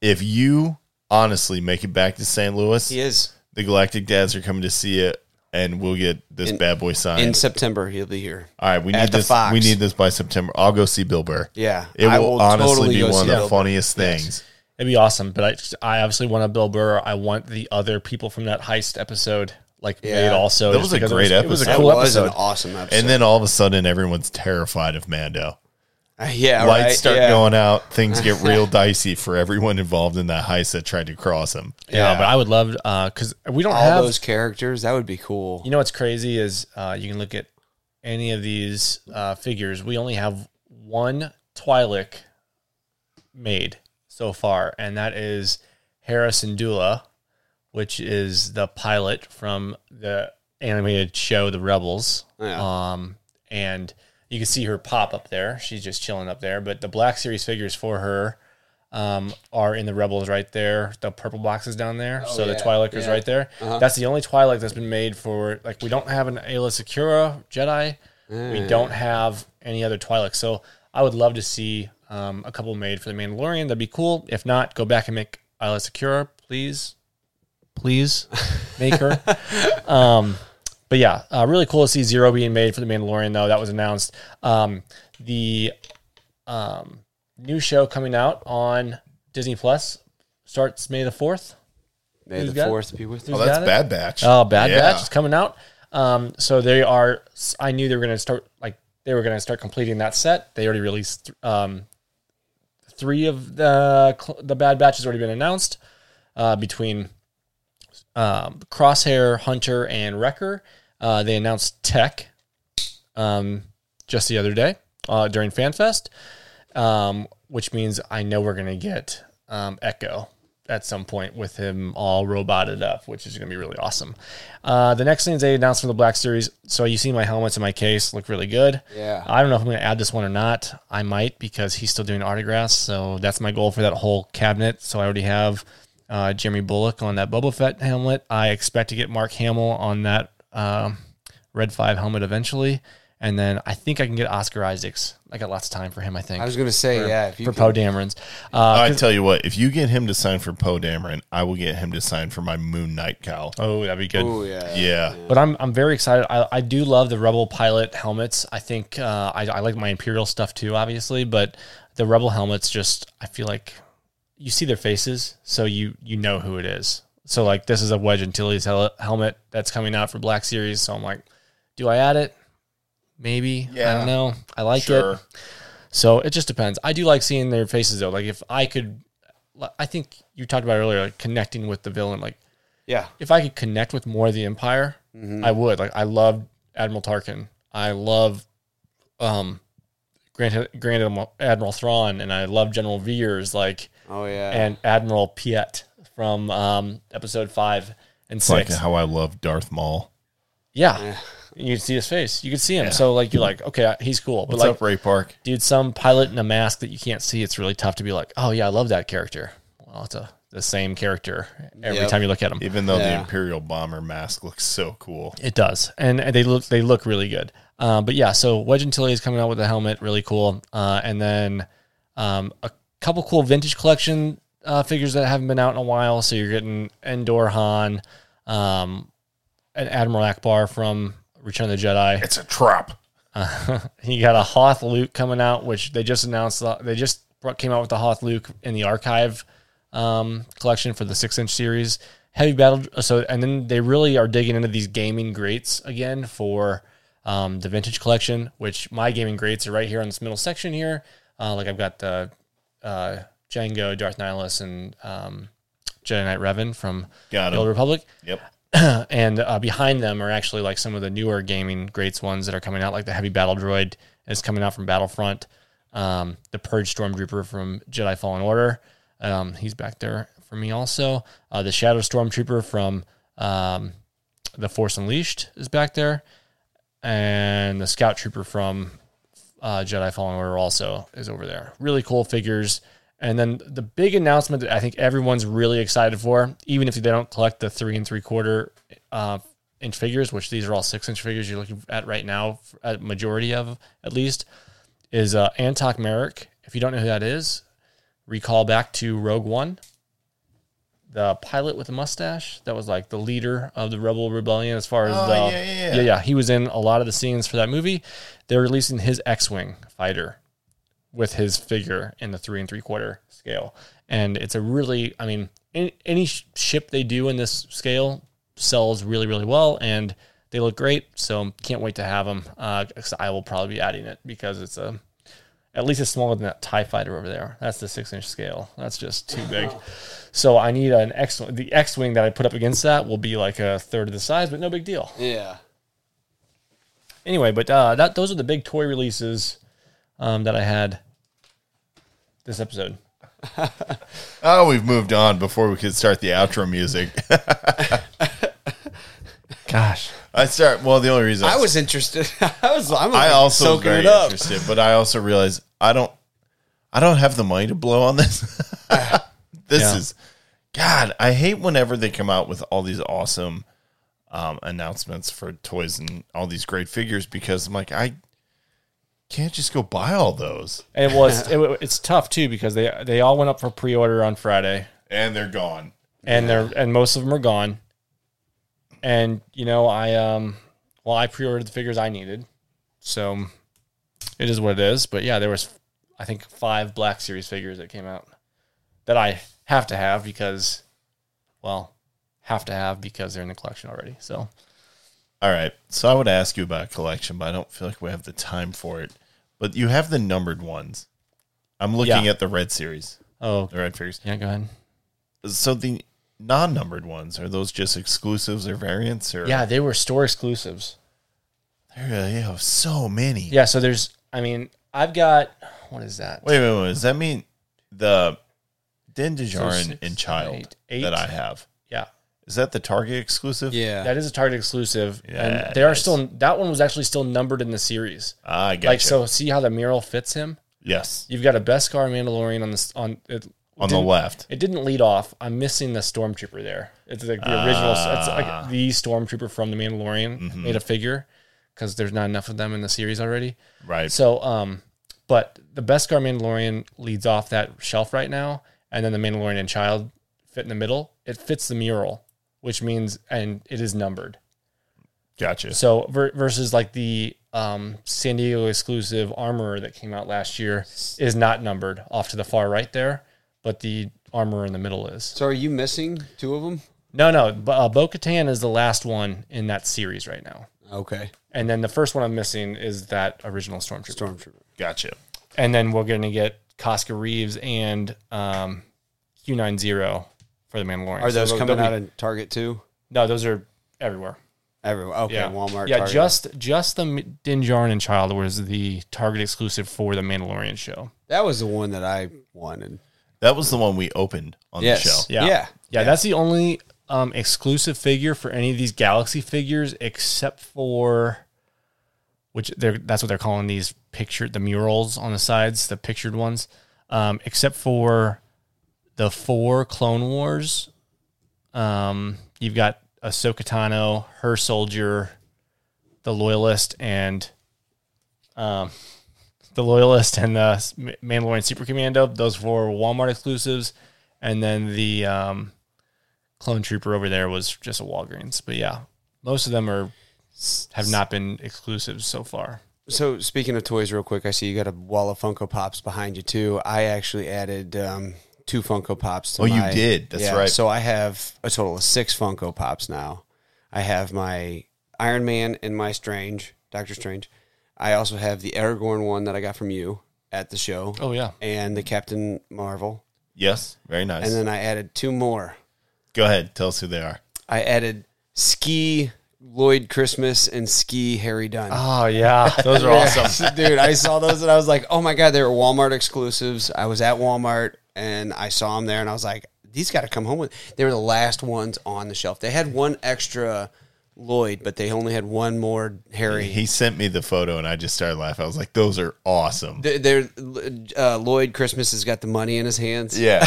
[SPEAKER 1] if you honestly make it back to St. Louis,
[SPEAKER 6] he is
[SPEAKER 1] the Galactic Dads are coming to see it, and we'll get this
[SPEAKER 6] In-
[SPEAKER 1] bad boy signed.
[SPEAKER 6] in September. He'll be here.
[SPEAKER 1] All right, we
[SPEAKER 6] At
[SPEAKER 1] need
[SPEAKER 6] the
[SPEAKER 1] this.
[SPEAKER 6] Fox.
[SPEAKER 1] We need this by September. I'll go see Bill Burr.
[SPEAKER 6] Yeah,
[SPEAKER 1] it
[SPEAKER 6] I
[SPEAKER 1] will,
[SPEAKER 6] will
[SPEAKER 1] honestly
[SPEAKER 6] totally
[SPEAKER 1] be
[SPEAKER 6] go
[SPEAKER 1] one of
[SPEAKER 6] see
[SPEAKER 1] the
[SPEAKER 6] Bill Burr.
[SPEAKER 1] funniest things.
[SPEAKER 5] it'd be awesome. But I, I obviously want a Bill Burr. I want the other people from that heist episode, like
[SPEAKER 6] Yeah.
[SPEAKER 5] made also.
[SPEAKER 1] That
[SPEAKER 5] just
[SPEAKER 1] was a
[SPEAKER 5] because it
[SPEAKER 1] great
[SPEAKER 5] It was
[SPEAKER 1] episode.
[SPEAKER 5] a
[SPEAKER 6] That
[SPEAKER 5] cool
[SPEAKER 6] was
[SPEAKER 5] episode.
[SPEAKER 6] an awesome episode.
[SPEAKER 1] And then all of a sudden, everyone's terrified of Mando.
[SPEAKER 6] Uh, yeah,
[SPEAKER 1] Lights
[SPEAKER 6] right,
[SPEAKER 1] start
[SPEAKER 6] yeah.
[SPEAKER 1] going out. Things get real dicey for everyone involved in that heist that tried to cross him.
[SPEAKER 5] yeah.
[SPEAKER 6] yeah.
[SPEAKER 5] but I would love because we don't
[SPEAKER 6] All
[SPEAKER 5] have
[SPEAKER 6] those characters, that would be cool.
[SPEAKER 5] You know what's crazy is uh, you can look at any of these uh, figures. We only have one Twi'lek made so far, and that is Harrison Dula, which is the pilot from the animated show The Rebels.
[SPEAKER 6] Yeah.
[SPEAKER 5] Um, and you can see her pop up there. She's just chilling up there. But the Black Series figures for her um, are in the Rebels right there. The purple box is down there. so
[SPEAKER 6] Oh,
[SPEAKER 5] the
[SPEAKER 6] yeah,
[SPEAKER 5] Twi'lek is
[SPEAKER 6] yeah. Uh-huh.
[SPEAKER 5] right there. That's the only Twi'lek that's been made for, like, we don't have an Ayla Secura Jedi.
[SPEAKER 6] Mm.
[SPEAKER 5] We don't have any other Twi'lek. So I would love to see um, a couple made for the Mandalorian. That'd be cool. If not, go back and make Ayla Secura, please. Please make her. um, But yeah, uh, really cool to see Zero being made for the Mandalorian though. That was announced. Um, the um, new show coming out on Disney Plus starts May the fourth.
[SPEAKER 6] May
[SPEAKER 5] Who's
[SPEAKER 6] the
[SPEAKER 5] got it?
[SPEAKER 6] fourth be with you.
[SPEAKER 5] Who's
[SPEAKER 1] Oh, that's
[SPEAKER 5] got it?
[SPEAKER 1] Bad Batch.
[SPEAKER 5] Oh, Bad
[SPEAKER 1] Yeah.
[SPEAKER 5] Batch is coming out. Um, so they are. I knew they were going to start like they were going to start completing that set. They already released um, three of the the Bad Batch has already been announced uh, between um, Crosshair, Hunter, and Wrecker. Uh, they announced Tech um, just the other day uh, during FanFest, um, which means I know we're going to get um, Echo at some point with him all roboted up, which is going to be really awesome. Uh, the next things they announced for the Black Series. So you see my helmets in my case look really good.
[SPEAKER 6] Yeah.
[SPEAKER 5] I don't know if I'm going to add this one or not. I might because he's still doing autographs. So that's my goal for that whole cabinet. So I already have uh, Jeremy Bullock on that Boba Fett helmet. I expect to get Mark Hamill on that um, Red 5 helmet eventually. And then I think I can get Oscar Isaacs. I got lots of time for him, I think.
[SPEAKER 6] I was gonna say yeah. If you
[SPEAKER 5] for
[SPEAKER 6] could-
[SPEAKER 5] Poe Dameron's. Uh,
[SPEAKER 1] I tell you what, if you get him to sign for Poe Dameron, I will get him to sign for my Moon Knight cowl.
[SPEAKER 5] oh, that'd be good.
[SPEAKER 6] Oh yeah.
[SPEAKER 1] yeah.
[SPEAKER 5] But I'm I'm very excited. I, I do love the Rebel pilot helmets. I think uh, I I like my Imperial stuff too, obviously. But the Rebel helmets just I feel like you see their faces, so you you know who it is. So like this is a Wedge Antilles hel- helmet that's coming out for Black Series. So I'm like, do I add it? Maybe I
[SPEAKER 1] Yeah.
[SPEAKER 5] don't know. I like
[SPEAKER 1] sure.
[SPEAKER 5] it. So it just depends. I do like seeing their faces though. Like if I could, I think you talked about earlier, like connecting with the villain. Like
[SPEAKER 6] Yeah.
[SPEAKER 5] if I could connect with more of the Empire,
[SPEAKER 6] Mm-hmm.
[SPEAKER 5] I would. Like I love Admiral Tarkin. I love um Grand Grand Admiral, Admiral Thrawn, and I love General Veers, like
[SPEAKER 6] Oh yeah.
[SPEAKER 5] and Admiral Piet from um Episode Five and
[SPEAKER 1] It's like
[SPEAKER 5] Six.
[SPEAKER 1] how I love Darth Maul.
[SPEAKER 5] yeah. You could see his face. You could see him. So like you're like, okay, he's cool. But
[SPEAKER 1] What's
[SPEAKER 5] like,
[SPEAKER 1] up, Ray Park?
[SPEAKER 5] dude, some pilot in a mask that you can't see, it's really tough to be like, oh yeah, I love that character. Well, it's a the same character every
[SPEAKER 6] Yep.
[SPEAKER 5] time you look at him.
[SPEAKER 1] Even though the
[SPEAKER 6] Yeah.
[SPEAKER 1] Imperial bomber mask looks so cool.
[SPEAKER 5] It does, and and they look they look really good. Uh, but yeah, so Wedge Antilles is coming out with a helmet, really cool. Uh, and then um, a couple cool vintage collection uh, figures that haven't been out in a while. So you're getting Endor Han, um, an Admiral Akbar from Return of the Jedi.
[SPEAKER 1] It's a trap.
[SPEAKER 5] You got a Hoth Luke coming out, which they just announced. the- They just brought- came out with the Hoth Luke in the archive um, collection for the six inch series. Heavy battle. So, and then they really are digging into these gaming greats again for um, the vintage collection, which my gaming greats are right here on this middle section here. Uh, like I've got the uh, Django, Darth Nihilus, and um, Jedi Knight Revan from
[SPEAKER 1] Got
[SPEAKER 5] the Old
[SPEAKER 1] him.
[SPEAKER 5] Republic
[SPEAKER 1] Yep.
[SPEAKER 5] and uh, behind them are actually like some of the newer gaming greats ones that are coming out, like the Heavy Battle Droid is coming out from Battlefront, um, the Purge Stormtrooper from Jedi Fallen Order, um, he's back there for me also. Uh, the Shadow Stormtrooper from um, the Force Unleashed is back there, and the Scout Trooper from uh, Jedi Fallen Order also is over there. Really cool figures. And then the big announcement that I think everyone's really excited for, even if they don't collect the three and three quarter uh, inch figures, which these are all six inch figures you're looking at right now, a majority of at least, is uh, Antok Merrick. If you don't know who that is, recall back to Rogue One, the pilot with the mustache that was like the leader of the Rebel Rebellion as far as
[SPEAKER 1] Oh,
[SPEAKER 5] the
[SPEAKER 1] yeah, yeah, yeah.
[SPEAKER 5] yeah yeah he was in a lot of the scenes for that movie. They're releasing his X-wing fighter with his figure in the three and three quarter scale. And it's a really, I mean, any, any sh- ship they do in this scale sells really, really well and they look great. So can't wait to have them. Uh, 'cause I will probably be adding it because it's a, at least it's smaller than that TIE fighter over there. That's the six inch scale. That's just too big. So I need an X, the X Wing that I put up against that will be like a third of the size, but no big deal
[SPEAKER 6] yeah.
[SPEAKER 5] anyway, but uh, that those are the big toy releases um, that I had this episode.
[SPEAKER 1] Oh, we've moved on before we could start the outro music.
[SPEAKER 5] Gosh,
[SPEAKER 1] I start. Well, the only reason
[SPEAKER 6] I was interested. I was. I'm
[SPEAKER 1] I
[SPEAKER 6] like,
[SPEAKER 1] also was
[SPEAKER 6] soaking
[SPEAKER 1] very
[SPEAKER 6] it up.
[SPEAKER 1] interested, but I also realized I don't I don't have the money to blow on this. this
[SPEAKER 5] Yeah.
[SPEAKER 1] is God, I hate whenever they come out with all these awesome um, announcements for toys and all these great figures because I'm like, I can't just go buy all those.
[SPEAKER 5] and it was it, wa- it's tough too because they they all went up for pre order on Friday,
[SPEAKER 1] And they're gone.
[SPEAKER 5] and they're and most of them are gone. And you know, I um Well, I pre-ordered the figures I needed, so it is what it is. But yeah, there was I think five Black Series figures that came out that I have to have because, well, have to have because they're in the collection already. So
[SPEAKER 1] All right. So I would ask you about collection, but I don't feel like we have the time for it. But you have the numbered ones. I'm looking
[SPEAKER 5] Yeah.
[SPEAKER 1] at the red series,
[SPEAKER 5] oh
[SPEAKER 1] the red figures.
[SPEAKER 5] yeah, go ahead.
[SPEAKER 1] So the non-numbered ones are those just exclusives or variants or
[SPEAKER 5] Yeah, they were store exclusives.
[SPEAKER 1] There you have so many.
[SPEAKER 5] Yeah, so there's I mean I've got what is that?
[SPEAKER 1] Wait, wait, wait. Does that mean the Dendijarin
[SPEAKER 5] six,
[SPEAKER 1] and Child
[SPEAKER 5] eight, eight?
[SPEAKER 1] that I have?
[SPEAKER 5] Yeah.
[SPEAKER 1] Is that the Target exclusive?
[SPEAKER 6] Yeah.
[SPEAKER 5] That is a Target exclusive,
[SPEAKER 1] Yeah,
[SPEAKER 5] and they are
[SPEAKER 1] nice.
[SPEAKER 5] still. That one was actually still numbered in the series.
[SPEAKER 1] Ah, I gotcha.
[SPEAKER 5] Like so, see how the mural fits him.
[SPEAKER 1] yes.
[SPEAKER 5] You've got a Beskar Mandalorian on this on it,
[SPEAKER 1] On the left.
[SPEAKER 5] It didn't lead off. I'm missing the stormtrooper there. It's like the original. It's
[SPEAKER 1] Ah.
[SPEAKER 5] like the stormtrooper from the Mandalorian
[SPEAKER 1] Mm-hmm.
[SPEAKER 5] made a figure because there's not enough of them in the series already.
[SPEAKER 1] Right.
[SPEAKER 5] So, um, but the Beskar Mandalorian leads off that shelf right now, and then the Mandalorian and Child fit in the middle. It fits the mural, which means and it is numbered.
[SPEAKER 1] gotcha.
[SPEAKER 5] So ver- versus like the um, San Diego exclusive armorer that came out last year is not numbered off to the far right there, but the armorer in the middle is.
[SPEAKER 6] So are you missing two of them?
[SPEAKER 5] No, no, Bo- uh, Bo-Katan is the last one in that series right now.
[SPEAKER 6] Okay.
[SPEAKER 5] And then the first one I'm missing is that original Stormtrooper.
[SPEAKER 6] Stormtrooper.
[SPEAKER 1] gotcha.
[SPEAKER 5] And then we're going to get Cosca Reeves and um, Q90 for the Mandalorian.
[SPEAKER 6] Are
[SPEAKER 5] So
[SPEAKER 6] those
[SPEAKER 5] they'll-
[SPEAKER 6] coming
[SPEAKER 5] they'll
[SPEAKER 6] out
[SPEAKER 5] be-
[SPEAKER 6] in Target too?
[SPEAKER 5] No, those are everywhere.
[SPEAKER 6] Everywhere. Okay. Walmart.
[SPEAKER 5] Yeah,
[SPEAKER 6] Target.
[SPEAKER 5] just just the M- Din Djarin and Child was the Target exclusive for the Mandalorian show.
[SPEAKER 6] that was the one that I wanted.
[SPEAKER 1] That was the one we opened on the show.
[SPEAKER 6] Yeah. Yeah.
[SPEAKER 5] Yeah, that's the only um, exclusive figure for any of these Galaxy figures, except for which they're that's what they're calling these pictured the murals on the sides, the pictured ones, um, except for the four Clone Wars. Um, you've got Ahsoka Tano, her soldier, the Loyalist, and um, the Loyalist and the Mandalorian Super Commando. Those four were Walmart exclusives, and then the um, Clone Trooper over there was just a Walgreens. But yeah, most of them are have not been exclusives so far.
[SPEAKER 6] So speaking of toys, real quick, I see you got a wall of Funko Pops behind you too. I actually added um, two Funko Pops. To
[SPEAKER 1] Oh, you
[SPEAKER 6] my-
[SPEAKER 1] did. That's right.
[SPEAKER 6] So I have a total of six Funko Pops now. I have my Iron Man and my Strange, Doctor Strange. I also have the Aragorn one that I got from you at the show,
[SPEAKER 5] Oh yeah,
[SPEAKER 6] and the Captain Marvel,
[SPEAKER 1] Yes. Very nice.
[SPEAKER 6] and then I added two more.
[SPEAKER 1] Go ahead. Tell us who they are.
[SPEAKER 6] I added Ski Lloyd Christmas and Ski Harry Dunn.
[SPEAKER 5] oh yeah.
[SPEAKER 1] Those are awesome.
[SPEAKER 6] dude. I saw those and I was like, oh my god, they were Walmart exclusives. I was at Walmart and I saw them there, and I was like, these got to come home with. They were the last ones on the shelf. They had one extra Lloyd, but they only had one more Harry.
[SPEAKER 1] He sent me the photo and I just started laughing. I was like, those are awesome.
[SPEAKER 6] They- they're uh, Lloyd Christmas has got the money in his hands.
[SPEAKER 1] Yeah.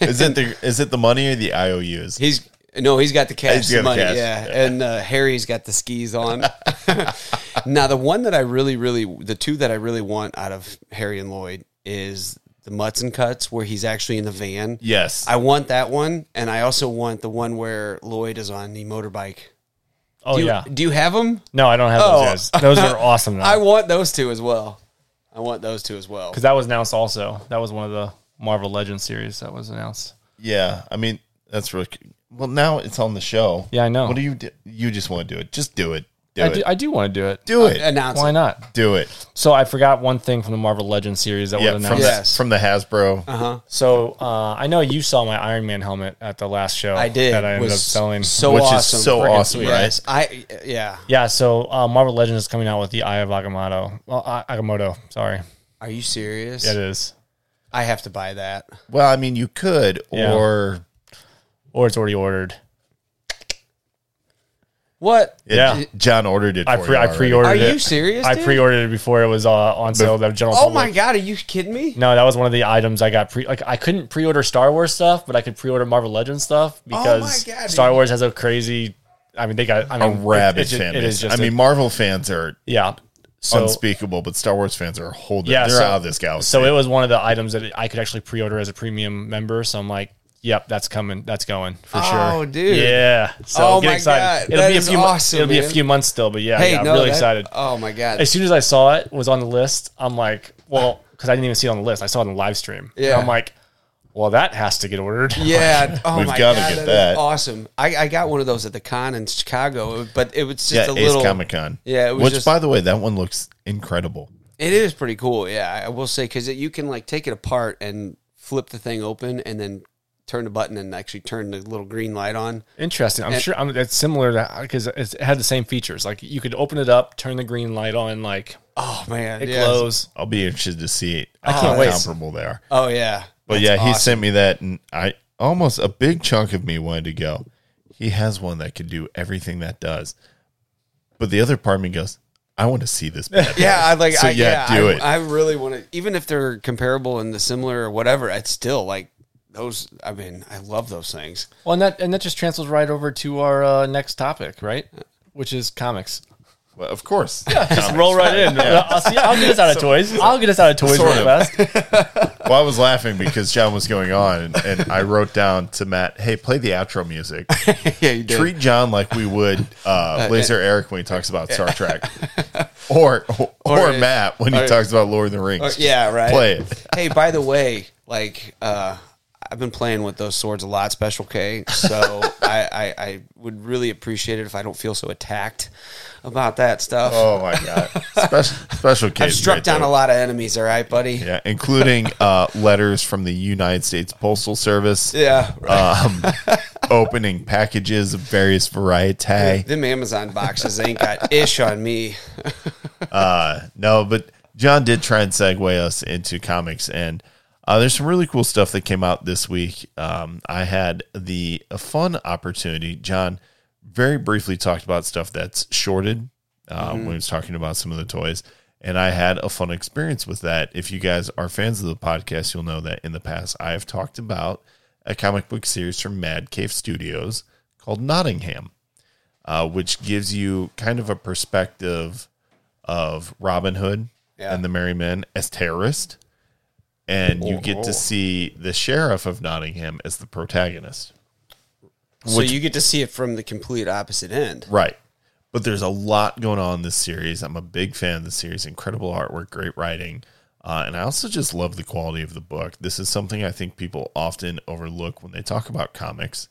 [SPEAKER 1] is it the is it the money or the IOUs?
[SPEAKER 6] He's no, he's got the cash
[SPEAKER 1] He's got the
[SPEAKER 6] money,
[SPEAKER 1] cash.
[SPEAKER 6] yeah, and uh, Harry's got the skis on. now, the one that I really, really, the two that I really want out of Harry and Lloyd is the mutts and cuts, where he's actually in the van.
[SPEAKER 1] yes.
[SPEAKER 6] I want that one, and I also want the one where Lloyd is on the motorbike.
[SPEAKER 5] Oh
[SPEAKER 6] Do you,
[SPEAKER 5] yeah.
[SPEAKER 6] do you have them?
[SPEAKER 5] No, I don't have
[SPEAKER 6] Oh.
[SPEAKER 5] those guys. Those are awesome
[SPEAKER 6] I
[SPEAKER 5] though.
[SPEAKER 6] want those two as well. I want those two as well.
[SPEAKER 5] Because that was announced also. That was one of the Marvel Legends series that was announced.
[SPEAKER 1] yeah. I mean, that's really well now it's on the show.
[SPEAKER 5] Yeah, I know.
[SPEAKER 1] What do you do? You just want to do it. Just do it. Do
[SPEAKER 5] I
[SPEAKER 1] it.
[SPEAKER 5] do, I do want to do it.
[SPEAKER 1] do it.
[SPEAKER 6] Announce
[SPEAKER 5] Why
[SPEAKER 6] it.
[SPEAKER 5] not?
[SPEAKER 1] do it.
[SPEAKER 5] So I forgot one thing from the Marvel Legends series that
[SPEAKER 1] Yeah,
[SPEAKER 5] was
[SPEAKER 1] from
[SPEAKER 5] announced.
[SPEAKER 1] the
[SPEAKER 6] Yes. Uh-huh.
[SPEAKER 1] from the Hasbro.
[SPEAKER 5] So uh, I know you saw my Iron Man helmet at the last show.
[SPEAKER 6] I did.
[SPEAKER 5] that I ended
[SPEAKER 6] Was
[SPEAKER 5] up selling.
[SPEAKER 6] So
[SPEAKER 1] Which is
[SPEAKER 6] awesome.
[SPEAKER 1] so
[SPEAKER 6] Freaking
[SPEAKER 1] awesome,
[SPEAKER 6] sweet.
[SPEAKER 1] right?
[SPEAKER 6] Yes. I yeah.
[SPEAKER 5] yeah, so uh, Marvel Legends is coming out with the Eye of Agamotto. Well, uh, Agamotto, sorry,
[SPEAKER 6] Are you serious?
[SPEAKER 5] it is,
[SPEAKER 6] I have to buy that.
[SPEAKER 1] Well, I mean, you could
[SPEAKER 5] Yeah.
[SPEAKER 1] or
[SPEAKER 5] or it's already ordered.
[SPEAKER 6] What?
[SPEAKER 5] Yeah.
[SPEAKER 1] It- John ordered it.
[SPEAKER 5] I
[SPEAKER 1] for
[SPEAKER 5] pre
[SPEAKER 1] you
[SPEAKER 5] I
[SPEAKER 1] already.
[SPEAKER 5] pre-ordered.
[SPEAKER 6] Are
[SPEAKER 5] it.
[SPEAKER 6] you serious,
[SPEAKER 5] I
[SPEAKER 6] dude?
[SPEAKER 5] pre-ordered it before it was uh, on sale. That general.
[SPEAKER 6] Oh
[SPEAKER 5] public.
[SPEAKER 6] my god, are you kidding me?
[SPEAKER 5] No, that was one of the items I got pre. Like I couldn't pre-order Star Wars stuff, but I could pre-order Marvel Legends stuff because
[SPEAKER 6] Oh God,
[SPEAKER 5] Star
[SPEAKER 6] dude.
[SPEAKER 5] Wars has a crazy. I mean, they got I
[SPEAKER 1] A
[SPEAKER 5] mean,
[SPEAKER 1] rabid
[SPEAKER 5] it's ju-
[SPEAKER 1] fan
[SPEAKER 5] It is
[SPEAKER 1] base. I
[SPEAKER 5] just.
[SPEAKER 1] mean, Marvel fans are
[SPEAKER 5] yeah. So
[SPEAKER 1] unspeakable, but Star Wars fans are holding.
[SPEAKER 5] yeah,
[SPEAKER 1] they're
[SPEAKER 5] so,
[SPEAKER 1] out of this galaxy.
[SPEAKER 5] So it was one of the items that I could actually pre-order as a premium member. So I'm like, Yep, that's coming. That's going for sure.
[SPEAKER 6] Oh, dude.
[SPEAKER 5] Yeah. So
[SPEAKER 6] Oh,
[SPEAKER 5] get
[SPEAKER 6] my
[SPEAKER 5] excited.
[SPEAKER 6] God.
[SPEAKER 5] It'll
[SPEAKER 6] That
[SPEAKER 5] be a
[SPEAKER 6] is
[SPEAKER 5] few.
[SPEAKER 6] awesome,
[SPEAKER 5] it'll be a
[SPEAKER 6] man.
[SPEAKER 5] few months still, but yeah,
[SPEAKER 6] Hey,
[SPEAKER 5] yeah,
[SPEAKER 6] no,
[SPEAKER 5] really
[SPEAKER 6] that-
[SPEAKER 5] excited.
[SPEAKER 6] Oh my god.
[SPEAKER 5] As soon as I saw it was on the list, I'm like, well, because I didn't even see it on the list. I saw it on the live stream. And
[SPEAKER 6] Yeah.
[SPEAKER 5] I'm like, well, that has to get ordered.
[SPEAKER 6] yeah. Oh
[SPEAKER 1] We've
[SPEAKER 6] my
[SPEAKER 1] gotta
[SPEAKER 6] god.
[SPEAKER 1] get
[SPEAKER 6] is
[SPEAKER 1] that.
[SPEAKER 6] awesome. I, I got one of those at the con in Chicago, but it was just
[SPEAKER 1] yeah,
[SPEAKER 6] a little
[SPEAKER 1] Ace Comic Con.
[SPEAKER 6] Yeah, it was
[SPEAKER 1] which
[SPEAKER 6] just-
[SPEAKER 1] by the way, that one looks incredible.
[SPEAKER 6] It is pretty cool, yeah. I will say because you can like take it apart and flip the thing open, and then turn the button and actually turn the little green light on.
[SPEAKER 5] Interesting. I'm
[SPEAKER 6] And-
[SPEAKER 5] sure I'm, it's similar to because it had the same features. Like you could open it up, turn the green light on, like
[SPEAKER 6] Oh man,
[SPEAKER 5] it
[SPEAKER 6] yeah.
[SPEAKER 5] glows.
[SPEAKER 1] I'll be interested to see how
[SPEAKER 5] can't wait.
[SPEAKER 1] comparable they are.
[SPEAKER 6] Oh yeah,
[SPEAKER 1] But yeah, he sent me that, and I almost a big chunk of me wanted to go. He has one that could do everything that does, but the other part of me goes, "I want to see this." bad boy."
[SPEAKER 6] yeah. I like.
[SPEAKER 1] So,
[SPEAKER 6] I,
[SPEAKER 1] yeah,
[SPEAKER 6] yeah,
[SPEAKER 1] do
[SPEAKER 6] I,
[SPEAKER 1] it.
[SPEAKER 6] I really want to. Even if they're comparable and the similar or whatever, it's still like those. I mean, I love those things.
[SPEAKER 5] Well, and that and that just transfers right over to our uh, next topic, right? Which is comics.
[SPEAKER 1] Well, of course. Um,
[SPEAKER 5] Just roll right in. I'll, see, I'll get us out of toys. I'll get us out of toys
[SPEAKER 1] Sort
[SPEAKER 5] real
[SPEAKER 1] of.
[SPEAKER 5] fast.
[SPEAKER 1] Well, I was laughing because John was going on, and, and I wrote down to Matt, "Hey, play the outro music.
[SPEAKER 6] Yeah, you do.
[SPEAKER 1] Treat John like we would uh, Laser Eric when he talks about Star Trek, or or,
[SPEAKER 6] Or-
[SPEAKER 1] Matt when he
[SPEAKER 6] or-
[SPEAKER 1] talks about Lord of the Rings.
[SPEAKER 6] Or- Uh, yeah, right.
[SPEAKER 1] Play it.
[SPEAKER 6] hey, by the way, like uh, I've been playing with those swords a lot, Special K. So I, I, I would really appreciate it if I don't feel so attacked about that stuff.
[SPEAKER 1] Oh my god, special special case.
[SPEAKER 6] I've struck
[SPEAKER 1] right
[SPEAKER 6] down
[SPEAKER 1] there.
[SPEAKER 6] a lot of enemies. All right, buddy. Yeah.
[SPEAKER 1] Yeah, including uh, letters from the United States Postal Service,
[SPEAKER 6] right.
[SPEAKER 1] um, opening packages of various variety.
[SPEAKER 6] Them Amazon boxes ain't got ish on me.
[SPEAKER 1] No, but John did try and segue us into comics, and uh, there's some really cool stuff that came out this week. Um, I had the a fun opportunity. John very briefly talked about stuff that's shorted uh, when he was talking about some of the toys. And I had a fun experience with that. If you guys are fans of the podcast, you'll know that in the past I have talked about a comic book series from Mad Cave Studios called Nottingham, uh, which gives you kind of a perspective of Robin Hood
[SPEAKER 6] Yeah.
[SPEAKER 1] and the Merry Men as terrorist, and you get to see the sheriff of Nottingham as the protagonist.
[SPEAKER 6] So you get to see it from the complete opposite end.
[SPEAKER 1] Right. But there's a lot going on in this series. I'm a big fan of the series. Incredible artwork, great writing. Uh, and I also just love the quality of the book. This is something I think people often overlook when they talk about comics.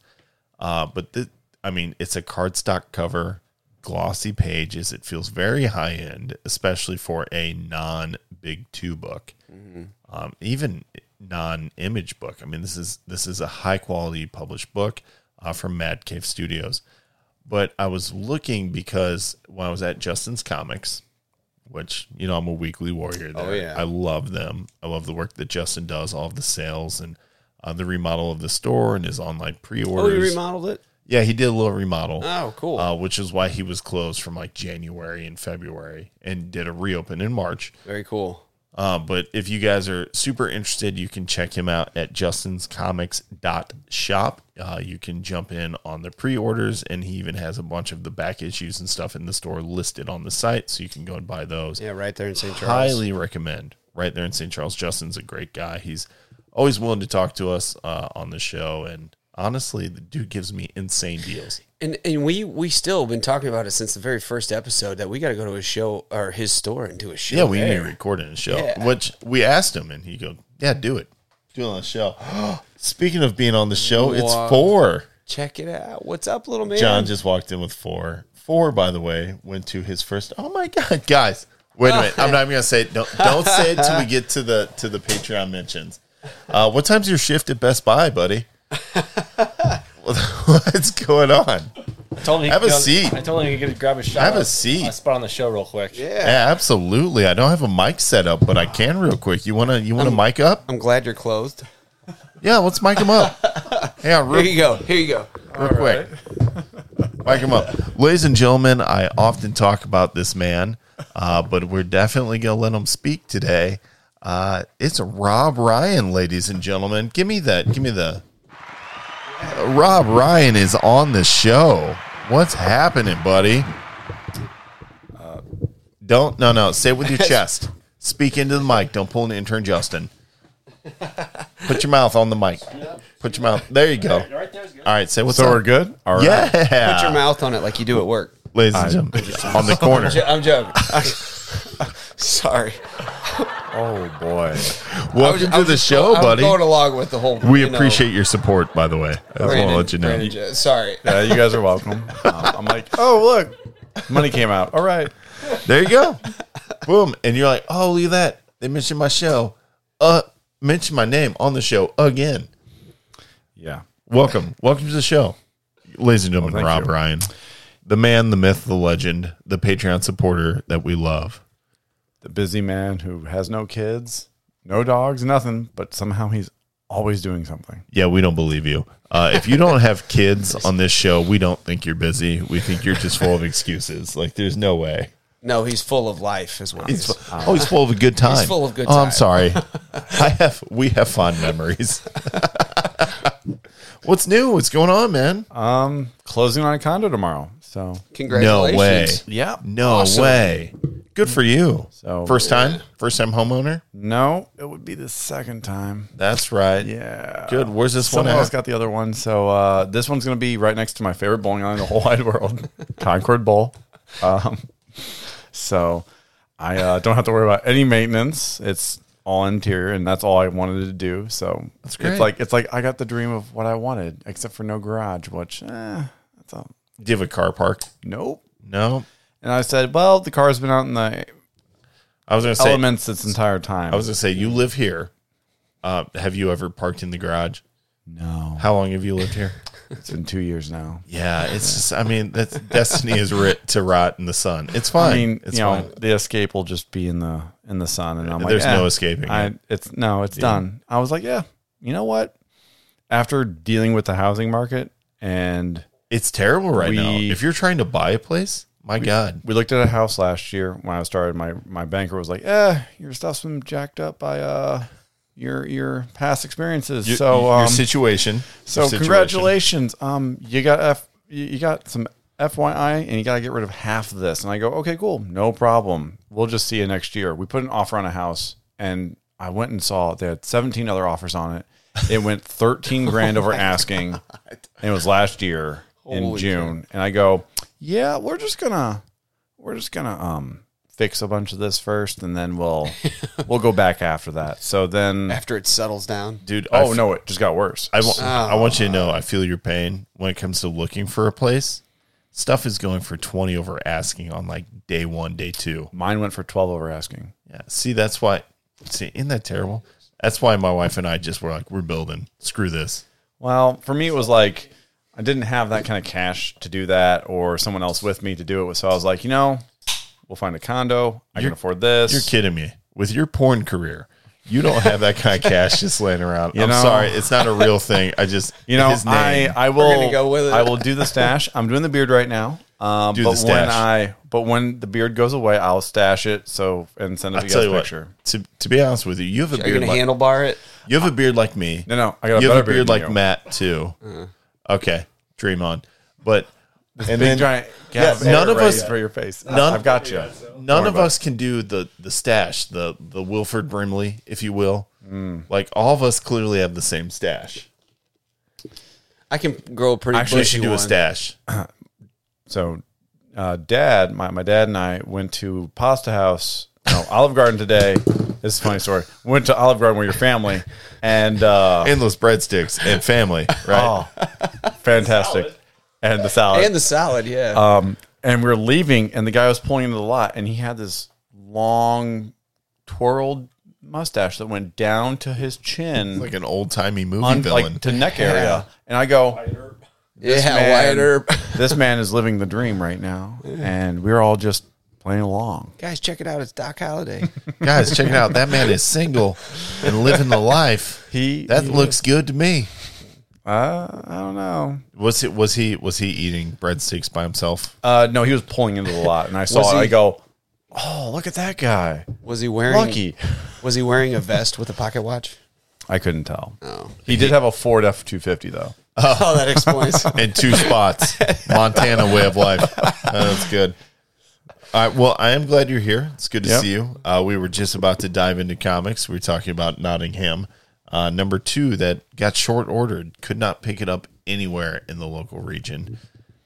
[SPEAKER 1] Uh, but the, I mean, it's a cardstock cover, glossy pages. It feels very high end, especially for a non big two book, um, even non image book. I mean, this is this is a high quality published book uh, from Mad Cave Studios but I was looking because when I was at Justin's Comics, which you know I'm a weekly warrior. There.
[SPEAKER 6] Oh, yeah.
[SPEAKER 1] I love them. I love the work that Justin does, all of the sales and uh, the remodel of the store and his online
[SPEAKER 6] Oh, you
[SPEAKER 1] pre-orders.
[SPEAKER 6] remodeled it?
[SPEAKER 1] yeah, he did a little remodel.
[SPEAKER 6] Oh, cool.
[SPEAKER 1] Uh, which is why he was closed from like January and February and did a reopen in March.
[SPEAKER 6] Very cool.
[SPEAKER 1] Uh, but if you guys are super interested, you can check him out at justinscomics.shop. Uh, you can jump in on the pre orders, and he even has a bunch of the back issues and stuff in the store listed on the site. So you can go and buy those.
[SPEAKER 6] Yeah, right there in St. Charles.
[SPEAKER 1] Highly recommend right there in St. Charles. Justin's a great guy. He's always willing to talk to us uh, on the show. And honestly, the dude gives me insane deals.
[SPEAKER 6] And and we we still been talking about it since the very first episode that we got to go to his show or his store and do a show.
[SPEAKER 1] Yeah, we need
[SPEAKER 6] there.
[SPEAKER 1] to record it in a show, which we asked him, and he goes, "Yeah, do it, do it on the show." Speaking of being on the show, it's four.
[SPEAKER 6] check it out. What's up, little man?
[SPEAKER 1] John just walked in with four. Four, by the way, went to his first. Oh my god, guys! Wait a minute. I'm not even gonna say it. Don't don't say it till we get to the to the Patreon mentions. Uh, what time's your shift at Best Buy, buddy? What's going on?
[SPEAKER 7] I told him he
[SPEAKER 1] Have
[SPEAKER 7] could
[SPEAKER 1] a
[SPEAKER 7] go-
[SPEAKER 1] seat.
[SPEAKER 7] I told him he could grab a shot.
[SPEAKER 1] Have a seat.
[SPEAKER 7] A spot on the show real quick. Yeah.
[SPEAKER 1] Yeah, absolutely. I don't have a mic set up, but I can real quick. You wanna you wanna mic up?
[SPEAKER 6] I'm glad you're clothed.
[SPEAKER 1] Yeah, let's mic him up. Hang on, real
[SPEAKER 6] Here you go. Here you go.
[SPEAKER 1] real quick. Mic him up. Ladies and gentlemen, I often talk about this man, uh, but we're definitely going to let him speak today. Uh, it's Rob Ryan, ladies and gentlemen. Give me that. Give me the. Uh, Rob Ryan is on the show. What's happening, buddy?
[SPEAKER 7] Uh,
[SPEAKER 1] Don't. No, no. Say it with your chest. Speak into the mic. Don't pull an intern, Justin. Put your mouth on the mic. Put your mouth. There you go.
[SPEAKER 7] Right there's good.
[SPEAKER 1] All right, say what's
[SPEAKER 10] So
[SPEAKER 1] up.
[SPEAKER 10] we're good? All right.
[SPEAKER 1] Yeah.
[SPEAKER 6] Put
[SPEAKER 1] Ah.
[SPEAKER 6] your mouth on it like you do at work.
[SPEAKER 1] Ladies and gentlemen, on the corner.
[SPEAKER 6] Jo- I'm joking. Sorry.
[SPEAKER 10] Oh, boy.
[SPEAKER 1] Welcome to the show,
[SPEAKER 6] I'm
[SPEAKER 1] buddy.
[SPEAKER 6] going along with the whole.
[SPEAKER 1] we
[SPEAKER 6] you know,
[SPEAKER 1] appreciate your support, by the way. I just want
[SPEAKER 6] Brandon-
[SPEAKER 1] to let you know.
[SPEAKER 6] Brandon Jo- Sorry.
[SPEAKER 10] Yeah, you guys are welcome. Um, I'm like, oh, look. Money came out. All right.
[SPEAKER 1] There you go. Boom. And you're like, oh, look at that. They mentioned my show. Uh, mention my name on the show again.
[SPEAKER 10] Yeah.
[SPEAKER 1] Welcome. Welcome to the show. Ladies and
[SPEAKER 6] Oh,
[SPEAKER 1] gentlemen,
[SPEAKER 10] thank
[SPEAKER 1] Rob
[SPEAKER 10] you.
[SPEAKER 1] Ryan, the man, the myth, the legend, the Patreon supporter that we love.
[SPEAKER 10] The busy man who has no kids, no dogs, nothing, but somehow he's always doing something.
[SPEAKER 1] Yeah, we don't believe you. Uh, if you don't have kids on this show, we don't think you're busy. We think you're just full of excuses. Like, there's no way.
[SPEAKER 6] No, he's full of life as well.
[SPEAKER 1] He's, fu- oh, he's full of a good time.
[SPEAKER 6] full of good
[SPEAKER 1] Oh, I'm
[SPEAKER 6] time.
[SPEAKER 1] sorry. I have we have fond memories. What's new? What's going on, man?
[SPEAKER 10] Um, closing on a condo tomorrow. So,
[SPEAKER 1] No
[SPEAKER 6] Congratulations.
[SPEAKER 1] way.
[SPEAKER 10] yeah.
[SPEAKER 1] No way. Good for you.
[SPEAKER 10] So-
[SPEAKER 1] first time, first time homeowner.
[SPEAKER 10] No, it would be the second time.
[SPEAKER 1] That's right.
[SPEAKER 10] Yeah.
[SPEAKER 1] Good. Where's this one
[SPEAKER 10] Someone else
[SPEAKER 1] at?
[SPEAKER 10] got the other one. So uh, this one's going to be right next to my favorite bowling alley in the whole wide world, Concord Bowl. Um, so I uh, don't have to worry about any maintenance. It's all interior, and that's all I wanted to do. So that's
[SPEAKER 1] great.
[SPEAKER 10] It's like it's like I got the dream of what I wanted, except for no garage, which eh, that's a
[SPEAKER 1] Do you have a car park?
[SPEAKER 10] nope.
[SPEAKER 1] No.
[SPEAKER 10] And I said, well, the car's been out in the
[SPEAKER 1] I was gonna say.
[SPEAKER 10] elements this entire time.
[SPEAKER 1] I was gonna say you live here. Uh, have you ever parked in the garage?
[SPEAKER 10] no,
[SPEAKER 1] How long have you lived here?
[SPEAKER 10] it's been two years now.
[SPEAKER 1] Yeah, it's just. I mean, that's destiny is writ to rot in the sun. It's fine.
[SPEAKER 10] I mean,
[SPEAKER 1] it's
[SPEAKER 10] you know,
[SPEAKER 1] fine.
[SPEAKER 10] the escape will just be in the in the sun, and I'm like,
[SPEAKER 1] There's
[SPEAKER 10] eh,
[SPEAKER 1] no escaping
[SPEAKER 10] I,
[SPEAKER 1] it.
[SPEAKER 10] it's no, it's done. I was like, yeah, you know what? After dealing with the housing market, and
[SPEAKER 1] It's terrible right now.
[SPEAKER 10] We-
[SPEAKER 1] If you're trying to buy a place, my God,
[SPEAKER 10] we looked at a house last year when I started. My my banker was like, eh, your stuff's been jacked up by uh your your past experiences.
[SPEAKER 1] Your-
[SPEAKER 10] so um,
[SPEAKER 1] your situation.
[SPEAKER 10] so
[SPEAKER 1] your situation.
[SPEAKER 10] congratulations, um, you got f you you got some. FYI, and you got to get rid of half of this. And I go, okay, cool, no problem. We'll just see you next year. We put an offer on a house, and I went and saw they had 17 other offers on it. It went 13 grand
[SPEAKER 1] Oh
[SPEAKER 10] over asking, and it was last year in June. And I go, yeah, we're just gonna, we're just gonna um fix a bunch of this first, and then we'll we'll go back after that. So then,
[SPEAKER 6] After it settles down.
[SPEAKER 1] dude. I
[SPEAKER 10] oh
[SPEAKER 1] f-
[SPEAKER 10] no, it just got worse.
[SPEAKER 1] I want. I want you to know. I feel your pain when it comes to looking for a place. Stuff is going for twenty over asking on like day one, day two.
[SPEAKER 10] Mine went for 12 over asking.
[SPEAKER 1] Yeah. See, that's why. See, isn't that terrible? That's why my wife and I just were like, we're building. Screw this.
[SPEAKER 10] Well, for me, it was like I didn't have that kind of cash to do that, or someone else with me to do it. So I was like, you know, we'll find a condo. I
[SPEAKER 1] You're-
[SPEAKER 10] can afford this.
[SPEAKER 1] You're kidding me. With your porn career, you don't have that kind of cash just laying around.
[SPEAKER 10] You
[SPEAKER 1] I'm
[SPEAKER 10] know-
[SPEAKER 1] sorry, it's not a real thing. I just,
[SPEAKER 10] You know,
[SPEAKER 1] his
[SPEAKER 10] I
[SPEAKER 1] name.
[SPEAKER 10] I will
[SPEAKER 6] gonna go with it.
[SPEAKER 10] I will do the stash. I'm doing the beard right now. Um,
[SPEAKER 1] Do
[SPEAKER 10] but
[SPEAKER 1] the
[SPEAKER 10] when
[SPEAKER 1] stash.
[SPEAKER 10] I but when the beard goes away, I'll stash it. So and send it
[SPEAKER 1] I'll
[SPEAKER 10] to you guys
[SPEAKER 1] tell
[SPEAKER 10] a
[SPEAKER 1] you
[SPEAKER 10] picture.
[SPEAKER 1] what. To, to be honest with you, you have a
[SPEAKER 6] Are
[SPEAKER 1] beard.
[SPEAKER 6] you gonna
[SPEAKER 1] Like,
[SPEAKER 6] handlebar it?
[SPEAKER 1] you have a beard like me.
[SPEAKER 10] No, no, I got a
[SPEAKER 1] you
[SPEAKER 10] better
[SPEAKER 1] have a beard
[SPEAKER 10] beard than
[SPEAKER 1] like
[SPEAKER 10] you.
[SPEAKER 1] Matt too.
[SPEAKER 6] Uh.
[SPEAKER 1] Okay, dream on. But and
[SPEAKER 10] Big
[SPEAKER 1] then
[SPEAKER 10] giant gap
[SPEAKER 1] Yeah, none
[SPEAKER 10] hair
[SPEAKER 1] of us-
[SPEAKER 10] raised for your face.
[SPEAKER 1] none-
[SPEAKER 10] I've got you.
[SPEAKER 1] none of us can do the the stash, the the Wilford Brimley, if you will.
[SPEAKER 10] Mm.
[SPEAKER 1] Like all of us clearly have the same stash.
[SPEAKER 6] I can grow a pretty
[SPEAKER 10] Actually,
[SPEAKER 1] We
[SPEAKER 10] Bushy
[SPEAKER 1] should
[SPEAKER 6] bushy
[SPEAKER 1] do
[SPEAKER 6] one.
[SPEAKER 1] a stash.
[SPEAKER 10] so uh, dad my, my dad and i went to pasta house no olive garden today this is a funny story went to olive garden with your family and uh,
[SPEAKER 1] Endless breadsticks and family, right?
[SPEAKER 10] oh fantastic and the salad Um,
[SPEAKER 6] And the salad, yeah.
[SPEAKER 1] Uh,
[SPEAKER 10] and we were leaving, and the guy was pulling into the lot, and he had this long, twirled mustache that went down to his chin,
[SPEAKER 1] Like an old timey movie
[SPEAKER 10] un-
[SPEAKER 1] villain.
[SPEAKER 10] like to neck area. And I go,
[SPEAKER 6] yeah,
[SPEAKER 10] man-
[SPEAKER 6] white herb.
[SPEAKER 10] this man is living the dream right now, and we are all just playing along.
[SPEAKER 6] Guys, check it out. It's Doc Holliday.
[SPEAKER 1] Guys, check it out. That man is single and living the life.
[SPEAKER 10] He-
[SPEAKER 1] that looks good to me.
[SPEAKER 10] Uh, I don't know.
[SPEAKER 1] Was it was he was he eating breadsticks by himself?
[SPEAKER 10] Uh, no, he was pulling into the lot, and I saw
[SPEAKER 6] Was
[SPEAKER 10] it. I
[SPEAKER 6] he-
[SPEAKER 10] go, "Oh, look at that guy,
[SPEAKER 6] Was he wearing
[SPEAKER 10] lucky."
[SPEAKER 6] Was he wearing a vest with a pocket watch?
[SPEAKER 10] I couldn't tell.
[SPEAKER 6] Oh.
[SPEAKER 10] He did have a Ford F two fifty though.
[SPEAKER 6] Oh, that explains.
[SPEAKER 1] in two spots. Montana way of life. That's good. All right. Well, I am glad you're here. It's good to
[SPEAKER 10] Yep.
[SPEAKER 1] see you. Uh, we were just about to dive into comics. We were talking about Nottingham. Uh, number two, that got short ordered, could not pick it up anywhere in the local region,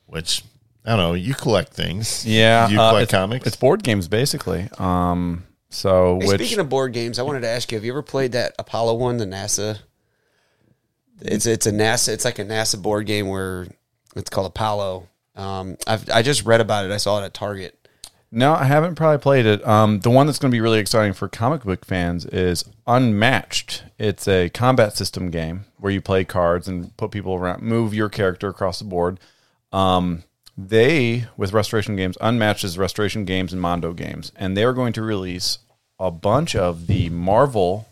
[SPEAKER 1] which I don't know. You collect things.
[SPEAKER 10] Yeah,
[SPEAKER 1] You
[SPEAKER 10] uh,
[SPEAKER 1] collect
[SPEAKER 10] it's-
[SPEAKER 1] comics.
[SPEAKER 10] It's board games basically. Um, so
[SPEAKER 6] Hey,
[SPEAKER 10] which
[SPEAKER 6] Speaking of board games, I wanted to ask you: Have you ever played that Apollo one, the NASA? It's it's a NASA. It's like a NASA board game where it's called Apollo. Um, I've I just read about it. I saw it at Target.
[SPEAKER 10] no, I haven't probably played it. Um, the one that's going to be really exciting for comic book fans is Unmatched. It's a combat system game where you play cards and put people around, move your character across the board. Um, they with Restoration Games, Unmatched is Restoration Games and Mondo Games, and they are going to release a bunch of the Marvel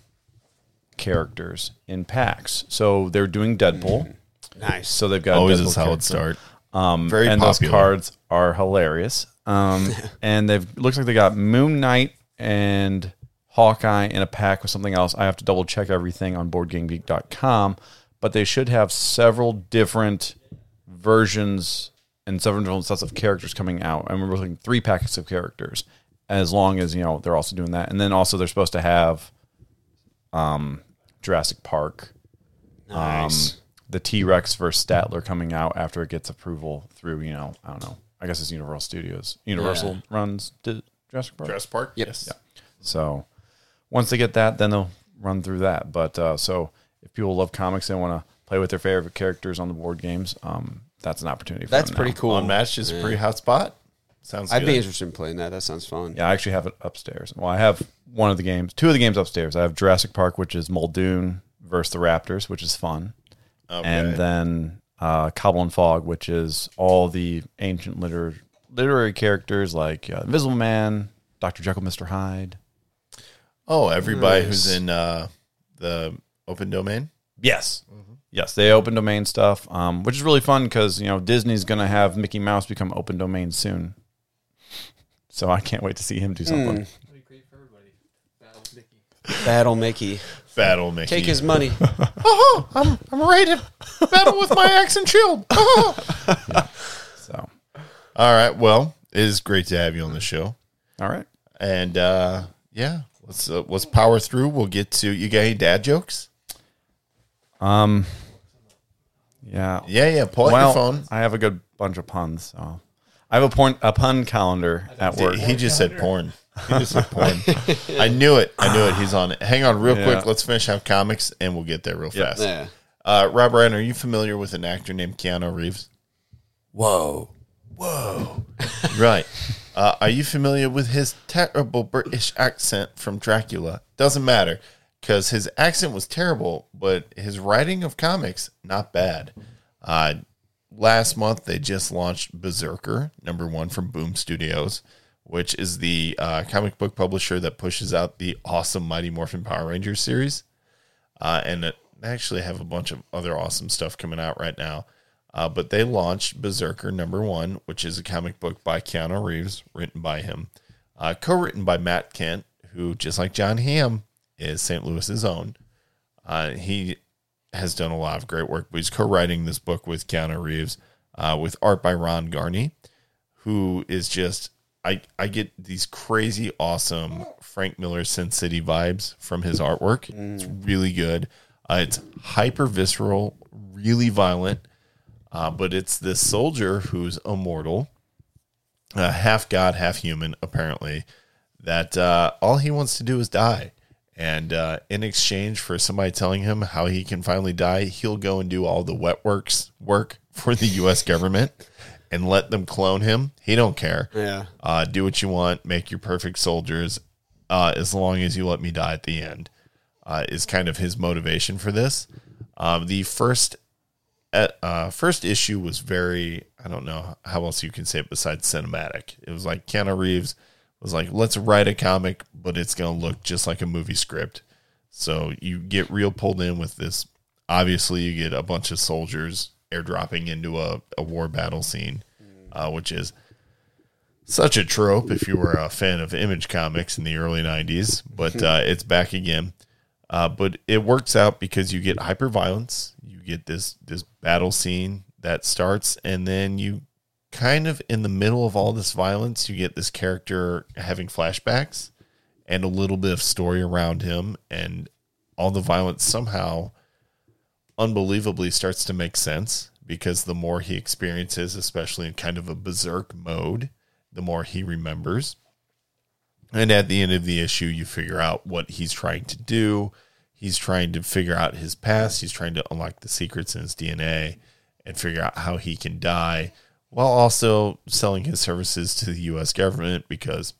[SPEAKER 10] characters in packs. So they're doing Deadpool.
[SPEAKER 6] Nice.
[SPEAKER 10] So they've got
[SPEAKER 1] Always
[SPEAKER 10] Deadpool
[SPEAKER 1] is how it
[SPEAKER 10] character.
[SPEAKER 1] start.
[SPEAKER 10] Um,
[SPEAKER 1] Very
[SPEAKER 10] and those
[SPEAKER 1] popular.
[SPEAKER 10] cards are hilarious. Um, and they've looks like they got Moon Knight and Hawkeye in a pack with something else. I have to double check everything on BoardGameGeek.com, but they should have several different versions and several different sets of characters coming out. And we're looking at three packets of characters, as long as you know they're also doing that. And then also they're supposed to have um, Jurassic Park Um,
[SPEAKER 6] nice.
[SPEAKER 10] the T Rex versus Statler coming out after it gets approval through, you know, I don't know. I guess it's Universal Studios. Universal runs di- Jurassic Park.
[SPEAKER 1] Jurassic Park. Yes.
[SPEAKER 10] So once they get that, then they'll run through that. But uh, so if people love comics and want to play with their favorite characters on the board games, um, that's an opportunity for
[SPEAKER 1] Oh,
[SPEAKER 6] That's
[SPEAKER 10] them
[SPEAKER 6] pretty
[SPEAKER 10] now.
[SPEAKER 6] cool.
[SPEAKER 1] Unmatched is a pretty hot spot. Sounds.
[SPEAKER 6] I'd
[SPEAKER 1] good.
[SPEAKER 6] be interested in playing that. That sounds fun.
[SPEAKER 10] Yeah, I actually have it upstairs. Well, I have one of the games, two of the games upstairs. I have Jurassic Park, which is Muldoon versus the Raptors, which is fun. And then uh, Cobble and Fog, which is all the ancient liter- literary characters like uh, Invisible Man, Dr. Jekyll, Mr. Hyde.
[SPEAKER 1] Oh, everybody who's in uh, the open domain.
[SPEAKER 10] Yes. Yes, they open domain stuff, um, which is really fun because, you know, Disney's going to have Mickey Mouse become open domain soon. So I can't wait to see him do something.
[SPEAKER 6] Battle Mickey.
[SPEAKER 1] Battle Mickey.
[SPEAKER 6] Take his money.
[SPEAKER 1] I'm ready to battle with my axe and shield. All
[SPEAKER 10] So,
[SPEAKER 1] right. Well, it is great to have you on the show.
[SPEAKER 10] all right.
[SPEAKER 1] And uh, yeah, let's uh, let's power through. We'll get to you. Got any dad jokes?
[SPEAKER 10] Um, yeah.
[SPEAKER 1] Yeah, yeah. Pull out your phone.
[SPEAKER 10] I have a good bunch of puns. So I have a porn a pun calendar at work.
[SPEAKER 1] He just said porn. He just said porn. I knew it. I knew it. He's on it. Hang on, real
[SPEAKER 10] Yeah.
[SPEAKER 1] quick. Let's finish out comics, and we'll get there real
[SPEAKER 10] Yeah.
[SPEAKER 1] fast.
[SPEAKER 6] yeah.
[SPEAKER 1] Uh, Rob Ryan, are you familiar with an actor named Keanu Reeves?
[SPEAKER 6] Whoa.
[SPEAKER 1] Right. Uh, are you familiar with his terrible British accent from Dracula? Doesn't matter because his accent was terrible, but his writing of comics, not bad. Uh, last month, they just launched Berserker, number one from Boom Studios, which is the uh, comic book publisher that pushes out the awesome Mighty Morphin Power Rangers series. Uh, and it, they actually have a bunch of other awesome stuff coming out right now. Uh, but they launched Berserker number one, which is a comic book by Keanu Reeves, written by him, uh, co written by Matt Kent, who, just like John Hamm, is St. Louis's own. Uh, he has done a lot of great work, but he's co writing this book with Keanu Reeves, uh, with art by Ron Garney who is just I I get these crazy awesome Frank Miller Sin City vibes from his artwork. It's really good. Uh, it's hyper visceral, really violent, uh, but it's this soldier who's immortal, uh, half god, half human, apparently. That uh, all he wants to do is die, and uh, in exchange for somebody telling him how he can finally die, he'll go and do all the wet works work for the U.S. government and let them clone him. He don't care.
[SPEAKER 6] Yeah.
[SPEAKER 1] Uh, do what you want. Make your perfect soldiers, uh, as long as you let me die at the end. Uh, is kind of his motivation for this. Um, the first uh, uh, first issue was very I don't know how else you can say it besides cinematic. It was like Keanu Reeves was like, let's write a comic, but it's gonna look just like a movie script. So you get real pulled in with this. Obviously, you get a bunch of soldiers airdropping into a, a war battle scene, uh, which is such a trope if you were a fan of image comics in the early 90s but uh, it's back again uh, but it works out because you get hyper violence you get this this battle scene that starts and then you kind of in the middle of all this violence you get this character having flashbacks and a little bit of story around him and all the violence somehow unbelievably starts to make sense because the more he experiences, especially in kind of a berserk mode, the more he remembers. And at the end of the issue, you figure out what he's trying to do. He's trying to figure out his past. He's trying to unlock the secrets in his DNA and figure out how he can die while also selling his services to the U.S. government because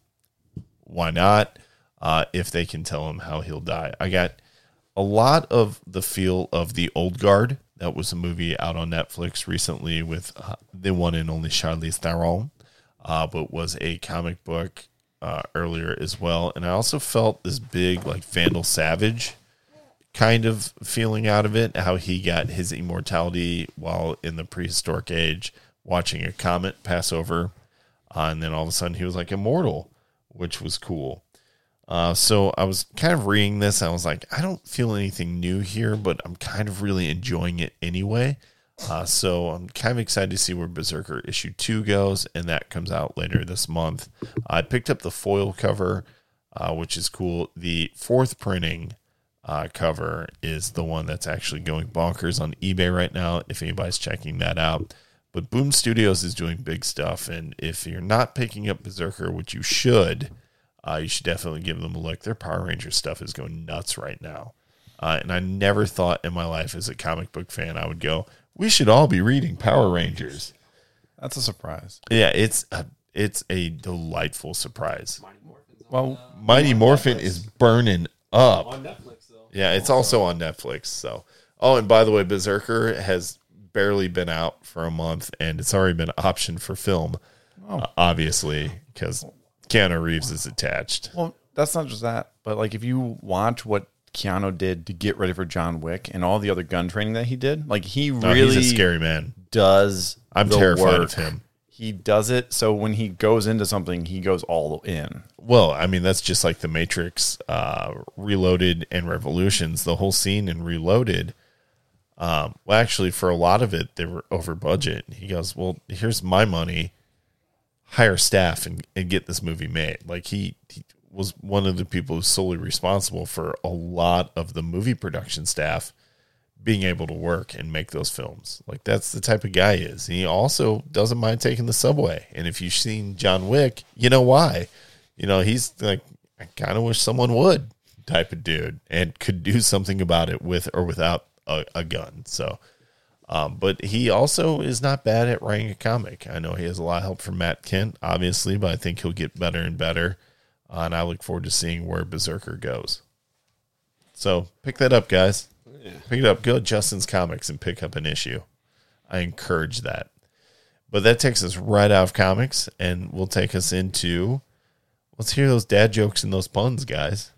[SPEAKER 1] why not? Uh, if they can tell him how he'll die. I got a lot of the feel of The Old Guard. That was a movie out on Netflix recently with uh, the one and only Charlize Theron uh, but was a comic book uh, earlier as well. And I also felt this big like Vandal Savage kind of feeling out of it, how he got his immortality while in the prehistoric age, watching a comet pass over, uh, and then all of a sudden he was like immortal, which was cool. Uh, so I was kind of reading this. And I was like, I don't feel anything new here, but I'm kind of really enjoying it anyway. Uh, so I'm kind of excited to see where Berserker issue two goes, and that comes out later this month. I picked up the foil cover, uh, which is cool. The fourth printing uh, cover is the one that's actually going bonkers on eBay right now. If anybody's checking that out, but Boom Studios is doing big stuff, and if you're not picking up Berserker, which you should, uh, you should definitely give them a look. Their Power Ranger stuff is going nuts right now. Uh, and I never thought in my life as a comic book fan I would go, we should all be reading Power Rangers.
[SPEAKER 10] That's a surprise.
[SPEAKER 1] Yeah, it's a, it's a delightful surprise.
[SPEAKER 10] Well,
[SPEAKER 1] Mighty Morphin is burning up. On Netflix, though. Yeah, it's also on Netflix. So, oh, and by the way, Berserker has barely been out for a month, and it's already been optioned for film,
[SPEAKER 10] Oh.
[SPEAKER 1] uh, obviously, because Keanu Reeves is attached.
[SPEAKER 10] Well, that's not just that, but like if you watch what Keanu did to get ready for John Wick and all the other gun training that he did, like he
[SPEAKER 1] No,
[SPEAKER 10] really
[SPEAKER 1] he's a scary man.
[SPEAKER 10] does.
[SPEAKER 1] I'm
[SPEAKER 10] the
[SPEAKER 1] terrified
[SPEAKER 10] work.
[SPEAKER 1] of him.
[SPEAKER 10] He does it so when he goes into something, he goes all in.
[SPEAKER 1] Well, I mean, that's just like the Matrix, uh, Reloaded, and Revolutions. The whole scene in Reloaded. Um, well, actually, for a lot of it, they were over budget. He goes, "Well, here's my money. Hire staff and, and get this movie made." Like he, he was one of the people who's solely responsible for a lot of the movie production staff being able to work and make those films. Like that's the type of guy he is. He also doesn't mind taking the subway. And if you've seen John Wick, you know why. You know, he's like I kind of wish someone would type of dude and could do something about it with or without a, a gun. So um, but he also is not bad at writing a comic. I know he has a lot of help from Matt Kent, obviously, but I think he'll get better and better. Uh, and I look forward to seeing where Berserker goes. So pick that up, guys. Pick it up. Go to Justin's Comics and pick up an issue. I encourage that. But that takes us right out of comics and will take us into let's hear those dad jokes and those puns, guys.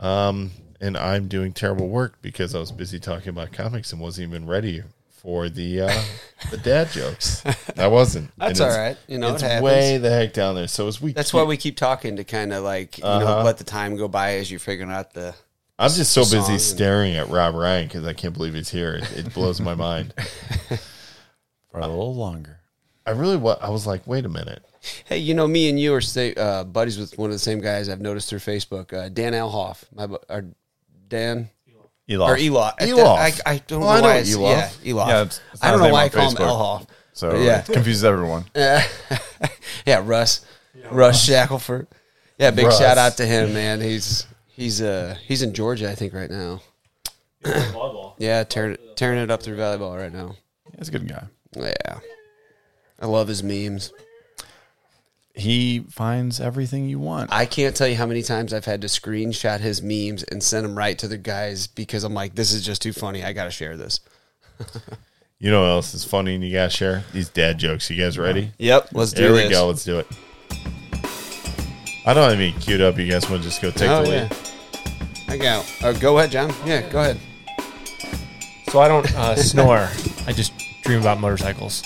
[SPEAKER 1] Um, and I'm doing terrible work because I was busy talking about comics and wasn't even ready for the uh, the dad jokes. I wasn't.
[SPEAKER 6] That's
[SPEAKER 1] And it's-
[SPEAKER 6] all right. You know, it
[SPEAKER 1] it's
[SPEAKER 6] happens.
[SPEAKER 1] way the heck down there. So as we
[SPEAKER 6] That's
[SPEAKER 1] keep-
[SPEAKER 6] why we keep talking to kind of like you
[SPEAKER 10] Uh-huh.
[SPEAKER 6] know let the time go by as you're figuring out the.
[SPEAKER 1] I'm just so
[SPEAKER 6] song
[SPEAKER 1] busy
[SPEAKER 6] and-
[SPEAKER 1] staring at Rob Ryan because I can't believe he's here. It, it blows my mind.
[SPEAKER 10] For
[SPEAKER 1] Uh,
[SPEAKER 10] a little longer.
[SPEAKER 1] I really wa- I was like, wait a minute.
[SPEAKER 6] Hey, you know me and you are stay, uh, buddies with one of the same guys I've noticed through Facebook, uh, Dan Elhoff. My bu- or Dan
[SPEAKER 10] Elof.
[SPEAKER 6] or Elof.
[SPEAKER 1] Elof.
[SPEAKER 6] I, I don't
[SPEAKER 10] Oh,
[SPEAKER 1] Well, I
[SPEAKER 6] know why.
[SPEAKER 1] know
[SPEAKER 6] I s-
[SPEAKER 1] Elof.
[SPEAKER 6] Yeah, Elof.
[SPEAKER 10] Yeah, it's- it's
[SPEAKER 6] I don't
[SPEAKER 10] not his
[SPEAKER 6] know
[SPEAKER 10] name
[SPEAKER 6] why
[SPEAKER 10] on
[SPEAKER 6] I call him
[SPEAKER 10] Facebook.
[SPEAKER 6] Elhoff.
[SPEAKER 10] So
[SPEAKER 6] Yeah.
[SPEAKER 10] it confuses everyone.
[SPEAKER 6] yeah, Russ. Russ Shackelford. Yeah, big
[SPEAKER 1] Russ.
[SPEAKER 6] shout out to him, man. He's he's uh he's in Georgia, I think, right now. yeah, tearing tearing it up through volleyball right now.
[SPEAKER 10] He's a good guy.
[SPEAKER 6] Yeah, I love his memes.
[SPEAKER 10] He finds everything you want.
[SPEAKER 6] I can't tell you how many times I've had to screenshot his memes and send them right to the guys because I'm like, this is just too funny. I got to share this.
[SPEAKER 1] You know what else is funny and you guys share? These dad jokes. You guys ready?
[SPEAKER 6] Yep, let's do
[SPEAKER 1] Here
[SPEAKER 6] this.
[SPEAKER 1] we go. Let's do it. I don't have any queued up. You guys want to just go take
[SPEAKER 6] Oh,
[SPEAKER 1] the
[SPEAKER 6] yeah.
[SPEAKER 1] lead?
[SPEAKER 6] I go. Oh, go ahead, John. Yeah, go ahead.
[SPEAKER 5] So I don't uh, snore. I just dream about motorcycles.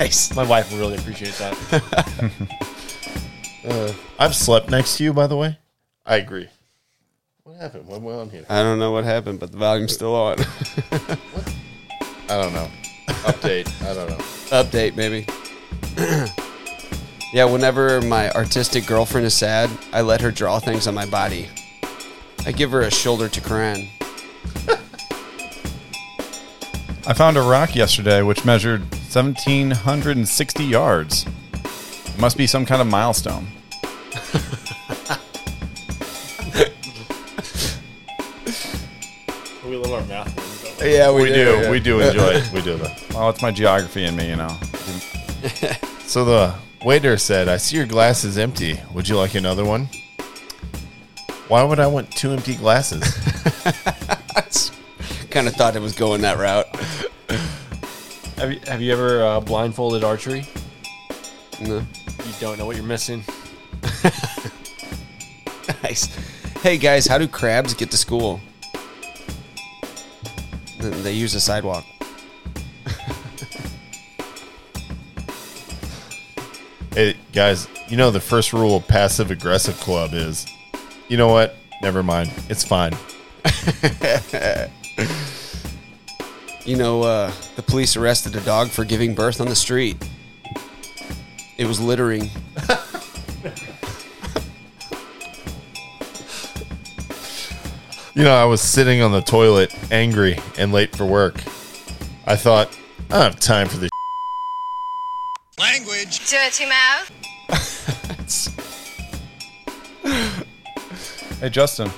[SPEAKER 6] Nice.
[SPEAKER 5] My wife will really appreciate that.
[SPEAKER 1] I've slept next to you, by the way. I agree. What happened? What went on here?
[SPEAKER 6] I don't know what happened, but the volume's still on.
[SPEAKER 1] I don't know. Update. I don't know.
[SPEAKER 6] Update, baby. yeah, whenever my artistic girlfriend is sad, I let her draw things on my body. I give her a shoulder to cry on.
[SPEAKER 10] I found a rock yesterday which measured 1,760 yards. It must be some kind of milestone.
[SPEAKER 5] We love our math.
[SPEAKER 6] Yeah,
[SPEAKER 1] We do. We do enjoy it. We do that.
[SPEAKER 10] Well, it's my geography in me, you know.
[SPEAKER 1] So the waiter said, I see your glass is empty. Would you like another one? Why would I want two empty glasses?
[SPEAKER 6] Kind of thought it was going that route.
[SPEAKER 7] Have you, have you ever uh, blindfolded archery?
[SPEAKER 6] No.
[SPEAKER 7] You don't know what you're missing.
[SPEAKER 6] Nice. Hey guys, how do crabs get to school? They- They use a sidewalk.
[SPEAKER 1] Hey, guys, you know the first rule of passive aggressive club is you know what? Never mind. It's fine.
[SPEAKER 6] You know, uh, the police arrested a dog for giving birth on the street. It was littering.
[SPEAKER 1] You know, I was sitting on the toilet, angry and late for work. I thought, I don't have time for this.
[SPEAKER 2] Dirty mouth.
[SPEAKER 10] Hey, Justin.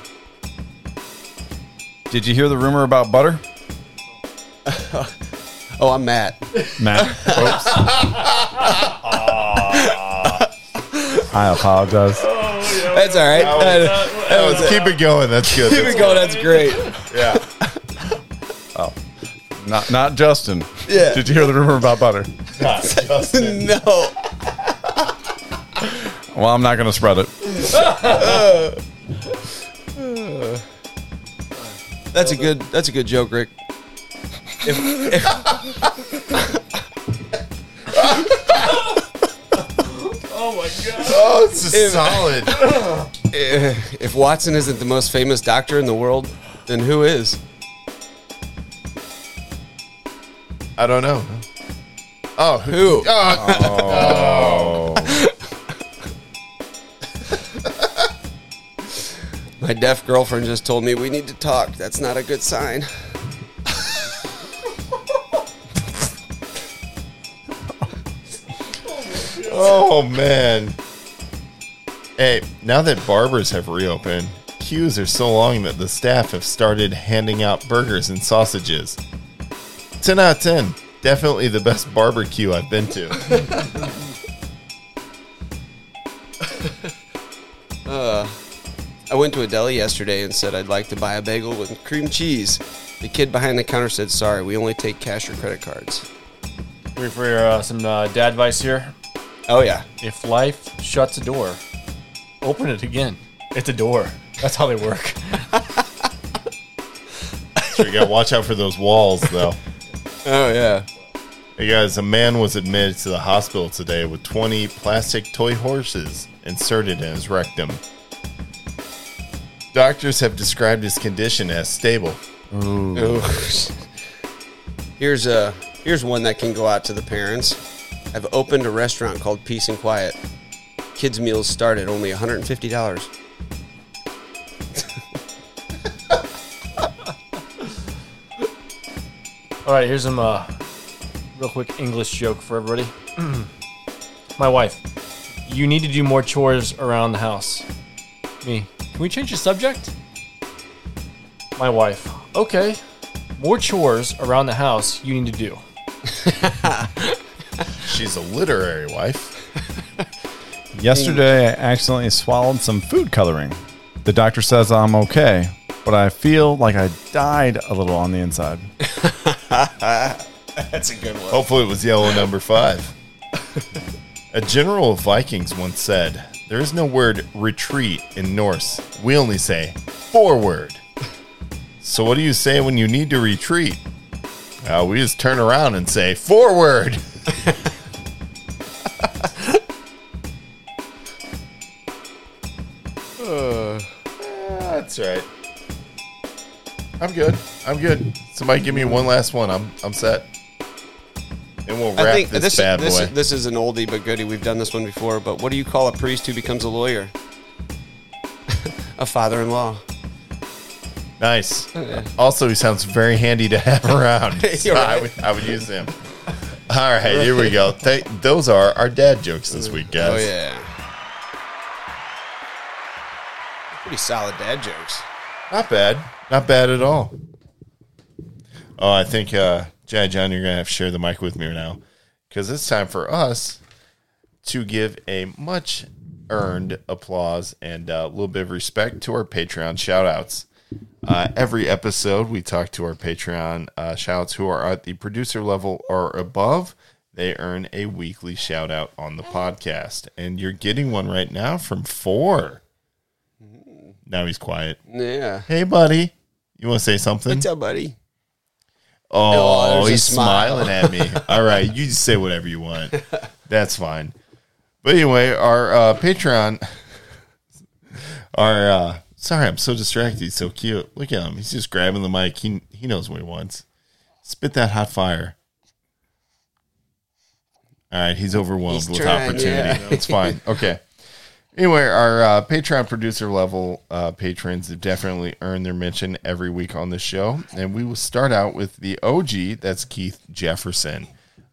[SPEAKER 10] Did you hear the rumor about butter?
[SPEAKER 6] Oh, I'm Matt.
[SPEAKER 10] Matt. Oops. I apologize.
[SPEAKER 6] That's all right. That-
[SPEAKER 1] Let's keep it going. That's good.
[SPEAKER 6] Here we go. That's great.
[SPEAKER 1] Yeah.
[SPEAKER 10] Not not Justin.
[SPEAKER 6] Yeah.
[SPEAKER 10] Did you hear the rumor about butter?
[SPEAKER 6] No.
[SPEAKER 10] Well, I'm not going to spread it.
[SPEAKER 6] That's a good. That's a good joke, Rick.
[SPEAKER 1] Oh, this is solid.
[SPEAKER 6] If Watson isn't the most famous doctor in the world, then who is?
[SPEAKER 1] I don't know. Oh, who?
[SPEAKER 6] Who?
[SPEAKER 1] oh,
[SPEAKER 6] Oh. My deaf girlfriend just told me we need to talk. That's not a good sign.
[SPEAKER 1] oh, man. Hey, now that barbers have reopened, queues are so long that the staff have started handing out burgers and sausages. 10 out of 10. Definitely the best barbecue I've been to.
[SPEAKER 6] I went to a deli yesterday and said I'd like to buy a bagel with cream cheese. The kid behind the counter said, "Sorry, we only take cash or credit cards."
[SPEAKER 7] Ready for your, uh, some uh, dad advice here?
[SPEAKER 6] Oh yeah.
[SPEAKER 7] If life shuts a door, open it again. It's a door. That's how they work.
[SPEAKER 1] So you gotta watch out for those walls, though.
[SPEAKER 6] Oh yeah.
[SPEAKER 1] Hey guys, a man was admitted to the hospital today with 20 plastic toy horses inserted in his rectum. Doctors have described his condition as stable.
[SPEAKER 6] here's a here's one that can go out to the parents. I've opened a restaurant called Peace and Quiet. Kids meals start at only $150.
[SPEAKER 7] All right, here's some uh, real quick English joke for everybody. My wife, you need to do more chores around the house. Me, can we change the subject? My wife, okay, more chores around the house you need to do.
[SPEAKER 1] She's a literary wife.
[SPEAKER 10] Yesterday, I accidentally swallowed some food coloring. The doctor says I'm okay, but I feel like I died a little on the inside.
[SPEAKER 6] That's a good one.
[SPEAKER 1] Hopefully, it was yellow number five. A general of Vikings once said, There is no word retreat in Norse. We only say forward. So, what do you say when you need to retreat? Uh, we just turn around and say forward. Uh, That's right. I'm good. I'm good. Somebody give me one last one. I'm I'm set. And we'll wrap
[SPEAKER 6] I think
[SPEAKER 1] this,
[SPEAKER 6] this,
[SPEAKER 1] bad
[SPEAKER 6] this,
[SPEAKER 1] boy.
[SPEAKER 6] this is an oldie but goodie. We've done this one before, Oh, but what do you call a priest who becomes a lawyer? a father in law.
[SPEAKER 1] Nice. Also, he sounds very handy to have around. So I, would, I would use him. All right, here we go. Th- those are our dad jokes this week, guys.
[SPEAKER 6] Oh yeah. Pretty solid dad jokes.
[SPEAKER 1] Not bad. Not bad at all. Oh, I think, uh, Jai John, you're going to have to share the mic with me now because it's time for us to give a much earned applause and uh, a little bit of respect to our Patreon shout outs. Uh, every episode, we talk to our Patreon uh, shout outs who are at the producer level or above. They earn a weekly shout out on the podcast. And you're getting one right now from four. Now he's quiet.
[SPEAKER 6] Yeah.
[SPEAKER 1] Hey, buddy, you want to say something?
[SPEAKER 6] What's up, buddy?
[SPEAKER 1] Oh,
[SPEAKER 6] No, there's a
[SPEAKER 1] he's
[SPEAKER 6] smile.
[SPEAKER 1] smiling at me. All right, you just say whatever you want. That's fine. But anyway, our uh, Patreon, our uh, sorry, I'm so distracted. He's so cute. Look at him. He's just grabbing the mic. He he knows what he wants. Spit that hot fire. All right, he's overwhelmed
[SPEAKER 6] He's
[SPEAKER 1] with
[SPEAKER 6] trying,
[SPEAKER 1] opportunity.
[SPEAKER 6] yeah.
[SPEAKER 1] It's fine. Okay. Anyway, our uh, Patreon producer level uh, patrons have definitely earned their mention every week on the show. And we will start out with the OG, that's Keith Jefferson.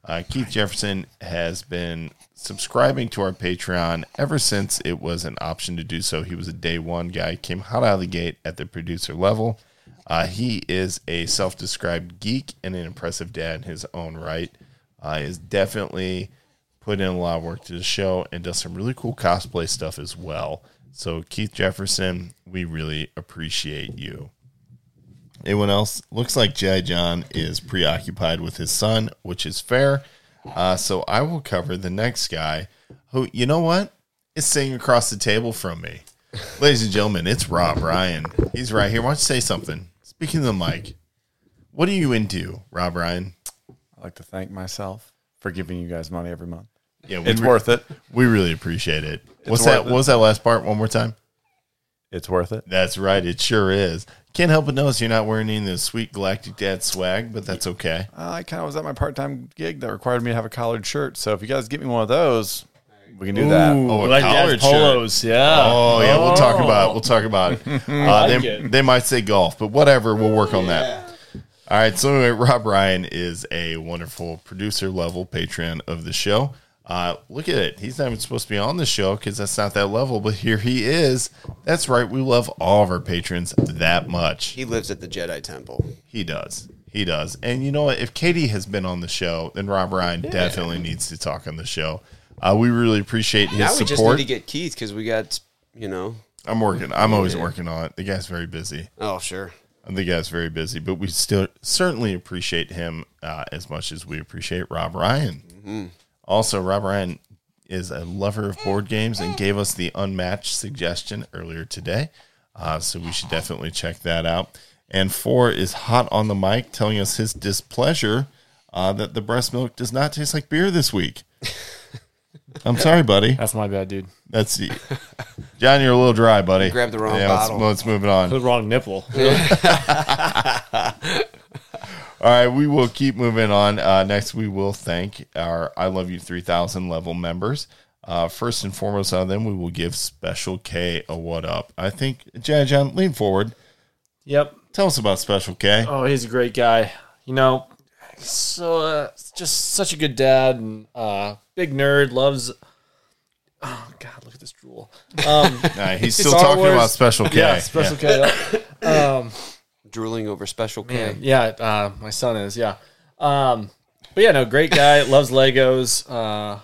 [SPEAKER 1] Uh, Keith Jefferson has been subscribing to our Patreon ever since it was an option to do so. He was a day one guy, came hot out of the gate at the producer level. Uh, he is a self described geek and an impressive dad in his own right. Uh, he is definitely put in a lot of work to the show and does some really cool cosplay stuff as well. So Keith Jefferson, we really appreciate you. Anyone else? Looks like Jai John is preoccupied with his son, which is fair. Uh, so I will cover the next guy who, you know what, is sitting across the table from me. Ladies and gentlemen, it's Rob Ryan. He's right here. Why don't you say something? Speaking of the mic, what are you into, Rob Ryan?
[SPEAKER 10] I'd like to thank myself for giving you guys money every month.
[SPEAKER 1] Yeah, we
[SPEAKER 10] It's
[SPEAKER 1] re-
[SPEAKER 10] worth it.
[SPEAKER 1] We really appreciate it. What's that?
[SPEAKER 10] worth it.
[SPEAKER 1] What was that last part? One more time.
[SPEAKER 10] It's worth it.
[SPEAKER 1] That's right. It sure is. Can't help but notice you're not wearing any of the sweet Galactic Dad swag, but that's okay.
[SPEAKER 10] Uh, I kind of was at my part time gig that required me to have a collared shirt. So if you guys get me one of those, we can do that.
[SPEAKER 5] Ooh,
[SPEAKER 1] Oh, a
[SPEAKER 5] like
[SPEAKER 1] collared
[SPEAKER 5] dad's polos. Yeah.
[SPEAKER 1] Oh yeah, we'll talk about it. We'll talk about it. Uh,
[SPEAKER 5] like
[SPEAKER 1] they,
[SPEAKER 5] it.
[SPEAKER 1] they might say golf, but whatever. We'll work on that. All right. So anyway, Rob Ryan is a wonderful producer level patron of the show. Uh, look at it. He's not even supposed to be on the show because that's not that level, but here he is. That's right. We love all of our patrons that much.
[SPEAKER 6] He lives at the Jedi Temple.
[SPEAKER 1] He does. He does. And you know what? If Katie has been on the show, then Rob Ryan definitely needs to talk on the show. Uh, we really appreciate his
[SPEAKER 6] now we just need
[SPEAKER 1] support.
[SPEAKER 6] to get Oh, Keith because we got, you know.
[SPEAKER 1] I'm working. I'm always working on it. The guy's very busy.
[SPEAKER 6] Oh sure.
[SPEAKER 1] The guy's very busy, but we still certainly appreciate him uh, as much as we appreciate Rob Ryan.
[SPEAKER 6] Mm-hmm.
[SPEAKER 1] Also, Rob Ryan is a lover of board games and gave us the unmatched suggestion earlier today. Uh, so we should definitely check that out. And four is hot on the mic, telling us his displeasure uh, that the breast milk does not taste like beer this week. I'm sorry, buddy.
[SPEAKER 7] That's my bad, dude.
[SPEAKER 1] That's John. You're a little dry, buddy.
[SPEAKER 6] grabbed the wrong
[SPEAKER 1] let's-
[SPEAKER 6] bottle.
[SPEAKER 1] Let's, move it on.
[SPEAKER 7] The wrong nipple.
[SPEAKER 1] All right, we will keep moving on. Uh, next, we will thank our I Love You 3000 level members. Uh, first and foremost, on them, we will give Special K a what up. I think, John, John, lean forward.
[SPEAKER 7] yep.
[SPEAKER 1] Tell us about Special K.
[SPEAKER 7] Oh, he's a great guy. You know, so uh, just such a good dad and uh, big nerd. Loves. Oh God, look at this drool. Um,
[SPEAKER 1] Uh, he's still
[SPEAKER 7] Star
[SPEAKER 1] talking
[SPEAKER 7] Wars-
[SPEAKER 1] about Special K.
[SPEAKER 7] yeah, special K.
[SPEAKER 6] Drooling over special K.
[SPEAKER 7] Yeah, uh, my son is. Yeah, um, but yeah, no, great guy. loves Legos. Uh,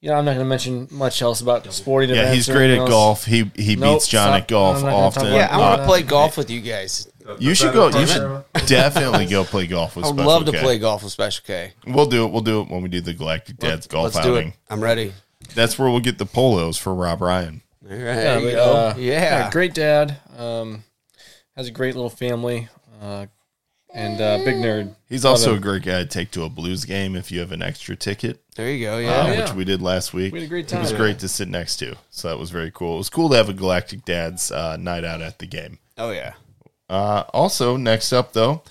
[SPEAKER 7] you know, I'm not going to mention much else about sporting
[SPEAKER 1] Yeah,
[SPEAKER 7] events.
[SPEAKER 1] he's
[SPEAKER 7] or
[SPEAKER 1] great
[SPEAKER 7] anything else.
[SPEAKER 1] at golf. He he
[SPEAKER 7] Nope,
[SPEAKER 1] beats John
[SPEAKER 7] stop.
[SPEAKER 1] at golf
[SPEAKER 7] I'm not gonna talk
[SPEAKER 1] often.
[SPEAKER 7] about
[SPEAKER 6] Yeah, I want
[SPEAKER 1] Uh,
[SPEAKER 6] to play golf with you guys.
[SPEAKER 1] you should go. You should definitely go play golf with.
[SPEAKER 6] I would
[SPEAKER 1] Special
[SPEAKER 6] love to
[SPEAKER 1] K.
[SPEAKER 6] play golf with Special K.
[SPEAKER 1] We'll do it. We'll do it when we do the Galactic Dad's golf
[SPEAKER 6] Let's do
[SPEAKER 1] outing.
[SPEAKER 6] it. I'm ready.
[SPEAKER 1] That's where we'll get the polos for Rob Ryan.
[SPEAKER 6] All right.
[SPEAKER 7] Yeah,
[SPEAKER 6] there you
[SPEAKER 7] but,
[SPEAKER 6] go.
[SPEAKER 7] uh,
[SPEAKER 6] yeah.
[SPEAKER 7] great dad. Um, has a great little family, uh, and uh, big nerd.
[SPEAKER 1] He's also a great guy to take to a blues game if you have an extra ticket,
[SPEAKER 6] There you go.
[SPEAKER 1] uh,
[SPEAKER 6] Yeah.
[SPEAKER 1] which we did last week.
[SPEAKER 7] Oh, We had a great
[SPEAKER 1] It was
[SPEAKER 7] time.
[SPEAKER 1] great to sit next to, so that was very cool. It was cool to have a Galactic Dad's uh, night out at the game.
[SPEAKER 6] Oh yeah.
[SPEAKER 1] Uh, also, next up though,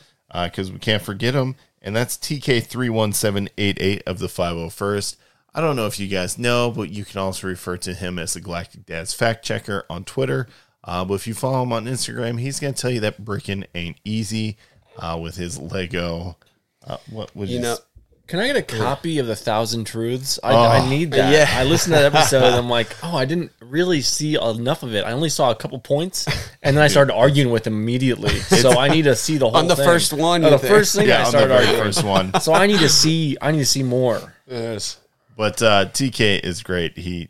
[SPEAKER 1] because we can't forget him, and that's TK three one seven eight eight of the five hundred first. I don't know if you guys know, but you can also refer to him as the Galactic Dad's fact checker on Twitter. Uh, but if you follow him on Instagram, he's going to tell you that bricking ain't easy uh, with his Lego. Uh, what was
[SPEAKER 6] You know,
[SPEAKER 11] Can I get a copy of the Thousand Truths? I,
[SPEAKER 6] Oh.
[SPEAKER 11] I need that. I listened to that episode. and I'm like, oh, I didn't really see enough of it. I only saw a couple points, and then I started arguing with him immediately. So I need to see the whole
[SPEAKER 6] the
[SPEAKER 11] thing.
[SPEAKER 6] first one,
[SPEAKER 11] On
[SPEAKER 6] you
[SPEAKER 11] the
[SPEAKER 6] think?
[SPEAKER 11] first thing I
[SPEAKER 1] yeah, on the
[SPEAKER 11] started
[SPEAKER 1] very
[SPEAKER 11] arguing.
[SPEAKER 1] first one.
[SPEAKER 11] So I need to see. I need to see more.
[SPEAKER 1] But uh, TK is great. He,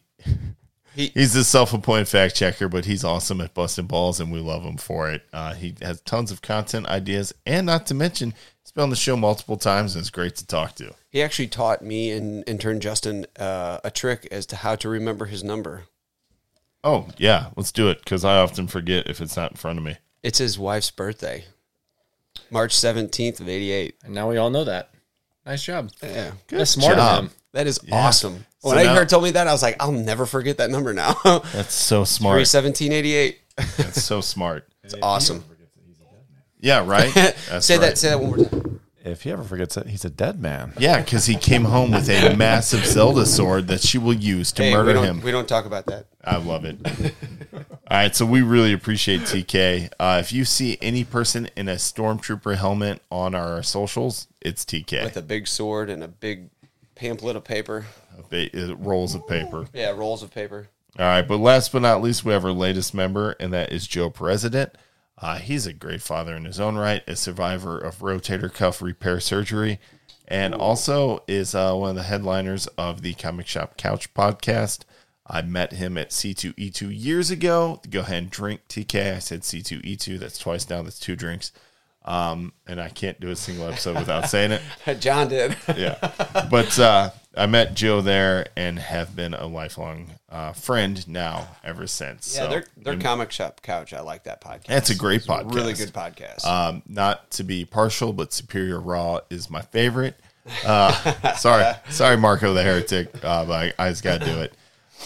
[SPEAKER 1] he's a self-appointed fact checker, but he's awesome at busting balls, and we love him for it. Uh, he has tons of content ideas, and not to mention, he's been on the show multiple times, and it's great to talk to.
[SPEAKER 6] he actually taught me and intern Justin uh, a trick as to how to remember his number.
[SPEAKER 1] Oh yeah, let's do it because I often forget if it's not in front of me.
[SPEAKER 6] It's his wife's birthday, March seventeenth of '88.
[SPEAKER 11] And now we all know that. Nice job.
[SPEAKER 6] Yeah,
[SPEAKER 11] That's smart
[SPEAKER 1] job.
[SPEAKER 11] of him.
[SPEAKER 6] that is awesome.
[SPEAKER 1] So
[SPEAKER 6] When I
[SPEAKER 1] now-
[SPEAKER 6] heard told me that, I was like, I'll never forget that number now.
[SPEAKER 1] That's so smart.
[SPEAKER 6] Three seventeen eighty eight.
[SPEAKER 1] That's so smart.
[SPEAKER 6] It's awesome.
[SPEAKER 1] Yeah, right. That's
[SPEAKER 6] say
[SPEAKER 1] right.
[SPEAKER 6] that. Say that one more time.
[SPEAKER 10] If he ever forgets it, he's a dead man.
[SPEAKER 1] Yeah, because he came home with a massive Zelda sword that she will use to
[SPEAKER 6] Hey, we
[SPEAKER 1] murder
[SPEAKER 6] don't.
[SPEAKER 1] him.
[SPEAKER 6] We don't talk about that.
[SPEAKER 1] I love it. All right, so we really appreciate TK. Uh, if you see any person in a stormtrooper helmet on our socials, it's
[SPEAKER 6] With
[SPEAKER 1] TK.
[SPEAKER 6] a big sword and a big pamphlet of paper.
[SPEAKER 1] Ba- uh, rolls of paper.
[SPEAKER 6] Yeah, rolls of paper.
[SPEAKER 1] All right, but last but not least, we have our latest member, and that is Joe President. Uh, he's a great father in his own right, a survivor of rotator cuff repair surgery, and also is uh, one of the headliners of the Comic Shop Couch podcast. I met him at C2E2 years ago. Go ahead and drink TK. I said C2E2. That's twice now. That's two drinks. Um, and I can't do a single episode without saying it
[SPEAKER 6] John did.
[SPEAKER 1] yeah. But uh, I met Joe there and have been a lifelong uh, friend now ever since.
[SPEAKER 6] Yeah,
[SPEAKER 1] so
[SPEAKER 6] their their comic shop couch. I like that podcast.
[SPEAKER 1] that's a great podcast.
[SPEAKER 6] Really good podcast.
[SPEAKER 1] Um, not to be partial, but Superior Raw is my favorite. Uh, sorry, sorry, Marco the heretic, uh, but I, I just got to do it.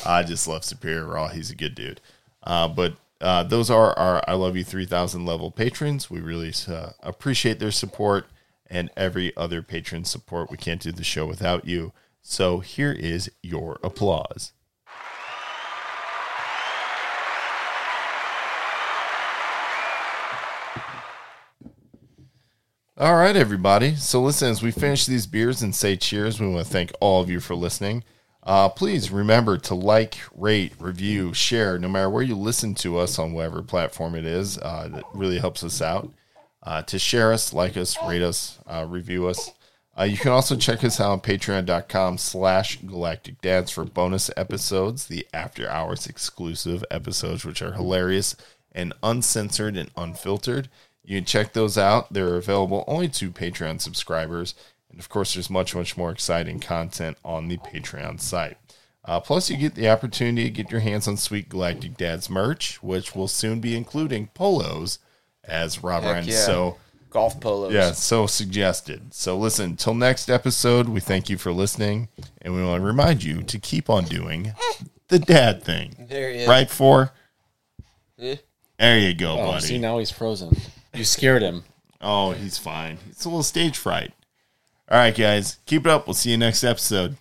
[SPEAKER 1] I just love Superior Raw. He's a good dude. Uh, but uh, those are our I Love You 3000 level patrons. We really uh, appreciate their support and every other patron support. We can't do the show without you. So here is your applause. All right, everybody. So, listen, as we finish these beers and say cheers, we want to thank all of you for listening. Uh, please remember to like, rate, review, share, no matter where you listen to us on whatever platform it is. Uh, that really helps us out. Uh, to share us, like us, rate us, uh, review us. Uh, you can also check us out on patreon.com slash galactic dance for bonus episodes, the after hours exclusive episodes, which are hilarious and uncensored and unfiltered. You can check those out. They're available only to Patreon subscribers. And of course, there's much, much more exciting content on the Patreon site. Uh, plus, you get the opportunity to get your hands on Sweet Galactic Dad's merch, which will soon be including polos, as Rob Ryan
[SPEAKER 6] yeah.
[SPEAKER 1] so
[SPEAKER 6] Golf polos.
[SPEAKER 1] yeah, so suggested. So listen, till next episode, we thank you for listening, and we want to remind you to keep on doing the dad thing.
[SPEAKER 6] There he is.
[SPEAKER 1] Right for
[SPEAKER 6] Eh.
[SPEAKER 1] there you go,
[SPEAKER 11] Oh,
[SPEAKER 1] buddy.
[SPEAKER 11] see now he's frozen. You scared him.
[SPEAKER 1] oh, he's fine. It's a little stage fright. All right, guys, keep it up. We'll see you next episode.